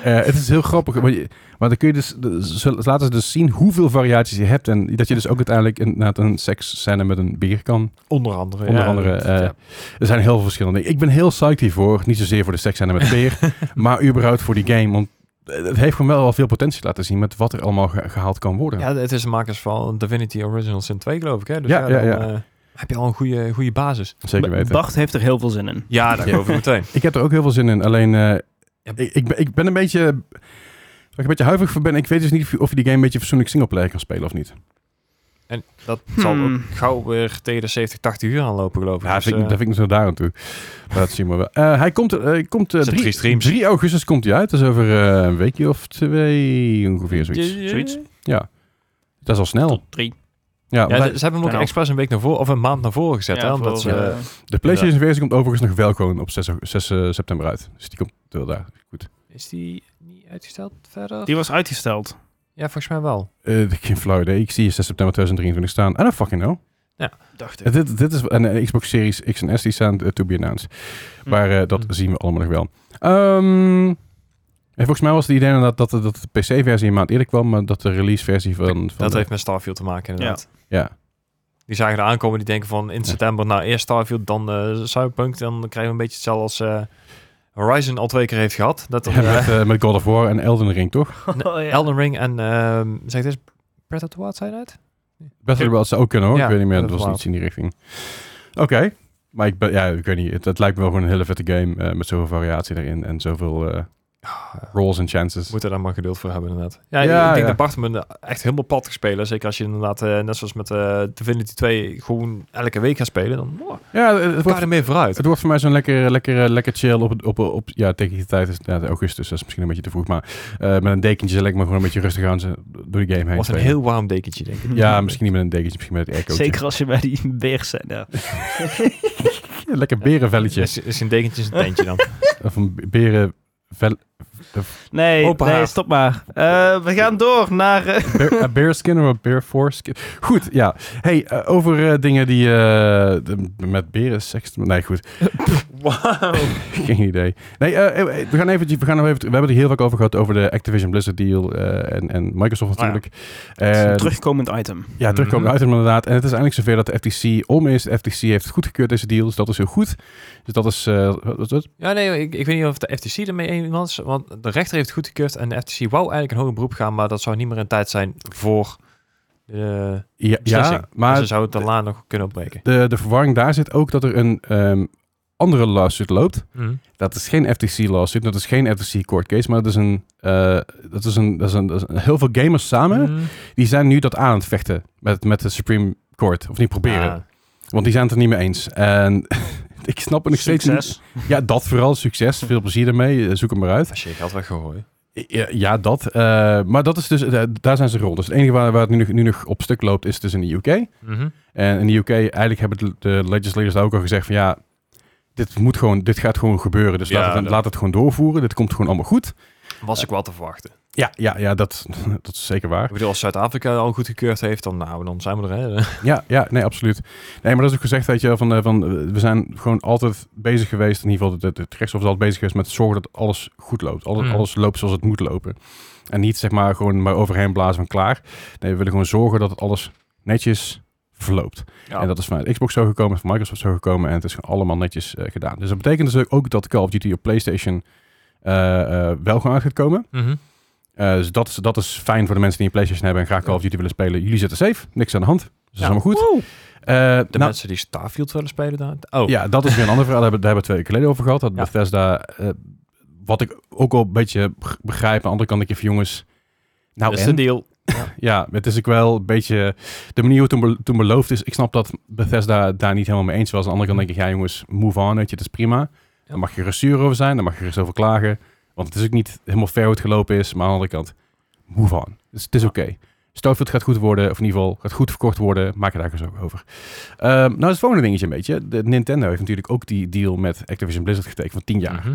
S1: Eh, het is heel grappig. Maar, je- maar dan kun je dus, de- ze laten ze dus zien hoeveel variaties je hebt. En dat je dus ook uiteindelijk inderdaad een seksscène met een bier kan.
S3: Onder andere.
S1: Onder
S3: ja,
S1: andere.
S3: dat-
S1: eh,
S3: ja.
S1: Er zijn heel veel verschillende dingen. Ik ben heel psyched hiervoor. Niet zozeer voor de seksscène met een bier. maar überhaupt voor die game. Want eh, het heeft gewoon wel al veel potentie laten zien met wat er allemaal ge- gehaald kan worden.
S3: Ja, het is de makers van Divinity Original Sin 2, geloof ik. Hè? Dus
S1: Ja,
S3: ja,
S1: ja,
S3: dan, eh, heb je al een goede, goede basis.
S1: Zeker weten.
S2: Bart heeft er heel veel zin in.
S3: Ja, daar
S1: Ja.
S3: geloof ik meteen.
S1: Ik heb er ook heel veel zin in. Alleen, eh,
S3: Ja.
S1: ik, ik, ben- ik ben een beetje... Waar ik een beetje huiverig voor ben, ik weet dus niet of je- of je die game een beetje fatsoenlijk singleplayer kan spelen of niet.
S3: Eh, En dat zal ook
S2: Hmm.
S3: gauw weer tegen de 70, 80 uur aanlopen, geloof ik.
S1: Ja,
S3: Dus,
S1: vind ik,
S3: eh,
S1: dat vind ik nog daar aan toe. Maar Dat zien we wel. Eh, hij komt, eh, hij komt eh,
S3: Zet drie
S1: 3,
S3: streams.
S1: augustus komt hij uit. Dat is over eh, een weekje of twee ongeveer zoiets.
S3: zoiets.
S1: Ja. Dat is al snel.
S2: Drie.
S1: Ja,
S3: Ja,
S1: maar
S3: ze ze hebben hem ook
S2: Ja.
S3: expres een week naar voren, of een maand naar voren gezet. hè, omdat ze,
S2: voor,
S3: nou. eh,
S2: eh,
S1: de PlayStation versie komt overigens nog wel gewoon op 6, aug- 6 eh, september uit. Dus die komt wel daar. Goed.
S3: Is die niet uitgesteld verder?
S2: die was uitgesteld.
S3: Ja, volgens mij wel.
S1: Eh, geen flauw idee. Ik zie 6 september 2023 staan. I don't fucking know.
S2: Dacht
S1: Eh, Dit, dit is en eh, Xbox Series X en S die staan eh, to be announced.
S3: Hmm.
S1: Maar eh, dat
S3: Hm.
S1: zien we allemaal nog wel. Ehm, en volgens mij was het idee inderdaad dat, de- dat de PC-versie een maand eerder kwam, maar dat de release-versie van... van
S3: dat
S1: de-
S3: heeft met Starfield te maken, inderdaad.
S1: Ja,
S3: Die zagen er aankomen, die denken van in september, nou eerst Starfield, dan eh Cyberpunk. Dan krijgen we een beetje hetzelfde als eh, Horizon al twee keer heeft gehad. Dat dan,
S1: Ja,
S3: eh,
S1: met, eh, met God of War en Elden Ring, toch?
S2: Oh,
S3: Elden Ring en, ehm zeg het eens, Breath of the Wild zijn het?
S1: Best wel wel ze ook kunnen hoor,
S3: Ja,
S1: ik weet niet meer,
S3: dat
S1: dat was
S3: wel.
S1: iets in die richting. Oké, maar ik, ben, ja, ik weet niet, het, het lijkt me wel gewoon een hele vette game eh, met zoveel variatie erin en zoveel eh, rolls en chances.
S3: Moet er dan maar geduld voor hebben, inderdaad. Ja,
S1: Ja,
S3: ik denk
S1: ja.
S3: dat Bart hem echt helemaal plat gaat spelen. Zeker als je inderdaad, eh, net zoals met eh Divinity 2, gewoon elke week gaat spelen. Dan oh,
S1: Ja, het, het
S3: ga je
S1: wordt,
S3: er meer vooruit.
S1: het wordt voor mij zo'n lekker, lekker, eh, lekker chill op, op, op, ja, tegen die tijd is ja, augustus, dat is misschien een beetje te vroeg, maar eh, met een dekentje zal ik me gewoon een beetje rustig aan ze- door die game heen
S3: was een
S1: spelen.
S3: heel warm dekentje, denk ik.
S1: Ja, misschien niet met een dekentje, misschien met het airco.
S2: Zeker als je bij die beer zijn. Ja.
S1: Lekker berenvelletje.
S3: Is, is een dekentje is een tentje dan.
S1: Of een berenvel...
S2: Nee,
S3: Open
S2: nee
S3: haard.
S2: stop maar. Eh, we gaan door naar... eh,
S1: Bear, a bearskin of een bear foreskin. Goed, ja. Hey, eh, over eh, dingen die eh, de- met beren seks. Nee, goed. Geen idee. Nee, eh, eh, we gaan eventjes, we gaan nog even. We hebben het hier heel vaak over gehad over de Activision Blizzard deal eh, en, en Microsoft
S3: Oh ja.
S1: natuurlijk.
S2: Het is een
S1: En-
S2: terugkomend item.
S1: ja, terugkomen
S3: Mhm.
S1: uit inderdaad. En het is eindelijk zover dat de FTC om is. De FTC heeft goedgekeurd deze deal, dus dat is heel goed. Dus dat is. eh, wat was het?
S3: Ja, nee, ik, ik weet niet of de FTC ermee eens was. Want de rechter heeft het goedgekeurd en de FTC wou eigenlijk een hoger beroep gaan. Maar dat zou niet meer in tijd zijn voor de
S1: ja,
S3: beslissing.
S1: ja,
S3: Ja, maar...
S1: maar
S3: Ze zouden het daarna nog kunnen opbreken.
S1: de, de verwarring daar zit ook dat er een ehm, andere lawsuit loopt. Dat is geen FTC lawsuit, dat is geen FTC court case, maar dat is een, eh, dat is een, dat is een, dat is een- heel veel gamers samen,
S3: Mhm.
S1: die zijn nu dat aan het vechten met, met de Supreme Court. Of niet proberen,
S3: Ja.
S1: want die zijn het er niet mee eens. En ik snap het nog steeds niet.
S2: Succes.
S1: Ja, dat vooral, succes, veel plezier ermee, eh, zoek hem maar uit.
S3: als je je geld weggooien.
S1: Ja, ja, dat. Eh, maar dat is dus, eh, daar zijn ze rond. Dus het enige waar, waar het nu, nog- nu nog op stuk loopt, is dus in de UK. En in de UK, eigenlijk hebben de- de legislators daar ook al gezegd van ja, dit, moet gewoon, dit gaat gewoon gebeuren. Dus
S3: Ja,
S1: laat, het,
S3: dat-
S1: laat het gewoon doorvoeren. Dit komt gewoon allemaal goed.
S3: Was ik wel te verwachten.
S1: Ja, ja, ja dat, dat is zeker waar.
S3: Ik bedoel, als Zuid-Afrika al goedgekeurd heeft, dan, nou, dan zijn we er. Hè.
S1: Ja, ja, nee, absoluut. Nee, maar dat is ook gezegd, weet je wel, van, eh, van eh, we zijn gewoon altijd bezig geweest, in ieder geval het, het rechtshof is altijd bezig geweest met zorgen dat alles goed loopt. Alles,
S3: Mm.
S1: alles loopt zoals het moet lopen. En niet zeg maar gewoon maar overheen blazen van klaar. Nee, we willen gewoon zorgen dat het alles netjes verloopt.
S3: Ja.
S1: En dat is vanuit Xbox zo gekomen, van Microsoft zo gekomen. En het is gewoon allemaal netjes eh, gedaan. Dus dat betekent dus ook dat Call of Duty op PlayStation eh, eh, wel gewoon uit gaat komen.
S3: Mhm.
S1: Eh, dus dat is, dat is fijn voor de mensen die een PlayStation hebben en graag Call of Duty willen spelen. Jullie zitten safe, niks aan de hand. Dus dat is
S3: Ja.
S1: allemaal goed.
S2: Woe.
S1: Eh, nou,
S3: De mensen die Starfield willen spelen daar. Oh,
S1: Ja, dat is weer een ander verhaal. Daar hebben, daar hebben we twee weken geleden over gehad. Dat
S3: Ja.
S1: Bethesda, eh, wat ik ook al een beetje beg- begrijp. Aan de andere kant denk je van jongens, nou
S3: dat is
S1: en?
S3: de deal.
S1: Ja, het is ook wel een beetje de manier hoe het toen, be- toen beloofd is. Ik snap dat Bethesda daar niet helemaal mee eens was. Aan de andere kant denk ik, ja jongens, move on, weet je, dat is prima. Dan mag je gerust zuur over zijn, dan mag je gerust over klagen. Want het is ook niet helemaal fair hoe het gelopen is. Maar aan de andere kant, move on. Dus het is oké. Starfield gaat goed worden, of in ieder geval gaat goed verkocht worden. Maak je daar eens ook over. Ehm, nou is het volgende dingetje een beetje. De, Nintendo heeft natuurlijk ook die deal met Activision Blizzard getekend van 10 jaar.
S3: Mhm.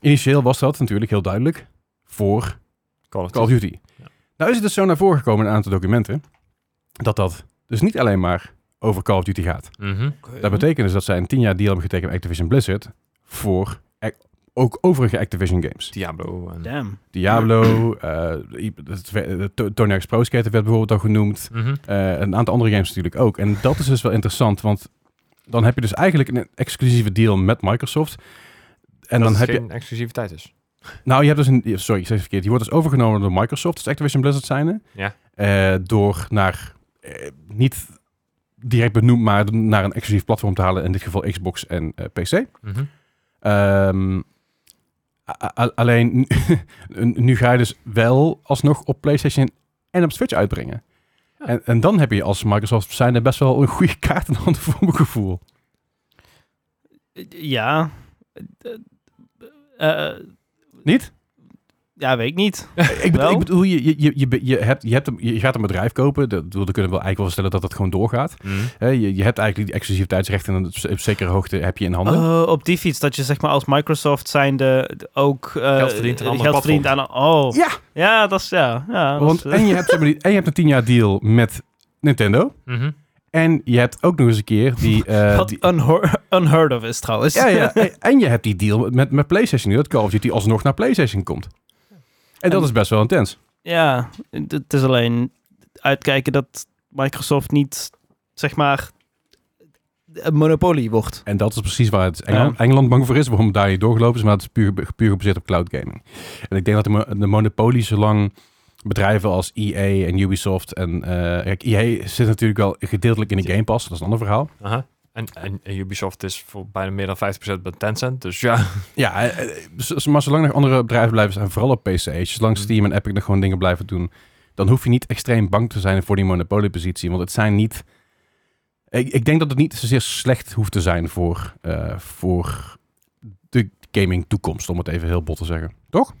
S1: Initieel was dat natuurlijk heel duidelijk voor
S3: Call of
S1: Call of
S3: Duty.
S1: Duty.
S3: Ja.
S1: Nou is het dus zo naar voren gekomen in een aantal documenten dat dat dus niet alleen maar over Call of Duty gaat.
S3: Mhm.
S1: Dat betekent dus dat zij een 10 jaar deal hebben getekend met Activision Blizzard voor ac- ook overige Activision games.
S3: Diablo. En...
S2: Damn.
S1: Diablo, eh, i- het werd- eh, To- Tony Hawk's Pro Skater werd bijvoorbeeld al genoemd.
S3: Mhm.
S1: Eh, een aantal andere games natuurlijk ook. En dat is dus wel interessant, want dan heb je dus eigenlijk een exclusieve deal met Microsoft. En
S3: Dat
S1: dan
S3: het
S1: heb je
S3: geen exclusiviteit is.
S1: Nou, je hebt dus een. Sorry, ik zeg het verkeerd. Die wordt dus overgenomen door Microsoft, dus Activision Blizzard zijnde.
S3: Ja.
S1: Eh, door naar. eh, niet direct benoemd, maar naar een exclusief platform te halen. In dit geval Xbox en eh, PC.
S3: Mhm.
S1: Ehm, a- a- alleen nu- nu ga je dus wel alsnog op PlayStation en op Switch uitbrengen. En, en dan heb je als Microsoft zijnde best wel een goede kaart in handen voor mijn gevoel.
S2: Ja. Eh,
S1: Niet?
S2: ja, weet ik niet.
S1: Ik bedoel,
S2: Wel?
S1: ik bedoel je, je, je, je, be- je, hebt, je, hebt een, je gaat een bedrijf kopen. Dat, bedoel, dan kunnen we eigenlijk wel stellen dat dat gewoon doorgaat. Hè, je, je hebt eigenlijk die exclusiviteitsrechten en op z- op zekere hoogte heb je in handen.
S2: Oh, op die fiets, dat je zeg maar als Microsoft zijnde ook eh,
S3: Geld verdient aan
S2: eh,
S3: andere
S2: geld verdient aan. Oh.
S1: Ja.
S2: Ja, dat is ja. ja dat
S1: Want,
S2: is-
S1: en, je hebt, zeg maar die- en je hebt een 10 jaar deal met Nintendo. En je hebt ook nog eens een keer die... eh,
S2: wat
S1: die-
S2: unhear- unheard of is trouwens.
S1: ja, ja. En- En je hebt die deal met, met PlayStation nu. Dat Call of Duty alsnog naar PlayStation komt. En dat
S2: En-
S1: is best wel intens.
S2: Ja, het is alleen uitkijken dat Microsoft niet, zeg maar, een monopolie wordt.
S1: En dat is precies waar het Engeland, Engeland bang voor is. Waarom daar niet doorgelopen is. Maar het is puur, puur gebaseerd op cloud gaming. En ik denk dat de, mo- de monopolie zolang bedrijven als EA en Ubisoft en... eh, kijk, EA zit natuurlijk wel gedeeltelijk in de Game Pass. Dat is een ander verhaal.
S3: Aha. En, en, en Ubisoft is voor bijna meer dan 50% bij Tencent. Dus ja.
S1: Ja, eh, eh, z- z- maar zolang nog andere bedrijven blijven zijn, vooral op PC, zolang Steam en Epic nog gewoon dingen blijven doen, dan hoef je niet extreem bang te zijn voor die monopoliepositie. Want het zijn niet. Ik, ik denk dat het niet zozeer slecht hoeft te zijn voor, eh, voor de gaming toekomst, om het even heel bot te zeggen. Toch?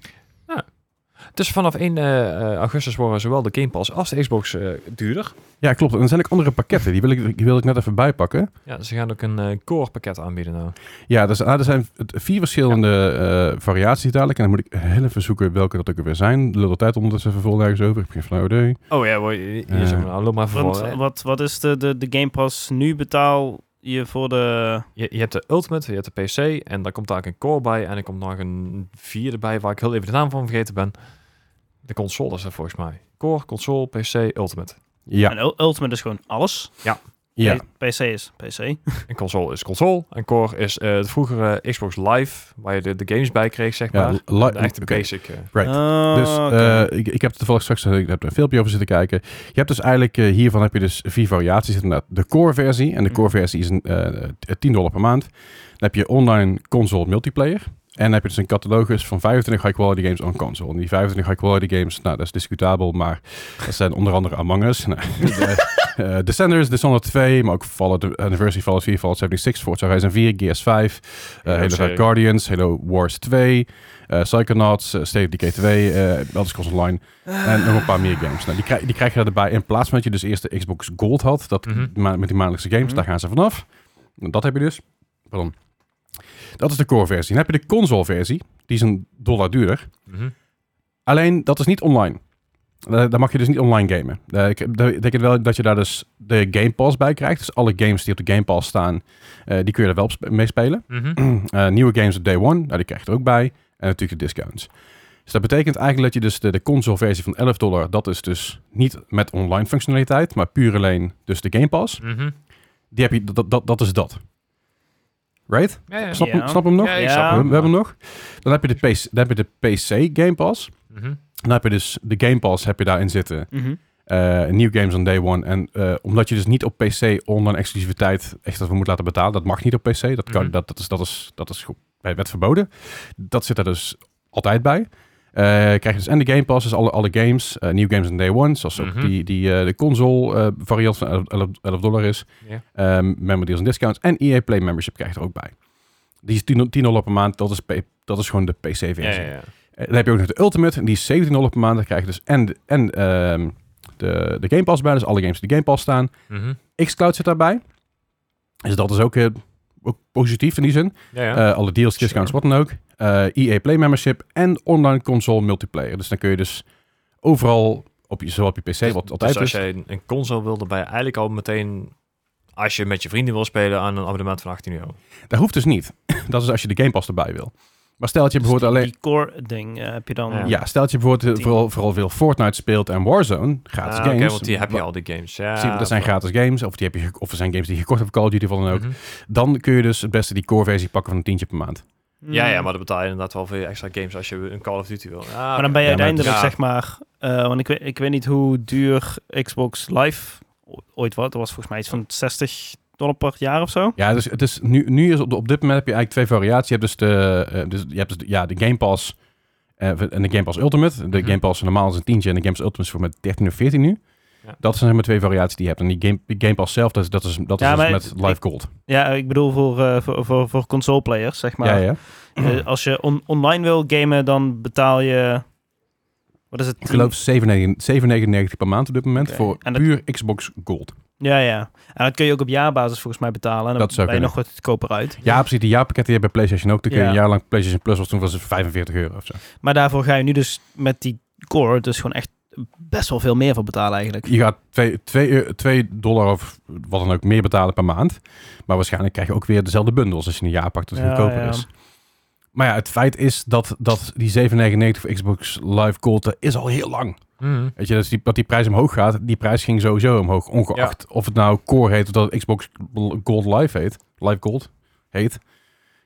S3: Dus vanaf 1 eh, eh, augustus worden zowel de Game Pass als de Xbox eh, duurder.
S1: Ja, klopt. En er zijn ook andere pakketten. Die wil ik, die wil ik net even bijpakken.
S3: Ja, ze gaan ook een eh, core pakket aanbieden nou.
S1: Ja, er zijn, ah, er zijn v- vier verschillende eh, variaties dadelijk. En dan moet ik heel even zoeken welke dat ook weer zijn. Lul de tijd ondertussen even vol nergens over. Ik begin van OD.
S3: Oh ja, hoor, hier
S1: Eh.
S3: is ook nou, loop maar
S2: Want
S3: voor.
S2: wat, wat is de, de, de Game Pass nu betaal je voor de...
S3: Je, je hebt de Ultimate, je hebt de PC en daar komt daar ook een core bij. En er komt nog een vierde bij waar ik heel even de naam van vergeten ben. De console is er volgens mij. Core, console, PC, Ultimate.
S1: Ja,
S2: En U- Ultimate is gewoon alles.
S1: ja.
S2: PC is PC.
S3: En console is console. En core is eh het vroegere Xbox Live, waar je de, de games bij kreeg, zeg
S1: Ja,
S3: maar.
S1: li-
S3: de echte
S1: oké.
S3: basic. eh.
S1: Right.
S2: Oh,
S1: Dus
S2: oké.
S1: eh, ik, ik heb er toevallig straks eh, ik heb er een filmpje over zitten kijken. Je hebt dus eigenlijk, eh, hiervan heb je dus vier variaties. Inderdaad, de core versie. En de
S2: Mhm.
S1: core versie is een, eh, t- 10 dollar per maand. Dan heb je online console multiplayer. En dan heb je dus een catalogus van 25 high quality games on console. En die 25 high quality games, nou dat is discutabel, maar dat zijn onder andere Among Us. Nou, de, eh, Descenders, Dishonored 2, maar ook Fallout Anniversary, Fallout 4, Fallout 76, Forza Horizon 4, GS 5, eh,
S3: Ja,
S1: Halo
S3: zeker.
S1: 5 Guardians, Halo Wars 2, eh, Psychonauts, eh, State of Decay 2, eh Elder Scrolls Online en nog een paar meer games. Nou, die, krijg, die krijg je erbij in plaats van dat je dus eerst de Xbox Gold had, dat,
S3: Mhm.
S1: ma- met die maandelijkse games,
S2: Mhm.
S1: daar gaan ze vanaf. Nou, Dat heb je dus. Pardon. Dat is de core versie. Dan heb je de console versie, die is een dollar duurder.
S3: Mhm.
S1: Alleen, dat is niet online. Eh, daar mag je dus niet online gamen. Eh, ik dat betekent wel dat je daar dus de Game Pass bij krijgt. Dus alle games die op de Game Pass staan, eh, die kun je er wel op sp- mee spelen.
S3: Mhm.
S1: Eh, nieuwe games op day one, nou, die krijg je er ook bij. En natuurlijk de discounts. Dus dat betekent eigenlijk dat je dus de, de console versie van 11 dollar, dat is dus niet met online functionaliteit, maar puur alleen dus de Game Pass.
S3: Mhm.
S1: Die heb je, dat, dat, dat is dat. Right?
S3: Ja, ja.
S1: Snap,
S2: Ja.
S1: hem, snap hem nog?
S3: Ja,
S2: ik
S1: We-
S2: snap
S1: we, hebben hem nog. Dan heb je de PC, dan heb je de PC Game Pass.
S3: Mhm.
S1: Dan heb je dus de Game Pass heb je daarin zitten.
S2: Mhm.
S1: Eh, nieuwe games on day one. En eh, omdat je dus niet op PC online exclusiviteit echt dat we moeten laten betalen. Dat mag niet op PC. Dat, kan,
S3: Mhm.
S1: dat, dat is, dat is, dat is goed, bij wet verboden. Dat zit er dus altijd bij. Eh, krijg je dus en de Game Pass, dus alle, alle games, eh nieuwe games on day one, zoals ook
S3: Mhm.
S1: die, die eh, de console eh, variant van 11, 11 11 dollar is.
S3: Ja.
S1: Ehm member deals en discounts. En EA Play membership krijg je er ook bij. Die is 10, 10 dollar per maand, dat is, P- dat is gewoon de PC-versie.
S3: Ja, ja, ja.
S1: Eh, Dan heb je ook nog de Ultimate, en die is 17 dollar per maand. Dan krijg je dus en, en ehm, de, de Game Pass bij, dus alle games die in de Game Pass staan.
S3: Mhm.
S1: xCloud zit daarbij. Dus dat is ook, eh, ook positief in die zin.
S3: Ja, ja.
S1: Eh, alle deals, discounts,
S3: Sure.
S1: wat dan ook. Eh EA Play Membership en online console multiplayer. Dus dan kun je dus overal, op je, zowel op je PC,
S3: Dus-
S1: wat altijd
S3: dus als
S1: is.
S3: jij een- een console wilde, ben je eigenlijk al meteen, als je met je vrienden wil spelen, aan een abonnement van 18 euro.
S1: Dat hoeft dus niet. dat is als je de Game Pass erbij wil. Maar stel dat je
S2: Dus
S1: bijvoorbeeld
S2: die-
S1: alleen...
S2: Die core ding eh, heb je dan...
S3: Ja.
S1: Ja, stel dat je bijvoorbeeld eh,
S2: Die-
S1: vooral, vooral veel Fortnite speelt en Warzone, gratis
S3: Ah,
S1: games.
S3: Oké, want die heb
S1: wa-
S3: je al, die games.
S1: Zie je,
S2: Ehm,
S3: Ja,
S1: dat zijn gratis games, of, die heb je, ge- of er zijn games die je gekocht hebt, Call of Duty, wat dan ook.
S3: Mhm.
S1: Dan kun je dus het beste die core versie pakken van een tientje per maand.
S2: Mm.
S3: Ja, ja, maar dan betaal je inderdaad wel veel extra games als je een Call of Duty wil. Ah,
S2: Maar dan ben je
S1: Ja, maar-
S2: uiteindelijk,
S3: ja.
S2: zeg maar... eh, want ik weet, ik weet niet hoe duur Xbox Live o- ooit was. Dat was volgens mij iets van 60 dollar per jaar of zo.
S1: Ja, dus het is, nu, nu is op, op dit moment heb je eigenlijk twee variaties. Je hebt dus de, eh, dus, je hebt dus de, ja, de Game Pass eh, en de Game Pass Ultimate. De
S3: Mhm.
S1: Game Pass normaal is een tientje en de Game Pass Ultimate is voor met 13 of 14 nu.
S3: Ja.
S1: Dat zijn zeg maar twee variaties die je hebt. En die Game, die game Pass zelf, dat is, dat is, dat is
S2: Ja,
S1: dus
S2: maar
S1: met
S2: ik-
S1: Live Gold.
S2: Ja, ik bedoel voor, eh, voor, voor, voor console players, zeg maar.
S1: ja, ja.
S2: Eh, als je on- online wil gamen, dan betaal je... Wat is het?
S1: Ik geloof 7,99 7,99 per maand op dit moment
S2: Oké.
S1: voor
S2: En dat-
S1: puur Xbox Gold.
S2: Ja, ja. En dat kun je ook op jaarbasis volgens mij betalen. En dan
S1: Dat zou
S2: ben je nog
S1: kunnen.
S2: wat goedkoper uit.
S1: Ja, precies. Die jaarpakket die je bij PlayStation ook. Toen kun je
S2: Ja.
S1: een jaar lang PlayStation Plus was, toen was het 45 euro of zo.
S2: Maar daarvoor ga je nu dus met die core dus gewoon echt best wel veel meer voor betalen eigenlijk.
S1: Je gaat 2 dollar of wat dan ook meer betalen per maand. Maar waarschijnlijk krijg je ook weer dezelfde bundels als je een jaar pakt dat het
S2: Ja,
S1: goedkoper
S2: ja.
S1: is. Maar ja, het feit is dat, dat die 7,99 voor Xbox Live Gold dat is al heel lang.
S3: Mhm.
S1: Weet je, dat die, dat die prijs omhoog gaat, die prijs ging sowieso omhoog. Ongeacht of het nou Core heet of dat het Xbox Gold Live heet. Live Gold heet.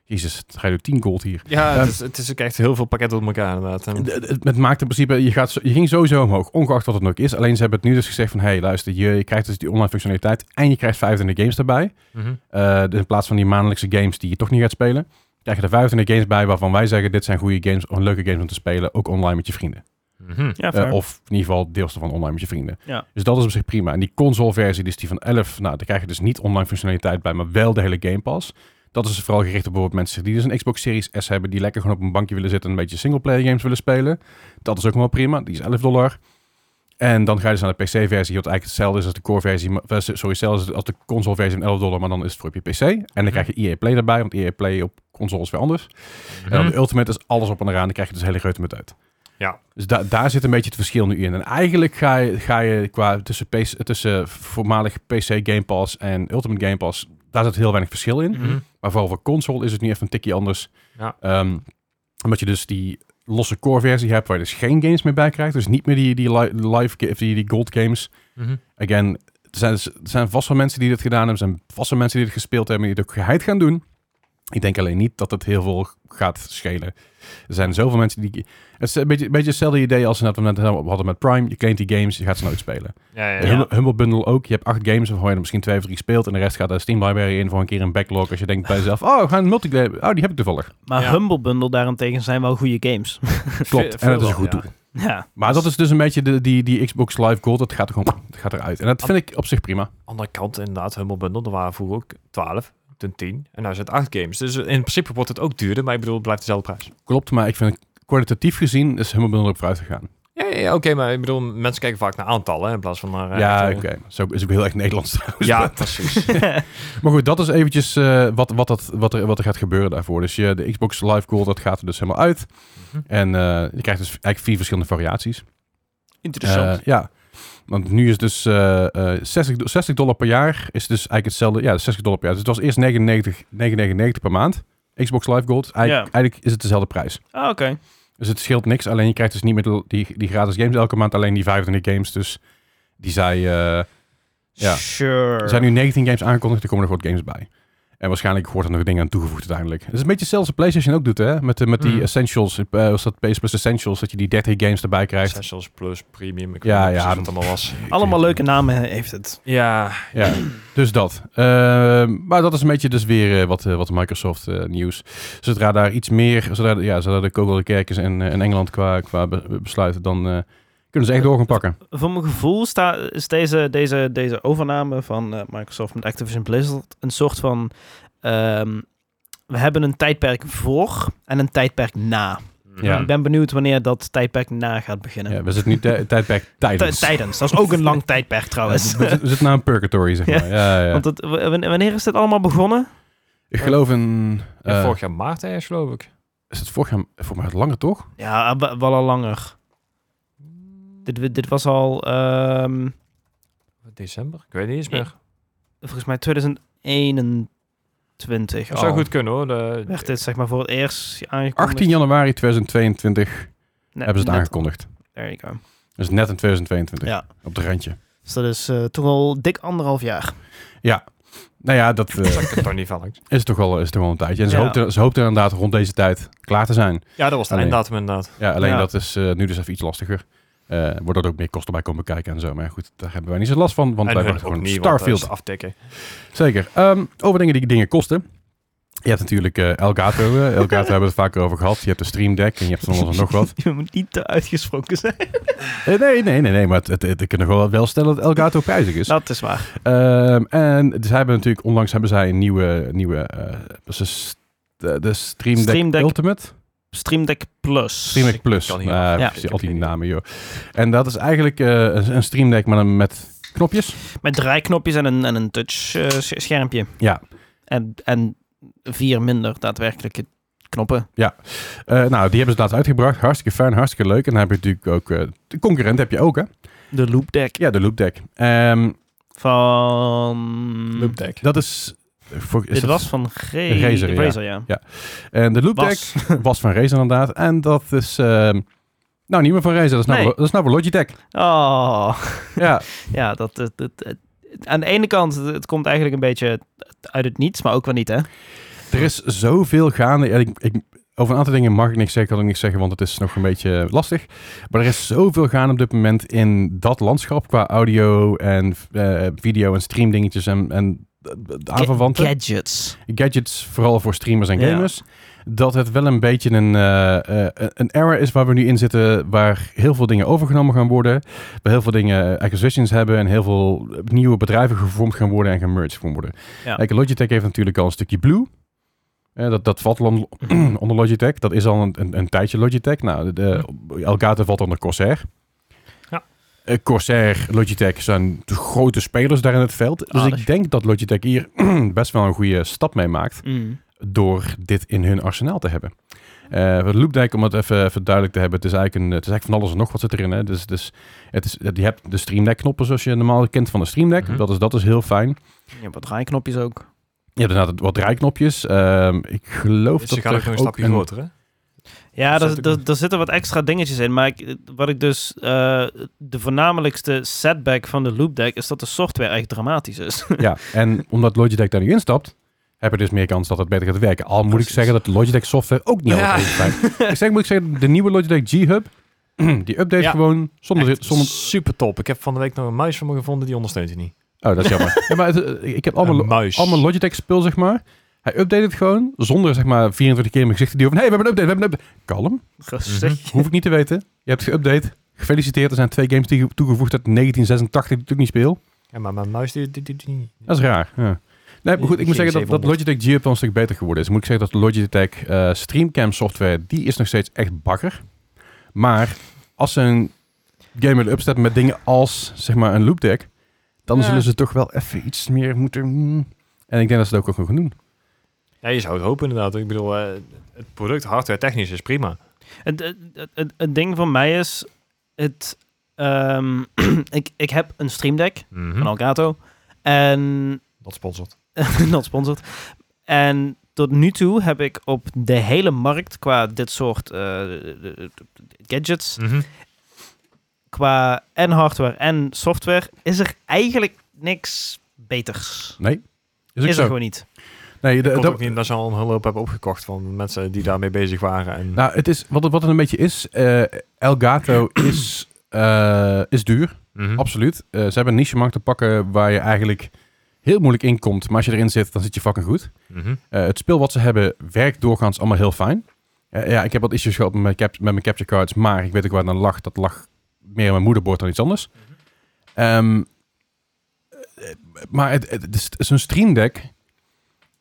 S1: Jezus, het ga je door 10 gold hier.
S3: Ja,
S1: Ehm,
S3: het, is, het is ook echt heel veel pakketten op elkaar inderdaad. En,
S1: D- Het, het maakt in principe, je, gaat, zo- je ging sowieso omhoog, ongeacht wat het nog is. Alleen ze hebben het nu dus gezegd van, hey, luister, je, je krijgt dus die online functionaliteit en je krijgt 25 games daarbij.
S3: Mhm.
S1: Eh, dus in plaats van die maandelijkse games die je toch niet gaat spelen, krijg je er 25 games bij waarvan wij zeggen, dit zijn goede games, of leuke games om te spelen, ook online met je vrienden.
S3: Mhm.
S2: Ja,
S1: Eh,
S2: fair.
S1: of in ieder geval deels ervan online met je vrienden.
S2: Ja.
S1: Dus dat is op zich prima. En die console versie, dus die van 11, nou, daar krijg je dus niet online functionaliteit bij, maar wel de hele Game Pass. Dat is vooral gericht op bijvoorbeeld mensen die dus een Xbox Series S hebben, die lekker gewoon op een bankje willen zitten en een beetje singleplayer games willen spelen. Dat is ook wel prima, die is 11 dollar. En dan ga je dus naar de PC-versie, wat eigenlijk hetzelfde is als de core versie, maar- eh, sorry, hetzelfde als de console-versie van 11 dollar, maar dan is het voor op je PC. En dan krijg je EA Play daarbij, want EA Play op console is weer anders. En dan de Ultimate is alles op en eraan. Dan krijg je dus hele grote met uit.
S3: Mhm. Ja.
S1: Dus da- daar zit een beetje het verschil nu in. En eigenlijk ga je, ga je qua tussen, PC, tussen voormalig PC Game Pass en Ultimate Game Pass... daar zit heel weinig verschil in.
S3: Mhm.
S1: Maar vooral voor console is het nu even een tikje anders.
S3: Ja.
S1: Ehm, omdat je dus die losse core versie hebt... waar je dus geen games meer bij krijgt. Dus niet meer die, die li- live ga- of die, die gold games.
S3: Mhm.
S1: Again, er zijn, er zijn vast wel mensen die dit gedaan hebben. Er zijn vast wel mensen die dit gespeeld hebben... en die het ook geheid gaan doen. Ik denk alleen niet dat het heel veel gaat schelen. Er zijn zoveel mensen die... Het is een beetje, een beetje hetzelfde idee als we net- we net hadden met Prime. Je claimt die games, je gaat ze nooit spelen.
S3: Ja, ja,
S1: De
S3: ja.
S1: Humble, Humble Bundle ook. Je hebt acht games waarvan je er misschien twee of drie speelt. En de rest gaat de Steam Library in voor een keer een backlog. Als je denkt bij jezelf, oh, we gaan een multiplayer... Oh, die heb ik toevallig.
S2: maar
S3: ja.
S2: Humble Bundle daarentegen zijn wel goede games.
S1: Klopt. En dat is een goed doel.
S2: ja.
S1: Maar dat is dus een beetje de, die, die Xbox Live Gold. Dat gaat, er gewoon, dat gaat eruit. En dat vind ik op zich prima.
S3: Andere kant inderdaad, Humble Bundle, er waren vroeger ook 12, toen 10 en nu zijn het 8 games. Dus in principe wordt het ook duurder, maar ik bedoel, het blijft dezelfde prijs.
S1: Klopt, maar ik vind... Kwalitatief gezien is Humble Bundle op vooruit gegaan.
S3: Ja, ja, ja, oké, maar ik bedoel, mensen kijken vaak naar aantallen hè, in plaats van naar... eh,
S1: ja,
S3: echt,
S1: oké.
S3: eh,
S1: Zo is ook heel erg Nederlands trouwens.
S3: Ja, precies.
S1: Maar goed, dat is eventjes eh, wat, wat, dat, wat, er, wat er gaat gebeuren daarvoor. Dus je, de Xbox Live Gold, dat gaat er dus helemaal uit.
S3: Mhm.
S1: En eh, je krijgt dus eigenlijk vier verschillende variaties.
S2: Interessant.
S1: Eh, ja. Want nu is dus eh, eh, 60, do- 60 dollar per jaar is dus eigenlijk hetzelfde. Ja, 60 dollar per jaar. Dus het was eerst 99, 9,99 per maand. Xbox Live Gold. Eigenlijk,
S2: Ja.
S1: eigenlijk is het dezelfde prijs.
S2: Ah, oké.
S1: Dus het scheelt niks. Alleen je krijgt dus niet meer de- die, die gratis games elke maand. Alleen die 25 games. Dus die zij... eh, Ja.
S2: Sure.
S1: er zijn nu 19 games aangekondigd, er komen nog wat games bij. En waarschijnlijk wordt er nog dingen aan toegevoegd uiteindelijk. Het is een beetje hetzelfde als PlayStation ook doet, hè? Met, de, met die
S3: Mm.
S1: Essentials, eh, was dat PS Plus Essentials, dat je die 30 games erbij krijgt.
S3: Essentials Plus, Premium, ik
S1: Ja,
S3: weet niet
S1: ja,
S3: precies wat het allemaal was.
S2: Allemaal leuke namen heeft het.
S3: Ja,
S1: Ja, dus dat. Ehm, maar dat is een beetje dus weer eh, wat, eh, wat Microsoft eh, nieuws. Zodra daar iets meer, zodra, ja, zodra de kogel de kerk is in, eh, in Engeland qua, qua be- besluiten, dan eh, kunnen ze echt door gaan pakken.
S2: Voor mijn gevoel sta, is deze, deze, deze overname van eh, Microsoft met Activision Blizzard een soort van... ehm, we hebben een tijdperk voor en een tijdperk na.
S1: Ja.
S2: Ik ben benieuwd wanneer dat tijdperk na gaat beginnen.
S1: Ja, we zitten nu tij- tijdperk tijdens.
S2: Ti- Tijdens. Dat is ook een lang tijdperk
S1: Ja,
S2: trouwens.
S1: we, we zitten nou een purgatory, zeg
S2: Ja.
S1: maar. Ja, ja.
S2: Want het- w- w- wanneer is dit allemaal begonnen?
S1: Ik geloof in...
S3: Ja,
S1: eh,
S3: vorig jaar maart ergens, geloof ik.
S1: Is het vorig jaar, voor mij langer toch?
S2: Ja, w- wel al langer. Dit, dit was al, ehm,
S3: December? Ik weet niet eens meer.
S2: volgens mij 2021
S3: Het
S2: al.
S3: zou goed kunnen hoor. De,
S2: Werd dit zeg maar voor het eerst aangekondigd.
S1: 18 januari 2022
S2: Net-
S1: hebben ze het
S2: net-
S1: aangekondigd.
S2: There you go.
S1: Dus net in 2022,
S2: Ja.
S1: op de randje.
S2: Dus dat is eh, toch al dik anderhalf jaar.
S1: Nou ja, dat eh,
S3: Zag ik het toch niet van langs.
S1: is, toch wel, is toch wel een tijdje. En ze,
S2: Ja.
S1: hoopt er, ze hoopt er inderdaad rond deze tijd klaar te zijn.
S3: Ja, dat was de
S1: Alleen.
S3: einddatum inderdaad.
S1: Ja, alleen
S2: Ja.
S1: dat is eh, nu dus even iets lastiger. Eh wordt er ook meer kosten bij komen kijken en zo. Maar goed, daar hebben wij niet zo last van, want
S3: en
S1: wij
S3: hun
S1: wachten
S3: ook
S1: gewoon
S3: niet, want eh, dat
S1: Starfield.
S3: is aftikken.
S1: Zeker. Ehm, over dingen die dingen kosten. Je hebt natuurlijk eh, Elgato. eh, Elgato hebben we het vaker over gehad. Je hebt de Stream Deck en je hebt van alles en nog wat.
S2: Je moet niet te uitgesproken zijn.
S1: Eh, nee, nee, nee, nee. Maar het, het, het- ik kan nog wel, wel stellen dat Elgato prijzig is.
S2: Dat is waar.
S1: Ehm, en ze hebben natuurlijk, onlangs hebben zij een nieuwe, nieuwe eh, dat is de, de Stream Deck,
S2: Stream Deck-
S1: Ultimate.
S2: Stream Deck Plus.
S1: Stream Deck Plus.
S3: kan
S1: Ah,
S3: hier-
S2: Ja.
S1: precies, al die namen, joh. En dat is eigenlijk eh, een- een Stream Deck maar dan met knopjes.
S2: Met draaiknopjes en een, en een touch eh, sch- schermpje.
S1: Ja.
S2: En, en vier minder daadwerkelijke knoppen.
S1: Eh, nou, die hebben ze laatst uitgebracht. Hartstikke fijn, hartstikke leuk. En dan heb je natuurlijk ook, eh, de concurrent heb je ook, hè?
S2: De Loop Deck
S1: Ja, de Loop Deck. Ehm,
S2: van...
S3: Loop deck.
S1: dat is... eh, voor- is
S2: Dit
S1: dat-
S2: was van Ge-
S1: Razer, ja.
S2: Razer, ja.
S1: En de Loop
S2: Was.
S1: Deck was van Razer inderdaad. En dat is... ehm, nou, niet meer van Razer. Dat is nou,
S2: Nee.
S1: wel- dat is nou wel Logitech.
S2: Oh,
S1: Ja,
S2: ja, dat, dat, dat- het- aan de ene kant, het, het komt eigenlijk een beetje uit het niets, maar ook wel niet, hè?
S1: er is zoveel gaande. En Ik, ik, over een aantal dingen mag ik niks zeggen, kan ik niks zeggen, want het is nog een beetje lastig. Maar er is zoveel gaande op dit moment in dat landschap qua audio en eh, video en streamdingetjes en, en eh, aanverwanten.
S2: Gadgets.
S1: gadgets, vooral voor streamers en
S2: Ja.
S1: gamers. Dat het wel een beetje een, eh, eh, een era is waar we nu in zitten, waar heel veel dingen overgenomen gaan worden. Waar heel veel dingen eh, acquisitions hebben en heel veel eh, nieuwe bedrijven gevormd gaan worden en gemerged gaan worden.
S2: Ja.
S1: Kijk, Logitech heeft natuurlijk al een stukje Blue. Eh, dat, dat valt al on- onder Logitech. Dat is al een, een, een tijdje Logitech. Nou, de, de- Elgato valt onder Corsair.
S3: Ja.
S1: Eh, Corsair, Logitech zijn de grote spelers daar in het veld. Dus
S2: Aardig.
S1: ik denk dat Logitech hier best wel een goede stap mee maakt
S2: Mm.
S1: door dit in hun arsenaal te hebben. Eh wat Loop Deck, om het even, even duidelijk te hebben, het is, eigenlijk een, het is eigenlijk van alles en nog wat zit erin. Hè? Dus, dus het is, je hebt de Stream Deck knoppen zoals je normaal kent van de Stream Deck.
S3: Mhm.
S1: dat, is, dat is heel fijn.
S2: Je hebt wat draaiknopjes ook.
S1: Je hebt inderdaad wat draaiknopjes. Ehm, ik geloof
S3: Dus
S1: dat
S3: je gaat ook
S1: er
S3: nog een stapje
S1: een-
S3: groter, hè?
S2: Ja,
S3: Er
S2: daar
S3: zit ook
S2: daar-
S3: nog-
S2: daar zitten wat extra dingetjes in. Maar ik, wat ik dus... eh, de voornamelijkste setback van de Loop Deck is dat de software echt dramatisch is.
S1: Ja, en omdat Logitech daar nu instapt, heb je dus meer kans dat het beter gaat werken. Al moet ik
S3: Precies.
S1: zeggen dat Logitech software ook niet
S3: Ja.
S1: altijd even fijn. ik zeg, moet ik zeggen, de nieuwe Logitech G-Hub, die update
S3: Ja.
S1: gewoon zonder,
S3: Echt
S1: zonder...
S3: super top. Ik heb van de week nog een muis van me gevonden, die ondersteunt hij niet.
S1: Oh, dat is jammer. ja, maar het, eh, ik heb allemaal,
S3: Een muis.
S1: allemaal Logitech spul, zeg maar. Hij update het gewoon, zonder zeg maar 24 keer in mijn gezicht te duwen van, hey, we hebben een update, we hebben een update. Kalm,
S2: Gezicht.
S1: hoef ik niet te weten. Je hebt geüpdate. Gefeliciteerd, er zijn twee games die toegevoegd uit 1986 die ik natuurlijk niet speel.
S3: Ja, maar mijn muis... Die, die, die, die-
S1: Dat is raar. Ja. Nee, maar goed, ik moet
S3: Geen
S1: zeggen dat, dat
S3: 700.
S1: Logitech G-Hub wel een stuk beter geworden is. Moet ik zeggen dat Logitech eh, Streamcam software, die is nog steeds echt bakker. Maar als ze een game willen upstappen met dingen als, zeg maar, een loop deck, dan
S3: Ja.
S1: zullen ze toch wel even iets meer moeten... mm. En ik denk dat ze dat ook wel gaan doen.
S3: Ja, je zou het hopen inderdaad. Ik bedoel, eh, het product hardware technisch is prima.
S2: Het, het, het- het, het eh, ding van mij is... Het, ehm, ik, ik heb een Stream Deck
S3: Mhm.
S2: van Elgato. En...
S3: Dat sponsort.
S2: dat sponsort. En tot nu toe heb ik op de hele markt qua dit soort eh, gadgets...
S3: Mhm.
S2: qua en hardware en software is er eigenlijk niks beters.
S1: Nee? Is
S2: Is,
S1: ook
S2: er
S1: zo.
S2: gewoon niet.
S1: Nee, de-
S3: Ik
S1: dat-
S3: ook niet dat ze al een hulp hebben opgekocht van mensen die daarmee bezig waren. En,
S1: nou, het is, wat, het, wat het een beetje is, eh, Elgato is, eh, is duur.
S3: Mhm.
S1: Absoluut. Eh, ze hebben een niche markt te pakken waar je eigenlijk heel moeilijk in komt. Maar als je erin zit, dan zit je fucking goed.
S3: Mhm.
S1: Eh, het speel wat ze hebben werkt doorgaans allemaal heel fijn. Eh, ja, ik heb wat issues gehad met mijn, cap- met mijn capture cards, maar ik weet ook waar het aan lag. Dat lag meer aan mijn moederbord dan iets anders. Ehm, eh, maar het, het, het is- het is een Stream Deck,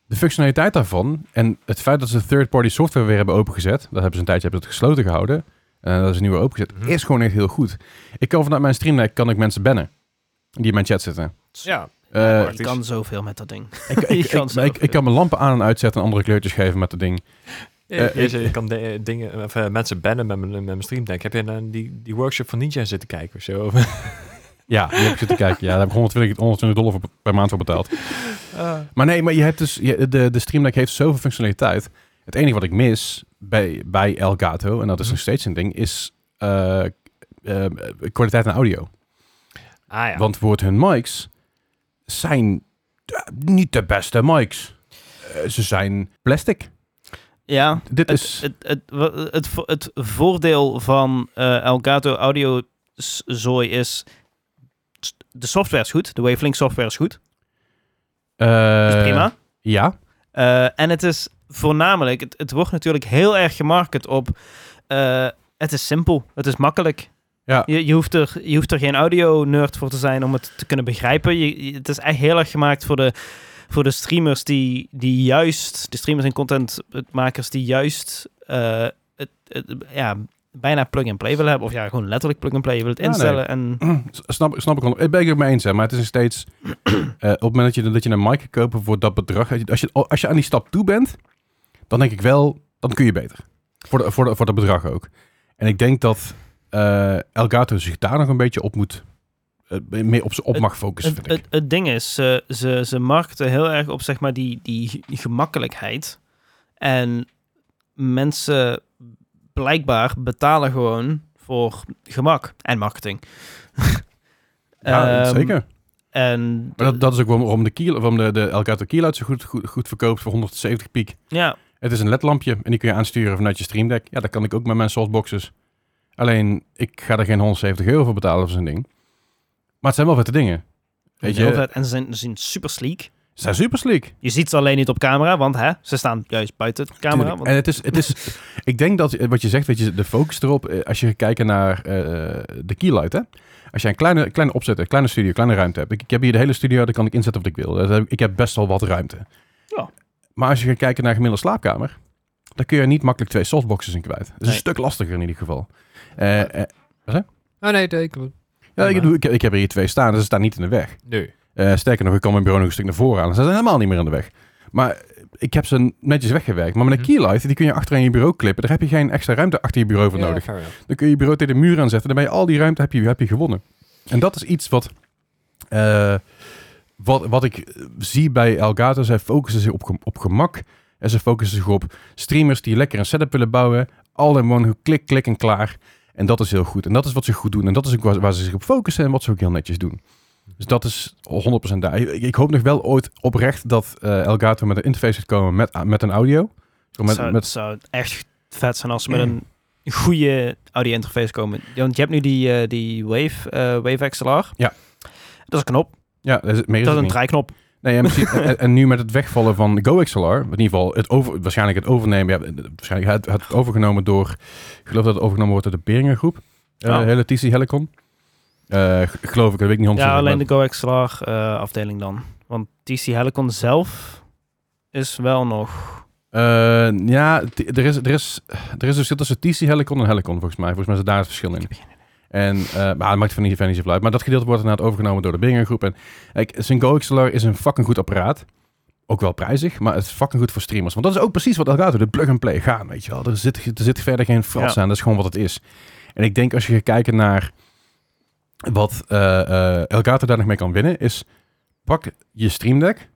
S1: de functionaliteit daarvan en het feit dat ze third-party software weer hebben opengezet, dat hebben ze een tijdje hebben ze het gesloten gehouden, en dat is nu weer opengezet,
S3: Mhm.
S1: is gewoon echt heel goed. Ik kan vanuit mijn Stream Deck kan ik mensen bannen die in mijn chat zitten.
S3: Ja,
S1: Eh,
S2: je kan zoveel met dat ding.
S1: ik, ik,
S2: Je
S1: ik,
S2: kan
S1: ik-
S2: zelf,
S1: ik- ik kan mijn lampen aan en uitzetten en andere kleurtjes geven met dat ding.
S3: Ja,
S1: Eh,
S3: je- je kan de- eh, dingen, of, eh, mensen bannen met mijn, met mijn stream deck. Heb je dan die, die workshop van Ninja zitten kijken of zo?
S1: Ja, die heb ik zitten kijken. Ja, daar heb ik 120, 120 dollar voor- per maand voor betaald.
S2: Ah.
S1: Maar nee, maar je hebt dus, je- de, de Stream Deck heeft zoveel functionaliteit. Het enige wat ik mis bij, bij Elgato, en dat
S2: Mhm.
S1: is nog steeds een ding, is eh, eh, kwaliteit aan audio.
S3: ah ja.
S1: Want voor hun mics zijn eh, niet de beste mics. Eh, ze zijn plastic.
S2: Ja.
S1: Dit
S2: Het,
S1: is...
S2: het, het, wa- het, vo- het voordeel van eh, Elgato Audio s- zooi is... s- De software is goed. De Wavelink software is goed.
S1: eh,
S2: Dat is prima.
S1: Ja.
S2: Eh, en het is voornamelijk, het, het wordt natuurlijk heel erg gemarket op. eh, het is simpel, het is makkelijk.
S1: Ja.
S2: Je, je, hoeft er, je hoeft er geen audio-nerd voor te zijn om het te kunnen begrijpen. Je, je- het is echt heel erg gemaakt voor de, voor de streamers die, die juist, de streamers en contentmakers die juist eh, het, het- ja, bijna plug-and-play willen hebben. Of ja, gewoon letterlijk plug-and-play. Je wilt het
S1: Ja, nee.
S2: instellen en...
S1: S- snap, snap ik wel. Ik ben ik het mee eens, hè, maar het is nog steeds... eh, op het moment dat je, dat je een mic koopt voor dat bedrag... als je- Als je, als je aan die stap toe bent, dan denk ik wel... Dan kun je beter. Voor, de, voor, de, voor dat bedrag ook. En ik denk dat eh Elgato zich daar nog een beetje op moet... eh, meer op, z'n- op mag focussen,
S2: Het,
S1: vind ik.
S2: het, het ding is, ze, ze, ze markten heel erg op zeg maar die, die gemakkelijkheid. En mensen blijkbaar betalen gewoon voor gemak en marketing.
S1: ja,
S2: Ehm,
S1: zeker.
S2: En
S1: Maar dat, dat is ook waarom- waarom de, keel, waarom de, de Elgato Keylight zo goed, goed, goed verkoopt voor 170 piek.
S2: ja,
S1: Het is een ledlampje en die kun je aansturen vanuit je Stream Deck. Ja, dat kan ik ook met mijn softboxes. Alleen, ik ga er geen 170 euro voor betalen voor zo'n ding. Maar het zijn wel vette dingen. Weet
S2: heel
S1: je, ze
S2: vet. en ze zijn, ze zijn super sleek.
S1: zijn super sleek.
S2: Je ziet ze alleen niet op camera, want hè, ze staan juist buiten de camera.
S1: Tuurlijk.
S2: Want,
S1: En het is, het is, ik denk dat eh, wat je zegt, weet je, de focus erop, eh, als je kijkt naar eh, de keylight, hè? als je een kleine, kleine opzet, een kleine studio, kleine ruimte hebt. Ik, ik heb hier de hele studio, daar kan ik inzetten wat ik wil. Dat heb ik- ik heb best wel wat ruimte.
S2: Ja.
S1: Maar als je gaat kijken naar een gemiddelde slaapkamer, dan kun je er niet makkelijk twee softboxes in kwijt. Dat is
S2: Nee.
S1: een stuk lastiger in ieder geval. Eh, eh,
S3: Oh nee, nee, ik...
S1: ja, ik, bedoel, ik, ik heb er hier twee staan, dus ze staan niet in de weg.
S3: Nee.
S1: Eh, sterker nog, ik kan mijn bureau nog een stuk naar voren halen. Ze zijn helemaal niet meer in de weg. Maar ik heb ze netjes weggewerkt. Maar met een
S3: Hm.
S1: keylight, die kun je achter aan je bureau klippen. Daar heb je geen extra ruimte achter je bureau voor nodig. Dan kun je je bureau tegen de muur aanzetten. Dan ben je al die ruimte heb je, heb je gewonnen. En dat is iets wat, eh, wat, wat ik eh, zie bij Elgato. Zij focussen zich op, gem- op gemak. En ze focussen zich op streamers die lekker een setup willen bouwen. All in one, klik, klik en klaar. En dat is heel goed. En dat is wat ze goed doen. En dat is ook waar, waar ze zich op focussen en wat ze ook heel netjes doen. Dus dat is 100% daar. Ik, ik hoop nog wel ooit oprecht dat eh, Elgato met een interface gaat komen met, met een audio.
S2: het,
S1: Met,
S2: zou,
S1: met,
S2: het zou echt vet zijn als ze met een goede audio interface komen. Want je hebt nu die, eh, die Wave, eh, Wave XLR.
S1: Ja.
S2: Dat is een knop.
S1: ja, dat is, meer is
S2: dat
S1: het
S2: is een
S1: niet.
S2: draaiknop.
S1: Nee, en, misschien- en, en nu met het wegvallen van GoXLR, in ieder geval het over, waarschijnlijk het overnemen, ja, waarschijnlijk het, het overgenomen door, ik geloof dat het overgenomen wordt door de Beringer groep, eh,
S2: Oh.
S1: hele TC Helicon. Eh, g- geloof ik, dat weet ik niet 100%.
S2: Ja, alleen
S1: maar-
S2: de GoXLR eh, afdeling dan. Want TC Helicon zelf is wel nog...
S1: Eh, ja, t- er is, er, is, er is een verschil tussen TC Helicon en Helicon, volgens mij. Volgens mij is daar het verschil in. En, eh, maar het maakt van niet, van niet zoveel uit. Maar dat gedeelte wordt inderdaad overgenomen door de Beringer groep. En kijk, zijn GoXLR is een fucking goed apparaat. Ook wel prijzig, maar het is fucking goed voor streamers. Want dat is ook precies wat Elgato, de plug-and-play gaan, weet je wel. Er zit, er zit verder geen frats
S2: Ja.
S1: aan, dat is gewoon wat het is. En ik denk als je gaat kijken naar wat eh, eh, Elgato daar nog mee kan winnen, is pak je Stream Deck,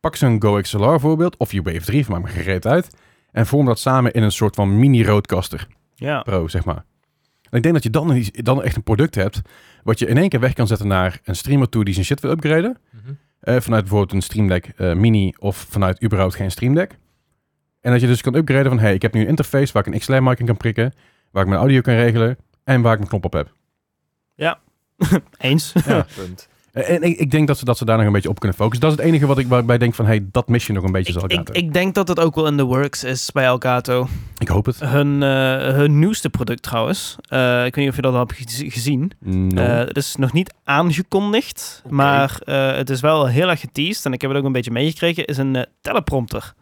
S1: pak zo'n GoXLR voorbeeld, of je Wave 3, maakt me gereed uit, en vorm dat samen in een soort van mini-roadcaster.
S2: Ja,
S1: Pro, zeg maar. En ik denk dat je dan, iets- dan echt een product hebt... wat je in één keer weg kan zetten naar een streamer toe... die zijn shit wil upgraden.
S3: Mhm.
S1: Eh, vanuit bijvoorbeeld een Stream Deck eh, Mini... of vanuit überhaupt geen Stream Deck. En dat je dus kan upgraden van... hey, ik heb nu een interface waar ik een XLR-mic in kan prikken... waar ik mijn audio kan regelen... en waar ik mijn knop op heb.
S2: eens.
S1: Ja.
S3: Punt.
S1: Eh, En ik, ik denk dat ze, dat ze daar nog een beetje op kunnen focussen. Dat is het enige wat ik, waarbij denk van... hey, dat mis je nog een beetje,
S2: ik,
S1: zal ik,
S2: ik, ik denk dat het ook wel in the works is bij Elgato.
S1: ik hoop het.
S2: Hun, eh, hun nieuwste product trouwens. eh, ik weet niet of je dat al hebt gez- gezien.
S1: No.
S2: Eh, het is nog niet aangekondigd,
S3: Oké.
S2: maar eh, het is wel heel erg geteased. En ik heb het ook een beetje meegekregen. Is een eh, teleprompter.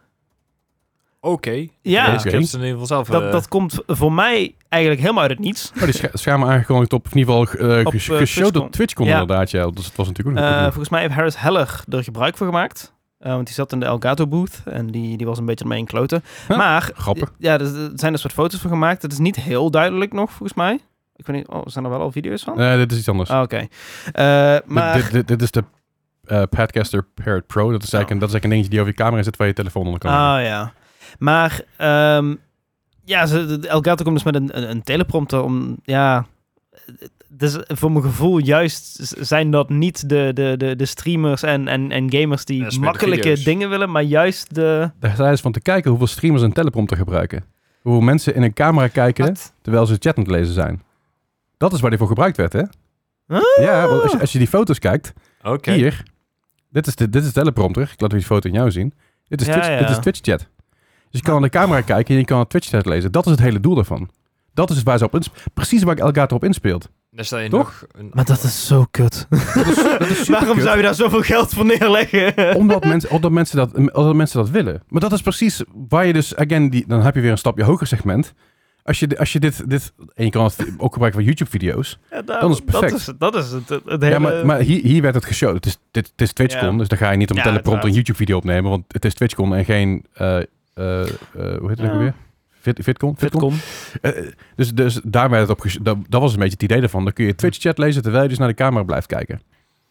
S3: Oké.
S2: Ja,
S1: Oké.
S3: Ik heb ze in ieder geval zelf.
S2: dat,
S3: eh,
S2: dat komt voor mij eigenlijk helemaal uit het niets.
S1: oh, die scha schamen aangekondigd op... of in ieder geval eh
S2: Op,
S1: ges-
S2: eh,
S1: geshowd
S2: TwitchCon.
S1: op TwitchCon
S2: Ja.
S1: inderdaad. Ja. Dus het was natuurlijk ook nog
S2: Eh,
S1: een goed
S2: volgens mij heeft Harris Heller er gebruik voor gemaakt. Eh, want die zat in de Elgato booth en die, die was een beetje mee in kloten.
S1: Huh?
S2: Maar
S1: doel. Grappig.
S2: ja, er er zijn een soort foto's van gemaakt. Het is niet heel duidelijk nog, volgens mij. Ik weet niet, oh, zijn er wel al video's van?
S1: Nee, dit is iets anders.
S2: Ah, Oké. Eh,
S1: Dit-
S2: maar
S1: Dit, dit, dit is de eh, Padcaster Parrot Pro. Dat is, eigenlijk, een- dat is eigenlijk een dingetje die over je camera zit waar je telefoon onder kan. hangen.
S2: Oh. Ah ja. Maar ehm, ja, ze, de- de Elgato komt dus met een, een, een teleprompter om, ja... Dus voor mijn gevoel juist z- zijn dat niet de, de, de, de streamers en, en, en gamers die
S3: Ja, ze met
S2: makkelijke
S3: video's.
S2: dingen willen, maar juist de...
S1: Daar zijn ze van te kijken hoeveel streamers een teleprompter gebruiken. Hoeveel mensen in een camera kijken terwijl ze chat aan het lezen zijn. Dat is waar die voor gebruikt werd, hè?
S2: Ah.
S1: Ja, want als je, als je die foto's kijkt,
S3: eh, Oké.
S1: hier. Dit is de, dit is de teleprompter. Ik laat weer die foto aan jou zien. Dit is,
S2: Ja,
S1: Twitch,
S2: ja.
S1: dit is Twitch chat. Dus je kan aan de camera kijken en je kan Twitch chat lezen. Dat is het hele doel daarvan. Dat is waar ze op inspeelt. Precies waar Elgato op inspeelt.
S3: Dan stel je
S1: Toch?
S3: nog een...
S2: Maar dat is zo kut.
S1: Dat is
S2: Waarom
S1: superkut.
S2: zou je daar zoveel geld voor neerleggen?
S1: omdat, mensen, omdat, mensen dat, omdat mensen dat willen. Maar dat is precies waar je dus, again, die, dan heb je weer een stapje hoger segment. Als je, di- als je dit, dit, en je kan het ook gebruiken voor YouTube-video's.
S2: Ja, nou,
S1: Dat is perfect.
S2: Dat is, dat is het, het, het hele...
S1: Ja, maar, maar hier, hier werd het geshowd. Het is, dit, het is TwitchCon,
S2: eh, Ja.
S1: dus dan ga je niet op een
S2: Ja,
S1: teleprompter een
S2: uiteraard.
S1: YouTube-video opnemen, want het is TwitchCon en geen, eh, eh, eh, hoe heet het
S2: Ja.
S1: ook weer? Fit, Fitcon? Fitcon?
S2: Fitcom.
S1: Eh, eh, dus, dus daar werd het op gesh- dat, dat was een beetje het idee daarvan. Dan kun je Twitch-chat lezen terwijl je dus naar de camera blijft kijken.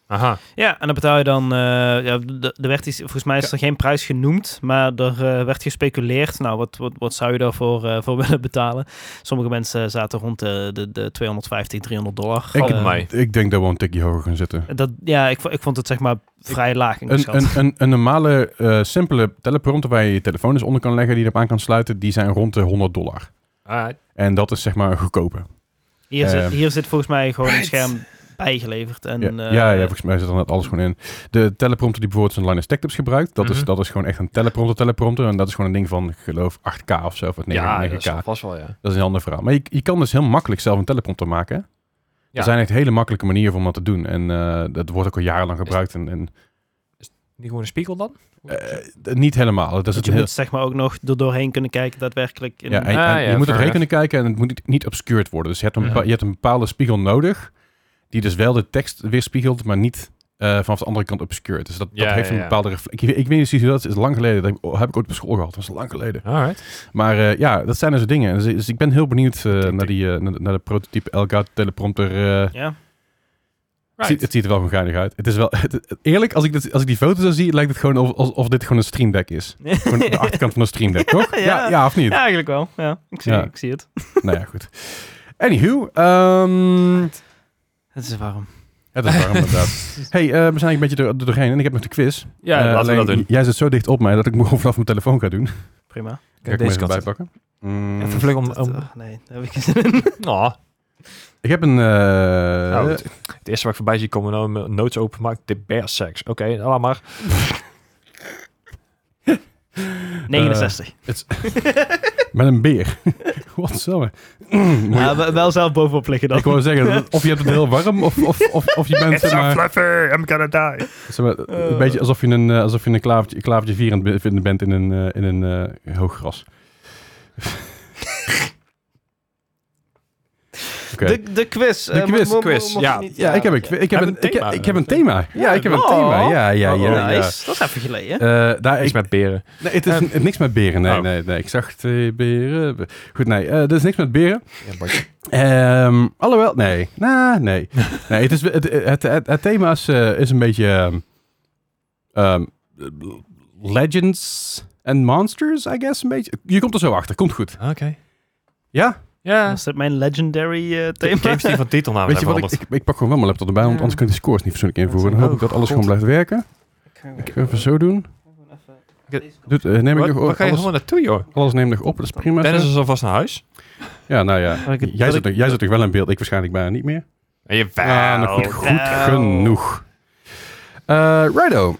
S3: Aha.
S2: Ja, en dan betaal je dan... eh, ja, d- er werd iets, volgens mij is er geen prijs genoemd, maar er eh, werd gespeculeerd. Nou, wat, wat, wat zou je daarvoor eh, voor willen betalen? Sommige mensen zaten rond de, de, de 250, 300 dollar.
S1: Ik-
S2: Eh,
S3: mij.
S1: Ik denk dat we een tikje hoger gaan zitten.
S2: Dat, ja, ik, vo- ik vond het zeg maar vrij laag ingeschat.
S1: Een, een, een, een normale, eh, simpele teleprompter waar je je telefoon dus onder kan leggen, die je erop aan kan sluiten, die zijn rond de 100 dollar.
S3: Alright.
S1: En dat is zeg maar een goedkope.
S2: hier,
S1: eh,
S2: zit, hier zit volgens mij gewoon een
S3: right.
S2: scherm bijgeleverd. En,
S1: ja,
S2: eh,
S1: ja, ja, volgens mij zit er net alles gewoon in. De teleprompter die bijvoorbeeld zijn Linus Tech Tips gebruikt, dat, is,
S3: Mhm.
S1: dat is gewoon echt een teleprompter teleprompter. En dat is gewoon een ding van, ik geloof, 8K of zo, of 9,
S3: Ja,
S1: 9K.
S3: dat is vast wel, ja.
S1: Dat is een ander verhaal. Maar je, je kan dus heel makkelijk zelf een teleprompter maken.
S3: Ja.
S1: Er zijn echt hele makkelijke manieren om dat te doen. En eh, dat wordt ook al jarenlang gebruikt. En, en,
S3: Niet gewoon een spiegel dan?
S1: eh, d- niet helemaal. Dat is
S2: Want
S1: het
S2: je
S1: heel-
S2: moet zeg maar ook nog er doorheen kunnen kijken daadwerkelijk. In,
S1: ja, en- en
S3: Ah, ja,
S1: je moet het
S3: fair
S1: rekenen kijken en het moet niet, niet obscured worden. Dus je hebt, een
S3: Ja.
S1: bepa- je hebt een bepaalde spiegel nodig. Die dus wel de tekst weerspiegelt, maar niet eh, vanaf de andere kant obscured. Dus dat,
S3: Ja,
S1: dat heeft
S3: ja,
S1: een
S3: ja.
S1: bepaalde reflectie. Ik, ik weet niet precies hoe dat is. Het is lang geleden. Dat heb, ik- heb ik ooit op school gehad. Dat was lang geleden.
S3: Alright.
S1: Maar eh, ja, dat zijn dus de dingen. Dus, dus ik ben heel benieuwd eh,
S3: denk
S1: naar,
S3: ik.
S1: die, eh, naar, de- naar de prototype Elgato teleprompter eh,
S2: Ja.
S1: Het ziet, het ziet er wel gewoon geinig uit. Het is wel, het- eerlijk, als ik, dit, als ik die foto zo zie, lijkt het gewoon of, alsof dit gewoon een stream deck is. Gewoon de achterkant van een stream deck, toch?
S2: Ja.
S1: ja, ja of niet?
S2: Ja, eigenlijk wel. Ja, ik zie,
S1: Ja.
S2: Ik zie het.
S1: Nou ja, goed. Anywho, ehm,
S2: Het is warm.
S1: het is warm inderdaad. hey, eh, we zijn eigenlijk een beetje door, door doorheen en ik heb nog de quiz.
S3: Ja,
S1: Eh,
S3: laten we dat
S1: alleen,
S3: doen.
S1: Jij zit zo dicht op mij dat ik me gewoon vanaf mijn telefoon ga doen.
S2: Prima.
S1: Ga ik hem even bijpakken. Mm,
S3: Even vlug om...
S2: Dat,
S3: om-
S2: eh, nee, daar heb ik geen zin in.
S3: Oh,
S1: ik heb een... eh,
S3: Nou, het- het eerste wat ik voorbij zie komen, nou, mijn notes openmaakt, de bear sex. Oké, nou, laat maar.
S1: Eh,
S2: 69.
S1: met een beer. Wat zo.
S2: Ja, we- wel zelf bovenop liggen dan.
S1: Ik wou zeggen, of je hebt het heel warm, of, of, of, of je bent... zeg maar-
S3: fluffy, I'm gonna die.
S1: Zeg maar, een beetje alsof je een, eh, alsof je een klavertje, klavertje vier aan het be- vinden bent in een, eh, in een eh, hoog gras. Oké.
S2: De, de quiz. eh,
S1: De quiz,
S3: quiz, ja.
S1: Ja, ik heb, een- ik, heb
S3: Heb
S1: een,
S3: een
S1: ik, heb,
S3: thema.
S1: ik heb een thema. Ja, ik heb een
S2: Oh.
S1: thema. Ja, ja, ja. ja.
S2: Nice. Dat is even geleden.
S1: Eh, daar,
S3: Iets
S1: ik,
S3: met beren.
S1: nee, het is n- niks met beren. Nee,
S3: Oh.
S1: nee, nee. Ik zag twee beren. Goed, nee. eh, Er is niks met beren.
S3: Ja, maar-
S1: Ehm, alhoewel, nee. Nah, nee. nee het, is, het, het, het, het thema is, eh, is een beetje... ehm, ehm, legends and Monsters, I guess, een beetje. Je komt er zo achter, komt goed.
S3: Ah, Oké.
S1: Ja?
S3: Ja,
S2: Was dat mijn legendary eh,
S3: de
S2: thema?
S3: games die van titelnaam
S1: Weet je
S3: zijn
S1: wat, ik,
S3: veranderd.
S1: ik, ik pak gewoon wel mijn laptop erbij, want
S2: Ja.
S1: anders kan ik de scores niet persoonlijk invoeren. Dan
S3: Oh,
S1: hoop ik dat alles
S3: God.
S1: gewoon blijft werken. Ik ga even zo doen. Doet, eh, neem ik
S3: Waar
S1: nog
S3: waar ga je
S1: alles,
S3: gewoon naartoe, joh?
S1: alles neem ik nog op, dat is prima.
S3: Dennis
S1: zo.
S3: is alvast naar huis.
S1: Ja, nou ja.
S2: Waar ik het-
S1: Jij
S2: dat
S1: zit,
S2: ik-
S1: nog- jij zit toch wel in beeld, ik waarschijnlijk bijna niet meer.
S3: En je
S1: Ah, nou goed, goed
S2: wel.
S1: genoeg. Eh righto.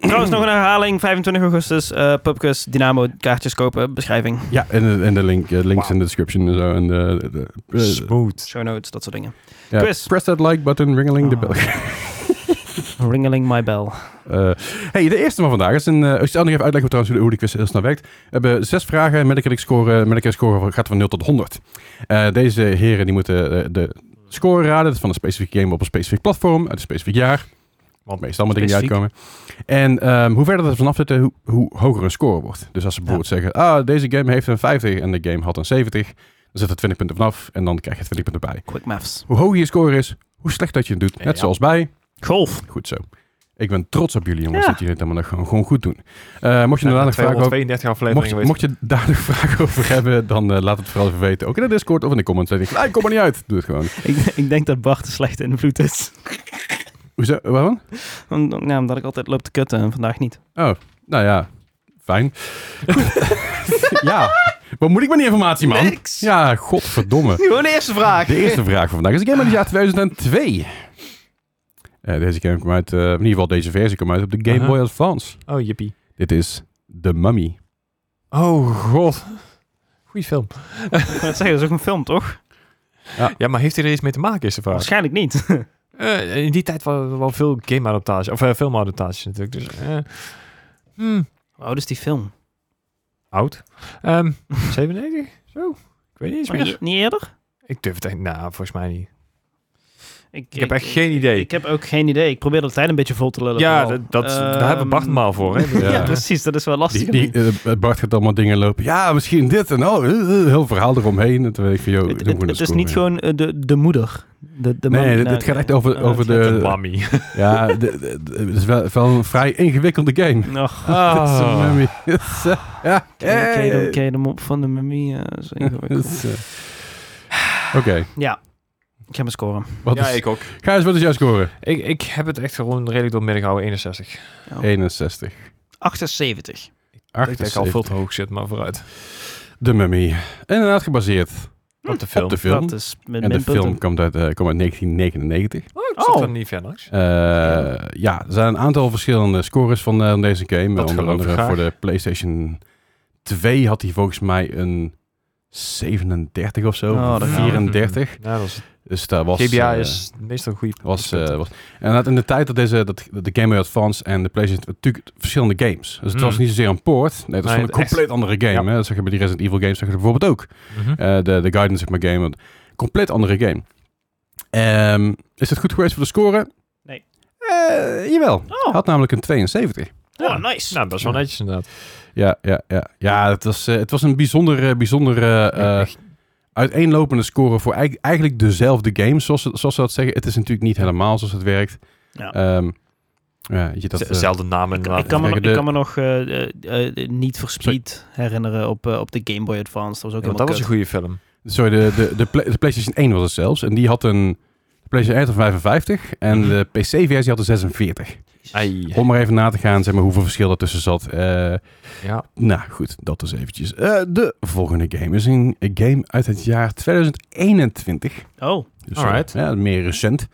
S2: Trouwens, nog een herhaling. 25 augustus. eh Pubquiz, Dynamo, kaartjes kopen. Beschrijving.
S1: Ja, en, de- en de link, eh, links in de description en zo. En de, de- de- eh,
S3: Smooth.
S2: Show notes, dat soort dingen.
S1: ja,
S2: quiz.
S1: Press that like button, ringeling de
S2: Ah.
S1: bel.
S2: Ringeling my bell.
S1: Eh, hey, de eerste van vandaag is een. eh ik zal nog even uitleggen hoe, trouwens, hoe de quiz heel snel werkt. We hebben zes vragen. Medicare score, eh, Medicare score van- gaat van 0 tot 100. Eh, deze heren die moeten eh, de score raden. Dat is van een specifieke game op een specifiek platform. Uit een specifiek jaar. Want
S3: Want
S1: meestal allemaal dingen die
S3: specifiek.
S1: uitkomen. En ehm, hoe verder dat er vanaf zitten, hoe, hoe hoger een score wordt. Dus als ze bijvoorbeeld zeggen: ah, deze game heeft een 50 en de game had een 70. Dan zit er 20 punten vanaf en dan krijg je 20 punten bij.
S2: Quick maths.
S1: Hoe hoger je score is, hoe slecht dat je het doet. Net
S3: Ja.
S1: zoals bij.
S2: Golf.
S1: Goed zo. Ik ben trots op jullie jongens
S2: Ja.
S1: dat jullie het allemaal nog gewoon, gewoon goed doen. Eh, mocht je
S3: Ja,
S1: er dadelijk vragen over...
S3: 232
S1: Mocht,
S3: afleveringen
S1: je-
S3: weten.
S1: mocht je daar nog vragen over hebben, dan eh, laat het vooral even weten. Ook in de Discord of in de comments. Zeg ik, "Nee, ik kom er niet uit. Doe het gewoon.
S2: Ik, ik denk dat Bart de slechte invloed is.
S1: Hoezo? Waarom?
S2: Om- om- ja, nou, omdat ik altijd loop te kutten en vandaag niet.
S1: Nou ja, fijn. ja, wat moet ik met die informatie, man?
S2: Niks.
S1: Ja, godverdomme.
S2: Gewoon de eerste vraag.
S1: De eerste vraag van vandaag is een game uit het jaar 2002. Eh, deze game kwam uit, eh, in ieder geval deze versie kwam uit op de Game
S3: Aha.
S1: Boy Advance.
S3: Oh, jippie.
S1: Dit is The Mummy.
S3: Oh god. Goeie film.
S2: Ik wou net zeggen, dat is ook een film, toch?
S3: Ja, maar heeft hij er iets mee te maken, is de vraag.
S2: Waarschijnlijk niet.
S3: Eh, in die tijd wel, wel veel game-adaptaties, of eh, film-adaptaties natuurlijk. Dus, eh, hmm,
S2: Oh, dus die film.
S3: oud. Ehm 97? Zo? Ik weet niet eens
S2: Maar
S3: meer.
S2: niet, niet eerder?
S3: Ik durf het echt, nou, volgens mij niet.
S2: Ik,
S3: Ik heb echt geen idee.
S2: Ik heb ook geen idee. Ik probeer de tijd een beetje vol te lullen.
S3: ja,
S2: vooral.
S3: dat, dat, daar hebben we Bart
S2: Ehm,
S3: maar voor, hè.
S2: Ja.
S1: Ja.
S2: precies. Dat is wel lastig.
S1: Die, die, eh, Bart gaat allemaal dingen lopen. Ja, misschien dit en oh, eh, eh, heel verhaal eromheen. En toen weet ik van, joh,
S2: het,
S1: doe
S2: het-
S1: gewoon
S2: het
S1: een
S2: is
S1: score,
S2: niet
S1: Oh, ja.
S2: gewoon eh, de, de moeder. De, de
S1: Nee,
S2: man-
S1: dit,
S2: nou,
S1: dit gaat echt over,
S2: eh,
S1: over
S2: het
S3: De
S1: de...
S3: Mummy.
S1: Ja, de- de- de- het is wel, wel een vrij ingewikkelde game.
S2: gaat- Och,
S1: Het is een
S3: Ah.
S1: mummy. Het is, eh, ja.
S2: ken, ken je de-
S1: eh,
S2: ken je de mop van de mummy? eh, zo
S1: het
S2: ingewikkeld.
S1: is, eh, Oké,
S2: ja, ik ga me scoren.
S1: wat
S3: Ja,
S1: is...
S3: ik ook.
S1: Gijs, wat is jouw score?
S3: Ik, ik heb het echt gewoon redelijk door midden gehouden, 61.
S1: 61.
S2: 78.
S3: Oh. Ik denk dat ik al veel
S1: 78.
S3: te hoog zit, maar vooruit.
S1: De Mummy. Inderdaad gebaseerd
S3: Op de film.
S1: op de film.
S2: Dat is met
S1: en de
S2: minpunten.
S1: film komt uit, eh, komt uit 1999.
S3: Oh, ik
S2: Oh.
S3: zat er niet ver langs.
S1: Eh, ja, er zijn een aantal verschillende scores van eh, deze game. Onder
S3: Dat geloof ik
S1: andere
S3: graag.
S1: voor de PlayStation 2 had hij volgens mij een 37 of zo.
S2: Oh, dat-
S1: 34.
S3: Ja, dat is,
S1: Dus dat was...
S3: GBA
S1: eh,
S3: is meestal goed.
S1: Was, eh, was, en dat in de tijd dat, deze, dat de Game Boy Advance en de PlayStation natuurlijk verschillende games. Dus het
S3: Hmm.
S1: was niet zozeer een poort. Nee, dat was
S3: Nee,
S1: gewoon een
S3: echt.
S1: compleet andere game.
S3: Ja.
S1: Hè? Dat zag je bij die Resident Evil games zag je dat bijvoorbeeld ook.
S3: Mhm.
S1: Eh, de, de Guidance zeg maar game. Een compleet andere game. Ehm, is het goed geweest voor de score?
S2: Nee.
S1: Eh, jawel.
S2: Oh,
S1: Had namelijk een 72.
S2: oh, nice.
S3: Nou, dat is wel
S1: Ja.
S3: netjes inderdaad.
S1: Ja, ja, ja. ja het, was, eh, het was een bijzonder, eh, bijzonder eh, eh, uiteenlopende score voor eig- eigenlijk dezelfde game. Zoals, ze- zoals ze dat zeggen. Het is natuurlijk niet helemaal zoals het werkt.
S2: Ja.
S1: Ehm, ja, weet je, dat,
S3: Z-
S1: eh,
S3: Zelfde naam inderdaad.
S2: Nou, ik, kan me,
S1: Kijk,
S2: nog-
S1: de-
S2: ik kan me nog eh eh, eh, niet voor Speed herinneren op, eh, op de Game Boy Advance. Dat was ook
S3: Ja, want
S2: helemaal
S3: dat was een goede film.
S1: eh, sorry, de, de, de, Play- de PlayStation 1 was het zelfs. En die had een de PlayStation 1 had een 55 en
S3: Mhm.
S1: de PC-versie had een 46.
S2: kut.
S3: Ai.
S1: Om maar even na te gaan, zeg maar, hoeveel verschil er tussen zat. Eh,
S3: Ja.
S1: nou goed, dat is eventjes. Eh, de volgende game is een game uit het jaar 2021.
S2: Oh,
S1: Dus
S3: Alright.
S1: eh, ja, meer recent.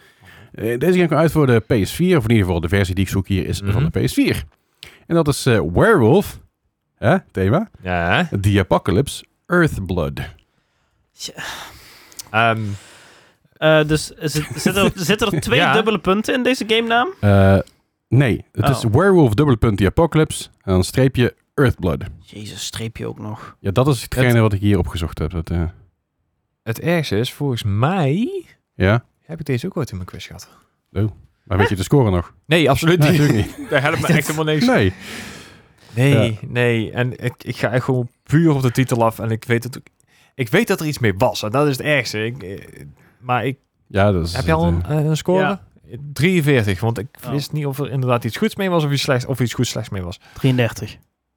S1: Eh, deze game kwam uit voor de PS4, of in ieder geval de versie die ik zoek hier is
S3: Mhm.
S1: van de PS4. En dat is eh, Werewolf, hè, thema,
S3: Ja. hè?
S1: The Apocalypse, Earthblood.
S3: Ehm,
S2: Eh, dus is het- zitten er, zitten er twee
S3: Ja.
S2: dubbele punten in deze game naam?
S1: Eh, nee, het is
S2: Oh.
S1: Werewolf, dubbele punt, The Apocalypse, en dan streepje Earthblood.
S2: Jezus, streepje ook nog.
S1: Ja, dat is hetgene
S3: Het-
S1: wat ik hier opgezocht heb. Dat, eh,
S3: het ergste is, volgens mij
S1: ja,
S3: heb ik deze ook ooit in mijn quiz gehad.
S1: maar weet je de score nog?
S3: Nee, absoluut
S1: Nee,
S3: niet.
S1: natuurlijk niet.
S3: Daar helpt me echt helemaal niks.
S1: Nee.
S3: Nee, nee. En ik, ik ga echt gewoon puur op de titel af. En ik weet dat, ik weet dat er iets mee was. En dat is het ergste. Ik, eh, maar ik,
S1: Ja, dat is...
S3: heb je al een,
S1: eh,
S3: een score?
S2: Ja.
S3: 43. Want ik
S2: Oh.
S3: wist niet of er inderdaad iets goeds mee was of iets slechts, of iets goeds slechts mee was.
S2: 33.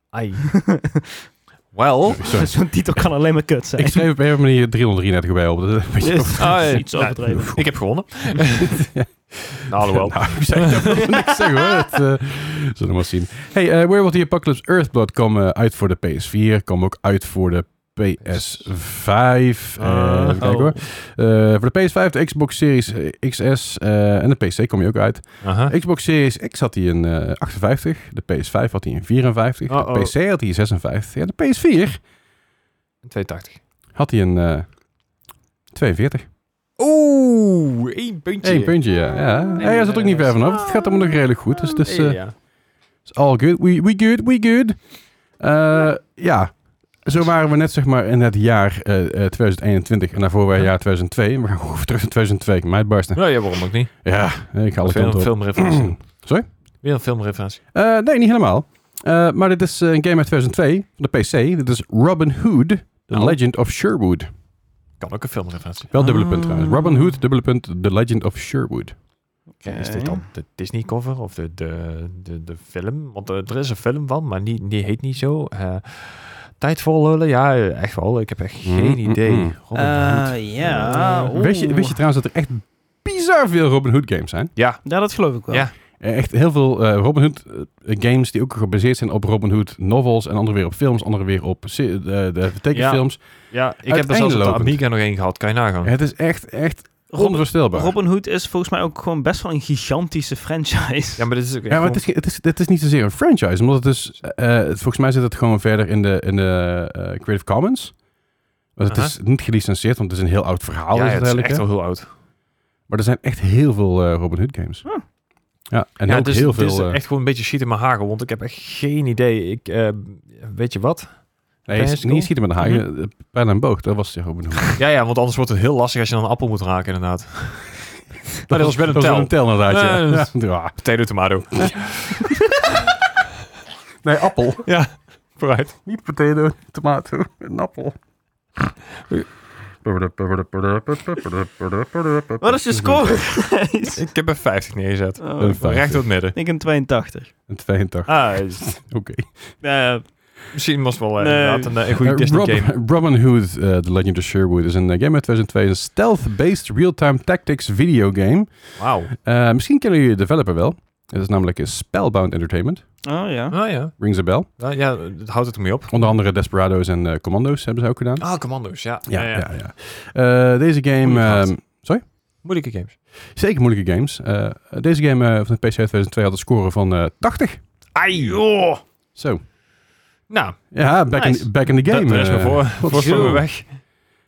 S3: Ai. Wel.
S1: sorry.
S2: Zo'n titel kan alleen maar kut zijn.
S1: Ik schreef op een of andere manier 333 bij op. Dat is een beetje...
S2: Dit is
S3: Ah, ja.
S2: iets overdreven.
S3: Ik heb gewonnen. nou, alhoewel.
S1: Nou, ik zei dat wil ik niks zeggen hoor. Het, eh, zullen we maar zien. Hey, eh Werewolf the Apocalypse Earthblood kwam eh, uit voor de PS4. Kwam ook uit voor de PS5. Eh,
S3: Ah,
S1: even kijken hoor. Eh, voor de PS5, de Xbox Series eh, XS eh, en de PC kom je ook uit.
S3: Aha.
S1: Xbox Series X had hij een eh, 58. De PS5 had hij een 54.
S3: Uh-oh.
S1: De PC had hij een 56. En de PS4
S3: Oh. 82.
S1: had hij een eh 42.
S3: Oeh, één puntje.
S1: Eén puntje, ja. ja.
S3: Nee,
S1: Hij
S3: nee,
S1: zit ook
S3: nee,
S1: niet ver
S3: nee.
S1: vanaf. Het gaat allemaal nog redelijk goed. Dus het is eh,
S3: ja.
S1: it's all good. We, we good, we good. Eh, ja, zo waren we net zeg maar in het jaar eh, eh, 2021 en daarvoor waren we jaar 2002. En we gaan gewoon terug naar 2002. Ik kan mij uitbarsten.
S3: Nou ja, waarom ook niet?
S1: Ja, ik ga alle
S3: Weer
S1: kanten
S3: een
S1: op.
S3: filmreferentie.
S1: Sorry?
S3: Weer een filmreferentie.
S1: Eh, nee, niet helemaal. Eh, maar dit is eh, een game uit 2002 van de PC. Dit is Robin Hood, The
S3: Oh.
S1: Legend of Sherwood.
S3: Kan ook een filmreferentie.
S1: Wel dubbele punt trouwens.
S2: Ah.
S1: Robin Hood, dubbele punt, The Legend of Sherwood.
S2: Oké. Ah,
S3: Is dit dan de Disney cover of de, de, de, de film? Want eh, er is een film van, maar die, die heet niet zo. Eh, tijd voor lullen? Ja, eh, echt wel. Ik heb echt geen
S1: Mm,
S3: idee.
S1: mm, mm.
S3: Robin Hood.
S2: Eh, ja,
S3: Eh,
S1: Wist je, wist je trouwens dat er echt bizar veel Robin Hood games zijn?
S3: Ja,
S2: Ja, dat geloof ik wel.
S3: Ja.
S1: Eh, Echt heel veel eh, Robin Hood eh, games die ook gebaseerd zijn op Robin Hood novels. En andere weer op films, andere weer op se- eh, de, de tekenfilms.
S3: ja, ik heb er zelfs op de
S1: Uiteenlopend.
S3: Amiga nog één gehad. Kan je nagaan.
S1: Het is echt, echt
S2: Robin,
S1: Onvoorstelbaar.
S2: Robin Hood is volgens mij ook gewoon best wel een gigantische franchise.
S3: Ja, maar dit is ook echt
S1: ja, maar het is, ge- het, is, het is niet zozeer een franchise. Omdat het is, eh, eh, volgens mij zit het gewoon verder in de, in de eh, Creative Commons. Want het
S3: Aha.
S1: is niet gelicenseerd, want het is een heel oud verhaal.
S3: gewoon- ja,
S1: is het
S3: het is
S1: eigenlijk,
S3: echt
S1: hè?
S3: wel heel oud.
S1: Maar er zijn echt heel veel eh, Robin Hood games.
S2: Huh.
S1: Ja, en
S3: ja,
S1: ook
S3: dus,
S1: heel
S3: dit is
S1: veel... eh,
S3: echt gewoon een beetje schieten maar hagel, want ik heb echt geen idee. Ik, eh, weet je wat?
S1: nee, niet
S3: Bicycle.
S1: schieten met een haai.
S3: Mhm.
S1: eh, Pijl en boog, dat was de Robin Hood.
S3: Ja, ja, want anders wordt het heel lastig als je dan een appel moet raken, inderdaad. dat was wel een tel.
S1: een tel inderdaad, ja.
S3: Eh, dat
S1: Ja. Ja.
S3: Potato, tomato.
S1: Nee, appel.
S3: ja, vooruit.
S1: Niet potato, tomato, een appel.
S2: Wat is je score? Gijs?
S3: Ik heb er 50 neergezet.
S2: Oh,
S1: Een
S2: ik
S1: vijftig.
S3: Recht door het midden.
S2: denk een 82.
S1: Een 82,
S3: Ah, is-
S1: oké.
S2: Eh,
S3: misschien was het wel eh,
S2: Nee.
S3: inderdaad een, eh, een goede
S1: Eh,
S3: Disney
S1: Rob-
S3: game.
S1: Robin Hood, eh, The Legend of Sherwood, is een eh, game uit 2002. Een stealth-based real-time tactics videogame.
S3: Wauw.
S1: Eh misschien kennen jullie de developer wel. Het is namelijk eh, Spellbound Entertainment.
S2: oh ja.
S3: Ah ja,
S1: Rings a bell.
S3: nou, ja dat houdt het ermee op.
S1: Onder andere Desperados en eh, Commando's hebben ze ook gedaan.
S3: Ah, Commando's, ja.
S1: Ja, ja, ja. Eh, deze game...
S3: Moeilijk
S1: ehm,
S3: gehad. Moeilijke games.
S1: zeker moeilijke games. Eh, deze game eh, van de PC 2002 had een score van eh, 80.
S3: Ai, joh.
S1: Zo.
S3: Nou,
S1: Ja, back,
S3: Nice.
S1: in, back in the game.
S3: dat, dat is
S1: eh.
S3: maar voor. Voorsprong
S1: joh.
S3: weer weg.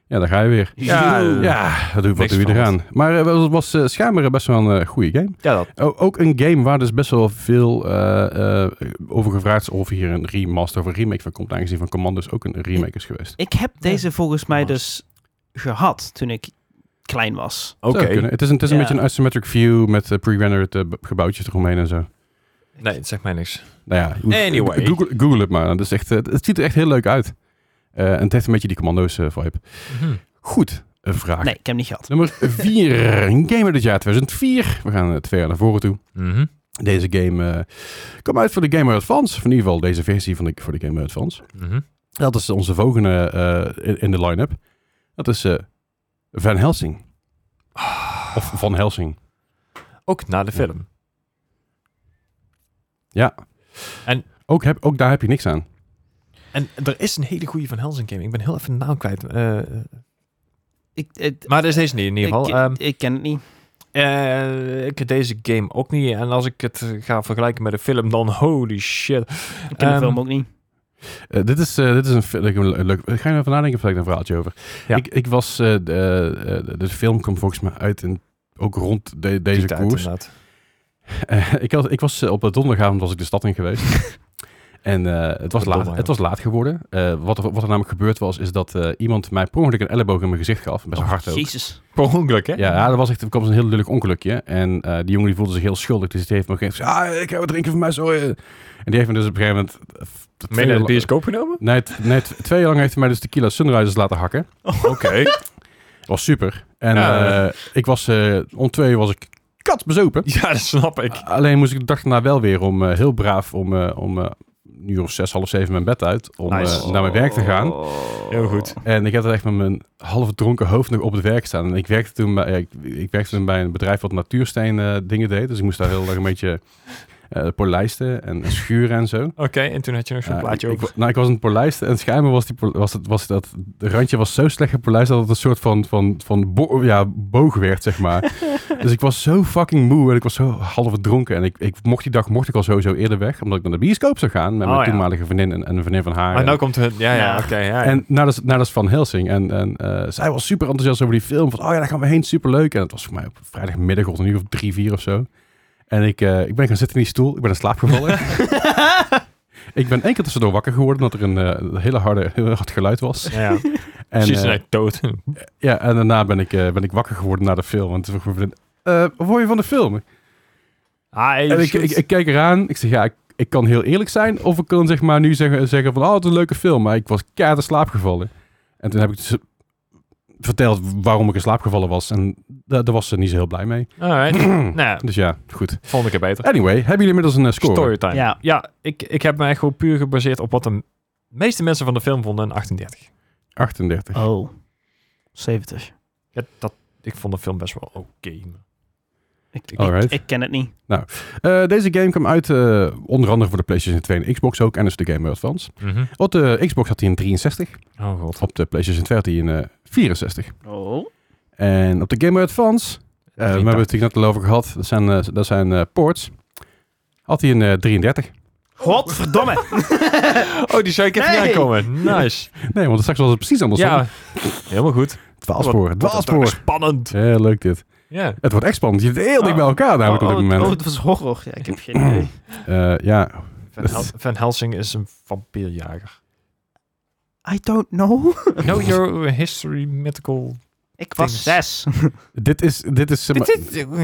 S1: Ja, daar ga je weer.
S3: Ja,
S2: Joe.
S1: Ja, wat doe, wat
S3: Niks
S1: doe je
S3: van
S1: eraan? Maar eh, het was, was eh, schijnbaar best wel een eh, goede game.
S3: Ja, dat.
S1: O- ook een game waar dus best wel veel eh, eh, over gevraagd is of hier een remaster of een remake van komt. Aangezien van Commandos ook een remake is geweest.
S2: Ik heb deze volgens mij dus gehad toen ik klein was.
S3: Oké.
S1: Zou kunnen. Het is een, het is een
S2: Ja.
S1: beetje een isometric view met eh, pre-rendered eh, b- gebouwtjes eromheen en zo.
S3: Nee, het zegt mij niks.
S1: Nou ja, je moet-
S3: Anyway.
S1: Google, Google het maar. Dat is echt, eh, het ziet er echt heel leuk uit. Eh, en het heeft een beetje die Commandos eh, vibe.
S3: Mhm.
S1: Goed, een vraag.
S2: Nee, ik heb hem niet gehad.
S1: Nummer 4. Een game uit het jaar 2004. We gaan eh, twee jaar naar voren toe.
S3: Mhm.
S1: Deze game eh, kwam uit voor de Game Boy Advance. Of in ieder geval deze versie van de, voor de Game Boy Advance.
S3: Mhm.
S1: Dat is onze volgende eh, in, in de line-up. Dat is eh, Van Helsing.
S3: Ah.
S1: Of Van Helsing.
S3: Ook na de film.
S1: Ook, heb, ook daar heb je niks aan.
S3: En er is een hele goede van Helsing game. Ik ben heel even de naam kwijt. Eh, eh,
S2: Ik, het-
S3: maar dat is deze niet in ieder geval.
S2: ik,
S3: Ehm,
S2: ik ken het niet.
S3: eh, ik heb deze game ook niet. En als ik het eh, ga vergelijken met de film, dan holy shit.
S2: Ik ken
S3: Ehm,
S2: de film ook niet.
S1: Eh, dit, is, eh, dit is een, fi- leuk- een leuk... Ga je nou even nadenken of heb ik daar een verhaaltje over?
S3: Ja.
S1: Ik, ik was... eh, de, eh, de- de film kwam volgens mij uit in, ook rond de- deze
S3: Die tijd
S1: koers.
S3: inderdaad.
S1: Eh, ik, had, ik was eh, op eh, donderdagavond was ik de stad in geweest. en eh, het, was laat,
S3: Donderdagavond.
S1: het was laat geworden. Eh, wat, er, wat er namelijk gebeurd was, is dat eh, iemand mij per ongeluk een elleboog in mijn gezicht gaf. Best wel hard ook.
S2: Jezus.
S3: Per ongeluk, Oh, hè?
S1: Ja, ja, dat was echt, er kwam een heel lullig ongelukje. En eh, die jongen die voelde zich heel schuldig. Dus die heeft me op een gegeven moment gezegd, ah, ik heb wat drinken van mij, sorry. En die heeft me dus op een gegeven moment... eh, f-
S3: Mee naar de
S1: twee-
S3: bioscoop genomen?
S1: Nee, t- nee, t- twee jaar lang heeft hij mij dus tequila sunrises laten hakken.
S2: Oh.
S3: Oké.
S1: Dat was super. En
S3: Ja.
S1: eh, ik was, eh, om twee uur was ik kat bezopen.
S3: Ja, dat snap ik.
S1: Alleen moest ik de dag daarna wel weer om eh, heel braaf om, eh om eh, een uur of zes, half zeven mijn bed uit. Om
S3: Nice.
S1: eh, naar mijn werk te gaan.
S2: Oh.
S3: Heel goed.
S1: En ik had echt met mijn half dronken hoofd nog op het werk staan. En ik werkte toen bij, ik, ik werkte toen bij een bedrijf wat natuursteen eh, dingen deed. Dus ik moest daar heel erg een beetje eh polijsten en schuren en zo.
S3: Oké, en toen had je nog zo'n
S1: Ja,
S3: plaatje
S1: ik-
S3: over.
S1: ik- nou, ik was aan het polijsten en schijnbaar was, die, pol- was, het, was dat de randje was zo slecht gepolijst dat het een soort van, van, van bo- ja, boog werd, zeg maar. dus ik was zo fucking moe en ik was zo half dronken. En ik, ik mocht die dag mocht ik al sowieso eerder weg, omdat ik naar de bioscoop zou gaan met
S3: Oh,
S1: mijn
S3: ja.
S1: toenmalige vriendin en, en een vriendin van haar.
S3: Maar
S1: En-
S3: nou komt het. Ja, ja,
S2: Ja.
S3: oké. ja, ja.
S1: en naar dat, naar dat Van Helsing. En, en eh, zij was super enthousiast over die film. Van, oh ja, daar gaan we heen. Super leuk. En het was voor mij op vrijdagmiddag rond een uur of drie, vier of zo. En ik, eh, ik ben gaan zitten in die stoel. Ik ben in slaap gevallen. ik ben één keer tussendoor wakker geworden. Omdat er een eh, hele harde, heel hard geluid was.
S3: Ja, ja.
S1: En,
S3: Precies,
S1: eh,
S3: en hij dood.
S1: ja, en daarna ben ik, eh, ben ik wakker geworden na de film. En toen vroeg mijn vriendin, eh, wat vond je van de film?
S3: Ah,
S1: En ik, ik, ik kijk eraan. Ik zeg, ja, ik, ik kan heel eerlijk zijn. Of ik kan zeg maar nu zeggen, zeggen van, oh, het is een leuke film. Maar ik was keihard in slaap gevallen. En toen heb ik dus verteld waarom ik in slaap gevallen was. En da- daar was ze niet zo heel blij mee.
S3: Alright. nou, ja,
S1: Dus ja, goed.
S3: volgende keer beter.
S1: Anyway, hebben jullie inmiddels een eh, score?
S3: Storytime. Ja,
S2: Ja.
S3: ik, ik heb me echt gewoon puur gebaseerd op wat de meeste mensen van de film vonden in 38.
S1: 38.
S2: Oh. 70.
S3: Ja, dat, ik vond de film best wel oké.
S2: Ik, ik,
S1: Alright.
S2: ik ken het niet.
S1: Eh, deze game kwam uit eh, onder andere voor de PlayStation 2 en Xbox ook. En dus de Game Boy Advance.
S3: Mhm.
S1: Op de Xbox had hij een 63.
S3: Oh god.
S1: Op de PlayStation 2 had hij een eh, 64.
S2: Oh.
S1: En op de Game Boy Advance, eh, we hebben het hier net al over gehad, dat zijn, eh, dat zijn eh, ports. Had hij een eh, 33.
S2: Godverdomme.
S3: Oh, die zou ik even
S2: Nee.
S3: niet aankomen. Nice.
S1: Nee, want straks was het precies andersom.
S3: Ja, helemaal goed.
S1: 12 sporen, 12
S3: Dat is
S1: sporen.
S3: spannend.
S1: Heel leuk dit.
S3: Ja.
S1: Het wordt echt spannend. Je zit heel dicht bij elkaar namelijk op dit
S2: oh,
S1: moment.
S2: oh, het was horror. Ja, ik heb geen idee.
S1: Eh, ja,
S3: Van, Hel- Van Helsing is een vampierjager.
S2: I don't know.
S3: Know your history, mythical...
S2: Ik was
S3: Things.
S2: zes.
S1: dit is... Dit is zeg maar,